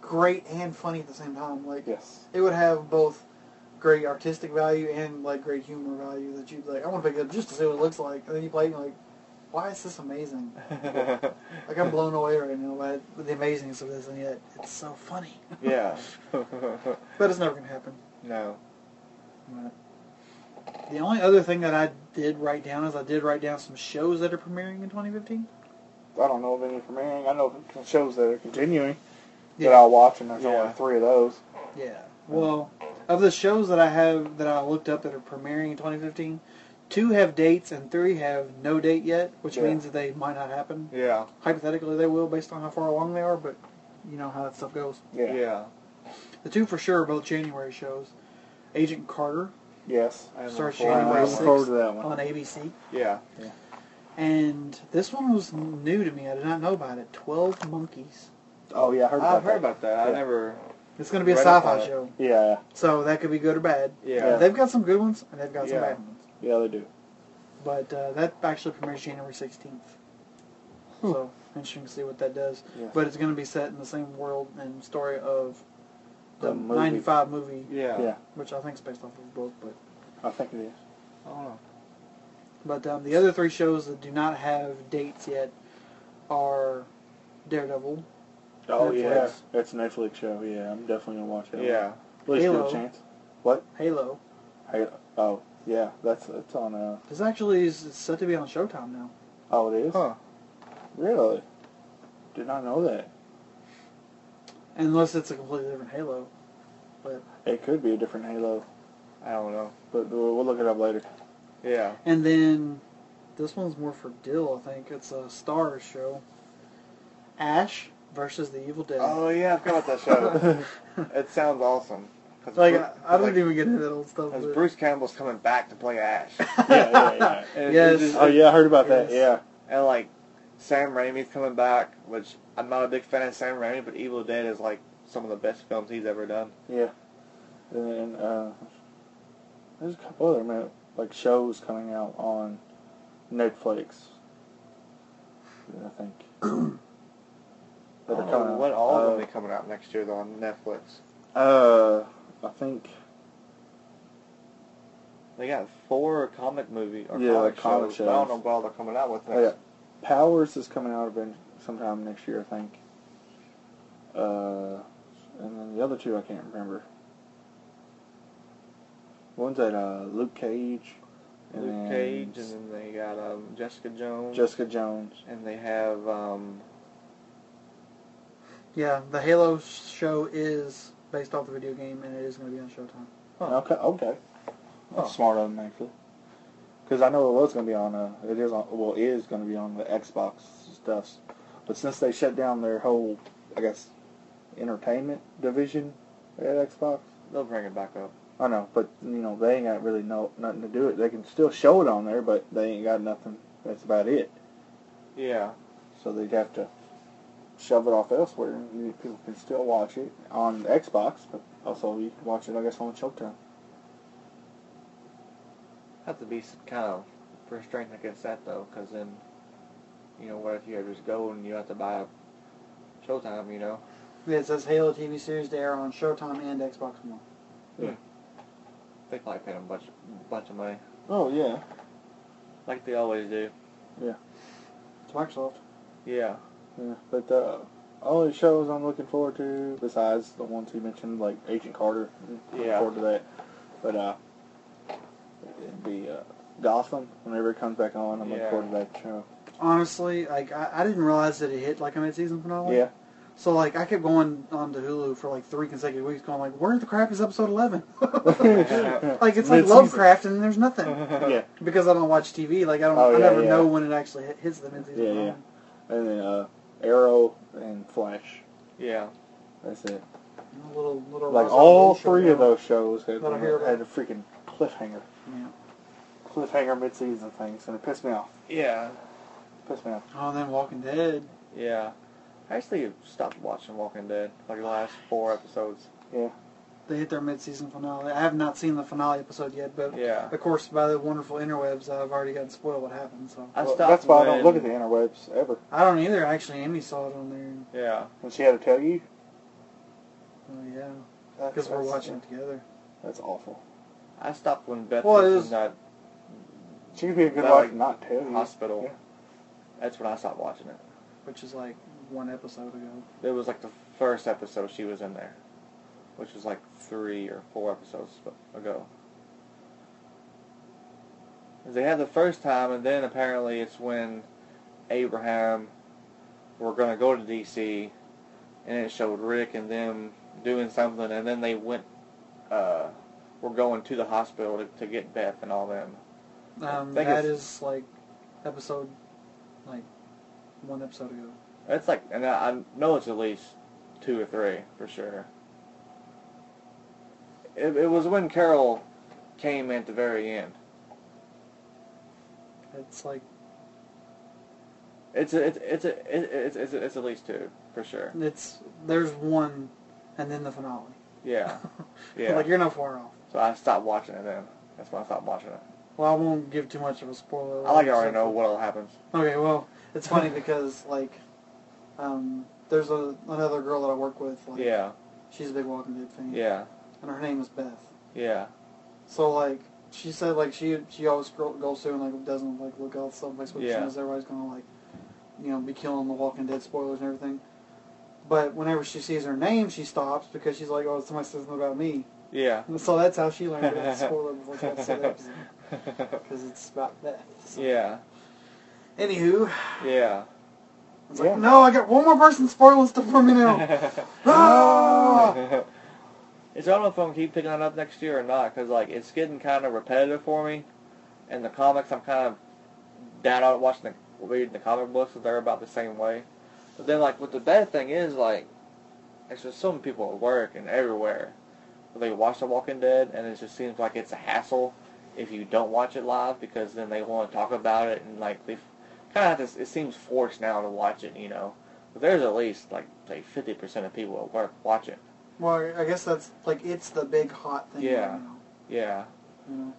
Speaker 4: great and funny at the same time. Like
Speaker 3: (laughs)
Speaker 2: Yes.
Speaker 4: it would have both great artistic value and like great humor value that you'd like. I want to pick it up just to see what it looks like, and then you play it and you're like, why is this amazing? Like I'm blown away right now by the amazingness of this, and yet it's so funny.
Speaker 3: yeah.
Speaker 4: But it's never gonna happen.
Speaker 3: (laughs) no.
Speaker 4: The only other thing that I did write down is I did write down some shows that are premiering in 2015.
Speaker 2: I don't know of any from airing. I know of shows that are continuing
Speaker 4: Yeah.
Speaker 2: that I'll watch, and there's only
Speaker 3: Yeah.
Speaker 2: three of those.
Speaker 4: Yeah. Well, of the shows that I have that I looked up that are premiering in 2015, two have dates and three have no date yet, which
Speaker 2: Yeah.
Speaker 4: means that they might not happen.
Speaker 3: Yeah.
Speaker 4: Hypothetically, they will based on how far along they are, but you know how that stuff goes.
Speaker 2: Yeah.
Speaker 3: Yeah.
Speaker 4: The two for sure are both January shows. Agent Carter
Speaker 2: Yes.
Speaker 3: I haven't
Speaker 4: Starts
Speaker 3: looked
Speaker 2: I'm
Speaker 4: January
Speaker 3: forward
Speaker 2: looking
Speaker 3: to
Speaker 4: 6th
Speaker 3: that
Speaker 2: forward to that
Speaker 4: on
Speaker 2: one.
Speaker 4: ABC.
Speaker 3: Yeah.
Speaker 4: And this one was new to me. I did not know about it. 12 Monkeys.
Speaker 2: Oh yeah, I heard about
Speaker 3: I've heard
Speaker 2: that.
Speaker 3: about that. I
Speaker 2: Yeah.
Speaker 3: never.
Speaker 4: It's going to be a
Speaker 3: Read
Speaker 4: sci
Speaker 3: up
Speaker 4: fi
Speaker 3: on it.
Speaker 4: show.
Speaker 2: Yeah.
Speaker 4: So that could be good or bad. Uh,
Speaker 2: Yeah.
Speaker 3: Yeah.
Speaker 4: They've got some good ones and they've got some
Speaker 3: Yeah.
Speaker 4: bad ones.
Speaker 2: Yeah, they do.
Speaker 4: But uh, that actually premieres January 16th. So interesting to see what that does.
Speaker 2: Yeah.
Speaker 4: But it's going to be set in the same world and story of the,
Speaker 2: The movie.
Speaker 4: 95 movie,
Speaker 3: Yeah.
Speaker 2: Yeah.
Speaker 4: which I think is based off of a book. But
Speaker 2: I think it is.
Speaker 3: I don't know.
Speaker 4: but um, the other three shows that do not have dates yet are Daredevil,
Speaker 2: Oh
Speaker 4: Netflix.
Speaker 2: yeah, that's a Netflix show. Yeah, I'm definitely gonna watch that. one.
Speaker 3: Yeah.
Speaker 2: at least give it
Speaker 4: Halo.
Speaker 2: a chance.
Speaker 4: Halo.
Speaker 2: Hey, oh yeah, that's it's on. Uh,
Speaker 4: This actually is it's set to be on Showtime now.
Speaker 2: oh, it is.
Speaker 3: Huh.
Speaker 2: Really? Did not know that.
Speaker 4: Unless it's a completely different Halo.
Speaker 2: It could be a different Halo,
Speaker 3: I don't know.
Speaker 2: but we'll, we'll look it up
Speaker 3: (laughs)
Speaker 2: later.
Speaker 3: Yeah.
Speaker 4: And then this one's more for Dill, I think. It's a Stars show. Ash versus the Evil Dead.
Speaker 3: Oh yeah, I forgot about that (laughs) show. it sounds awesome. Cause
Speaker 4: Like
Speaker 3: Bruce,
Speaker 4: I, I don't
Speaker 3: like,
Speaker 4: even get into that old stuff.
Speaker 3: Cause
Speaker 4: but- (laughs)
Speaker 3: Bruce Campbell's coming back to
Speaker 2: (laughs)
Speaker 3: play Ash.
Speaker 2: yeah, yeah, (laughs) yeah.
Speaker 3: And
Speaker 4: Yes.
Speaker 3: it's just-
Speaker 2: Oh yeah, I heard about that.
Speaker 4: Yes.
Speaker 2: Yeah,
Speaker 3: And like Sam Raimi's coming back, which I'm not a big fan of Sam Raimi, but Evil Dead is like some of the best films he's ever done.
Speaker 2: yeah. And then uh, there's a couple other man, like shows coming out on Netflix. I
Speaker 3: (clears throat)
Speaker 2: think that
Speaker 3: I
Speaker 2: are
Speaker 3: don't
Speaker 2: coming
Speaker 3: know
Speaker 2: out.
Speaker 3: When Oh, all
Speaker 2: uh,
Speaker 3: of them be coming out next year though on Netflix?
Speaker 2: Uh, I think
Speaker 3: They got four comic movie or
Speaker 2: Yeah,
Speaker 3: comic,
Speaker 2: comic
Speaker 3: shows. but I don't know
Speaker 2: shows.
Speaker 3: what all they're coming out with next.
Speaker 2: Oh, yeah. Powers is coming out event- sometime next year, I think. Uh, and then the other two I can't remember. One's at uh, Luke Cage. and
Speaker 3: Luke
Speaker 2: then
Speaker 3: Cage, and then they got um, Jessica Jones.
Speaker 2: Jessica Jones.
Speaker 3: and they have um,
Speaker 4: Yeah, the Halo show is based off the video game, and it is going to be on Showtime.
Speaker 2: Okay, okay. That's
Speaker 3: Huh.
Speaker 2: smart of them actually. Because I know it was going to be on uh, it is on well it is going to be on the Xbox stuff, but since they shut down their whole I guess entertainment division at Xbox,
Speaker 3: they'll bring it back up.
Speaker 2: I know, but you know they ain't got really no nothing to do it. They can still show it on there, but they ain't got nothing. That's about it.
Speaker 3: Yeah.
Speaker 2: So they'd have to shove it off elsewhere. and People can still watch it on Xbox, but also you can watch it I guess on Showtime.
Speaker 3: Have to be some kind of restraint against that though, because then, you know, what if you just go and you have to buy Showtime, you know?
Speaker 4: Yeah, it says Halo TV series to air on Showtime and Xbox One.
Speaker 3: They probably paid 'em a bunch, bunch of money,
Speaker 2: Oh yeah,
Speaker 3: like they always do.
Speaker 4: It's Microsoft.
Speaker 3: Yeah. (laughs)
Speaker 2: Yeah, but uh, all the shows I'm looking forward to, besides the ones you mentioned, like Agent Carter, looking
Speaker 3: Yeah.
Speaker 2: forward to that. But uh, it'd be uh, Gotham whenever it comes back on. I'm
Speaker 3: Yeah.
Speaker 2: looking forward to that show.
Speaker 4: Honestly, like I, I didn't realize that it hit like a mid-season finale.
Speaker 2: Yeah,
Speaker 4: So like I kept going on to Hulu for like three consecutive weeks, going like, where the crap is episode eleven? (laughs)
Speaker 2: (laughs)
Speaker 4: like it's like
Speaker 2: Mid-season.
Speaker 4: Lovecraft, and there's nothing
Speaker 2: yeah,
Speaker 4: because I don't watch TV. Like I don't,
Speaker 2: Oh,
Speaker 4: I
Speaker 2: yeah,
Speaker 4: never
Speaker 2: yeah.
Speaker 4: know when it actually hit, hits the mid-season
Speaker 2: Yeah,
Speaker 4: finale.
Speaker 2: yeah. and then uh, Arrow and Flash.
Speaker 3: Yeah.
Speaker 2: That's it.
Speaker 4: A little, little
Speaker 2: Like
Speaker 4: Roswell
Speaker 2: all
Speaker 4: Blue show
Speaker 2: three of
Speaker 4: going.
Speaker 2: those shows had,
Speaker 4: That'll hear about.
Speaker 2: had a freaking cliffhanger,
Speaker 4: Yeah.
Speaker 2: cliffhanger mid-season things, and it pissed me off.
Speaker 3: Yeah.
Speaker 2: Pissed me off.
Speaker 4: Oh, and then Walking Dead.
Speaker 3: Yeah. I actually stopped watching Walking Dead, like the last four episodes.
Speaker 4: They hit their mid-season finale. I have not seen the finale episode yet, but
Speaker 3: Yeah.
Speaker 4: of course, by the wonderful interwebs, I've already gotten spoiled what happened. So
Speaker 3: I
Speaker 2: Well,
Speaker 3: stopped
Speaker 2: that's why I don't
Speaker 3: when-
Speaker 2: look at the interwebs ever.
Speaker 4: I don't either. Actually, Amy saw it on there. and-
Speaker 3: Yeah.
Speaker 2: When she had to tell you,
Speaker 4: Oh yeah,
Speaker 2: that-
Speaker 4: because we're
Speaker 2: that's-
Speaker 4: watching it together.
Speaker 2: That's awful.
Speaker 3: I stopped when Beth
Speaker 4: Well, it is-
Speaker 3: was in that
Speaker 2: She could be a good
Speaker 3: Well,
Speaker 2: wife
Speaker 3: like,
Speaker 2: and not tell you.
Speaker 3: hospital.
Speaker 2: Yeah.
Speaker 3: That's when I stopped watching it.
Speaker 4: which is like one episode ago.
Speaker 3: It was like the first episode she was in there, which was like three or four episodes ago. 'Cause They had the first time, and then apparently it's when Abraham were going to go to D.C., and it showed Rick and them doing something, and then they went, uh, were going to the hospital to, to get Beth and all them.
Speaker 4: Um,
Speaker 3: think
Speaker 4: that
Speaker 3: it's-
Speaker 4: is like episode, like one episode ago.
Speaker 3: It's like, and I, I know it's at least two or three for sure. It, it was when Carol came at the very end.
Speaker 4: It's like
Speaker 3: It's a, it's it's a, it, it's it's, it's at least two for sure.
Speaker 4: it's there's one, and then the finale. (laughs)
Speaker 3: Yeah,
Speaker 4: But,
Speaker 3: yeah.
Speaker 4: Like you're not far off.
Speaker 3: So I stopped watching it then. That's when I stopped watching it.
Speaker 4: Well, I won't give too much of a spoiler.
Speaker 3: I like I already know what all happens.
Speaker 4: Okay, well, it's funny because like, um, there's a, another girl that I work with. Like,
Speaker 3: Yeah,
Speaker 4: She's a big Walking Dead fan.
Speaker 3: yeah,
Speaker 4: And her name is Beth.
Speaker 3: yeah,
Speaker 4: So like she said like she she always scroll, goes through and like doesn't like look out someplace but she
Speaker 3: Yeah.
Speaker 4: knows everybody's gonna like you know be killing the Walking Dead spoilers and everything. But whenever she sees her name, she stops because she's like, "Oh, somebody says something about me." (laughs)
Speaker 3: yeah, (laughs)
Speaker 4: And so that's how she learned about the spoiler before she got to the episode because it's about Beth. So.
Speaker 3: yeah,
Speaker 4: Anywho,
Speaker 3: yeah.
Speaker 4: it's like,
Speaker 2: Yeah.
Speaker 4: no, I got one more person spoiling stuff for me
Speaker 3: (laughs)
Speaker 4: now. (laughs) ah!
Speaker 3: It's I don't know if I'm gonna keep picking it up next year or not, because like it's getting kind of repetitive for me. In the comics, I'm kind of down on watching the reading the comic books, 'cause they're about the same way. But then like what the bad thing is like, it's just so many people at work and everywhere. They watch The Walking Dead, and it just seems like it's a hassle if you don't watch it live because then they want to talk about it and like they kind of it seems forced now to watch it, you know. But there's at least like say 50% of people at work watch it.
Speaker 4: Well, I guess that's like it's the big hot thing
Speaker 3: Yeah.
Speaker 4: right now.
Speaker 3: Yeah.
Speaker 4: You know?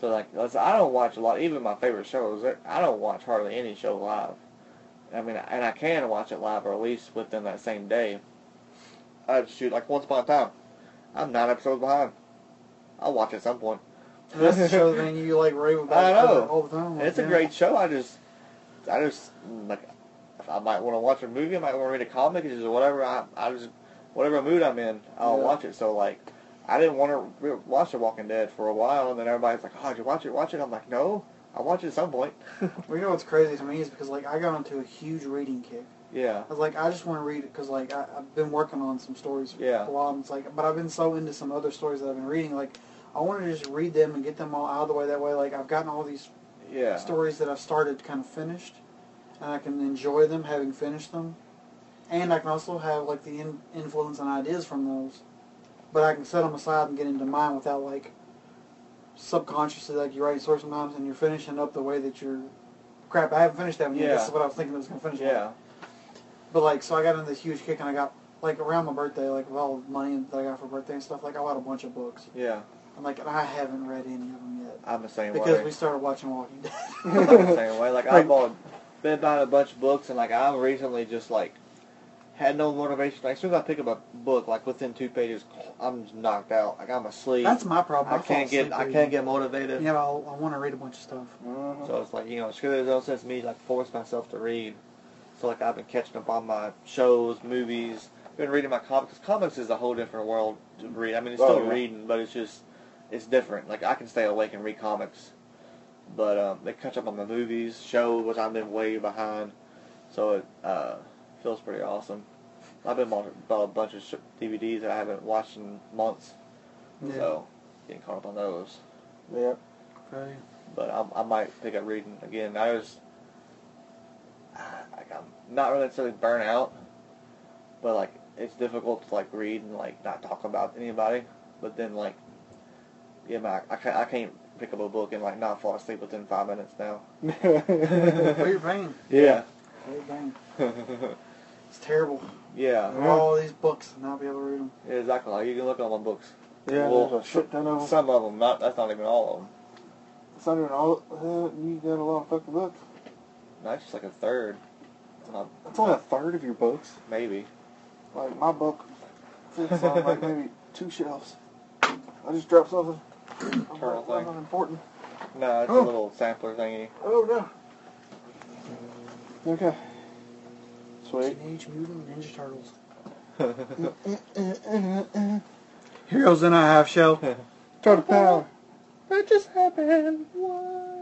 Speaker 3: So like, let's- I don't watch a lot. Even my favorite shows, there- I don't watch hardly any show live. I mean, and I can watch it live, or at least within that same day. I shoot like once upon a time. I'm nine episodes behind. I'll watch at some point.
Speaker 4: And that's the (laughs) show thing you like rave about
Speaker 3: I know.
Speaker 4: all the time. like,
Speaker 3: It's a
Speaker 4: Oh, yeah.
Speaker 3: great show. I just, I just like, I might want to watch a movie. I might want to read a comic. It's just whatever I, I just, whatever mood I'm in, I'll
Speaker 4: Yeah.
Speaker 3: watch it. So like, I didn't want to re- watch The Walking Dead for a while, and then everybody's like, "Oh, did you watch it? Watch it?" I'm like, "No, I watch it at
Speaker 4: (laughs)
Speaker 3: some point."
Speaker 4: Well, you know what's crazy to me is because like I got into a huge reading kick.
Speaker 3: yeah,
Speaker 4: I was like, I just want to read it because like I, I've been working on some stories for
Speaker 3: Yeah.
Speaker 4: a while. And it's like, but I've been so into some other stories that I've been reading. Like, I want to just read them and get them all out of the way. That way, like I've gotten all these
Speaker 3: yeah,
Speaker 4: stories that I've started kind of finished, and I can enjoy them having finished them, and I can also have like the in- influence and ideas from those, but I can set them aside and get into mine without like subconsciously like you're writing stories sometimes and you're finishing up the way that you're. Crap! I haven't finished that one yet. This
Speaker 3: Yeah.
Speaker 4: is what I was thinking I was gonna finish.
Speaker 3: yeah,
Speaker 4: But like, so I got in this huge kick, and I got like around my birthday, like with all the money that I got for birthday and stuff. Like, I bought a bunch of books.
Speaker 3: yeah.
Speaker 4: I'm like, and I haven't read any of them yet
Speaker 3: I'm the same
Speaker 4: because
Speaker 3: way.
Speaker 4: we started watching Walking Dead.
Speaker 3: I'm the same way. Like I bought, been buying a bunch of books, and like I recently just like had no motivation. Like as soon as I pick up a book, like within two pages, I'm just knocked out. Like I'm asleep.
Speaker 4: That's my problem.
Speaker 3: I
Speaker 4: fall
Speaker 3: can't get
Speaker 4: asleep
Speaker 3: I
Speaker 4: reading.
Speaker 3: can't get motivated.
Speaker 4: Yeah, but I'll, I want to read a bunch of stuff.
Speaker 2: Mhm.
Speaker 3: So it's like you know, screw there's no sense me like force myself to read. So like I've been catching up on my shows, movies. Been reading my comics. Comics is a whole different world to read. I mean, it's
Speaker 2: Oh,
Speaker 3: still
Speaker 2: yeah.
Speaker 3: reading, but it's just it's different. Like I can stay awake and read comics, but um, they catch up on my movies, shows, which I've been way behind. So it uh, feels pretty awesome. I've been on bought a bunch of sh- DVDs that I haven't watched in months,
Speaker 4: Yeah.
Speaker 3: so getting caught up on those
Speaker 2: Yep. (laughs)
Speaker 3: (laughs)
Speaker 4: Okay.
Speaker 3: but I, I might pick up reading again. I was, like, I'm not really necessarily burnt out, but like it's difficult to like read and like not talk about anybody. But then like, yeah, man, I, I can't I can't pick up a book and like not fall asleep within five minutes now.
Speaker 4: What are you paying?
Speaker 3: Yeah,
Speaker 4: What are you paying? It's terrible.
Speaker 3: (laughs) yeah,
Speaker 4: All these books and not be able to read them.
Speaker 3: exactly. Like, you can look at all my books.
Speaker 2: Yeah,
Speaker 3: Well,
Speaker 2: there's a shit ton of them.
Speaker 3: Some of them, not that's not even all of them.
Speaker 2: It's not even all. Uh, you got a lot of fucking books.
Speaker 3: That's just like a third, not
Speaker 2: That's only a third of your books.
Speaker 3: maybe.
Speaker 2: Like my book fits on (laughs) like maybe two shelves. I just dropped something. I'm
Speaker 3: Turtle
Speaker 2: like,
Speaker 3: thing.
Speaker 2: Nothing important.
Speaker 3: No, it's
Speaker 2: Oh.
Speaker 3: a little sampler thingy.
Speaker 2: Oh no. Okay. Sweet.
Speaker 4: Teenage Mutant Ninja Turtles.
Speaker 3: (laughs)
Speaker 4: Heroes in a half shell.
Speaker 3: (laughs)
Speaker 2: Turtle power.
Speaker 3: What just happened? What?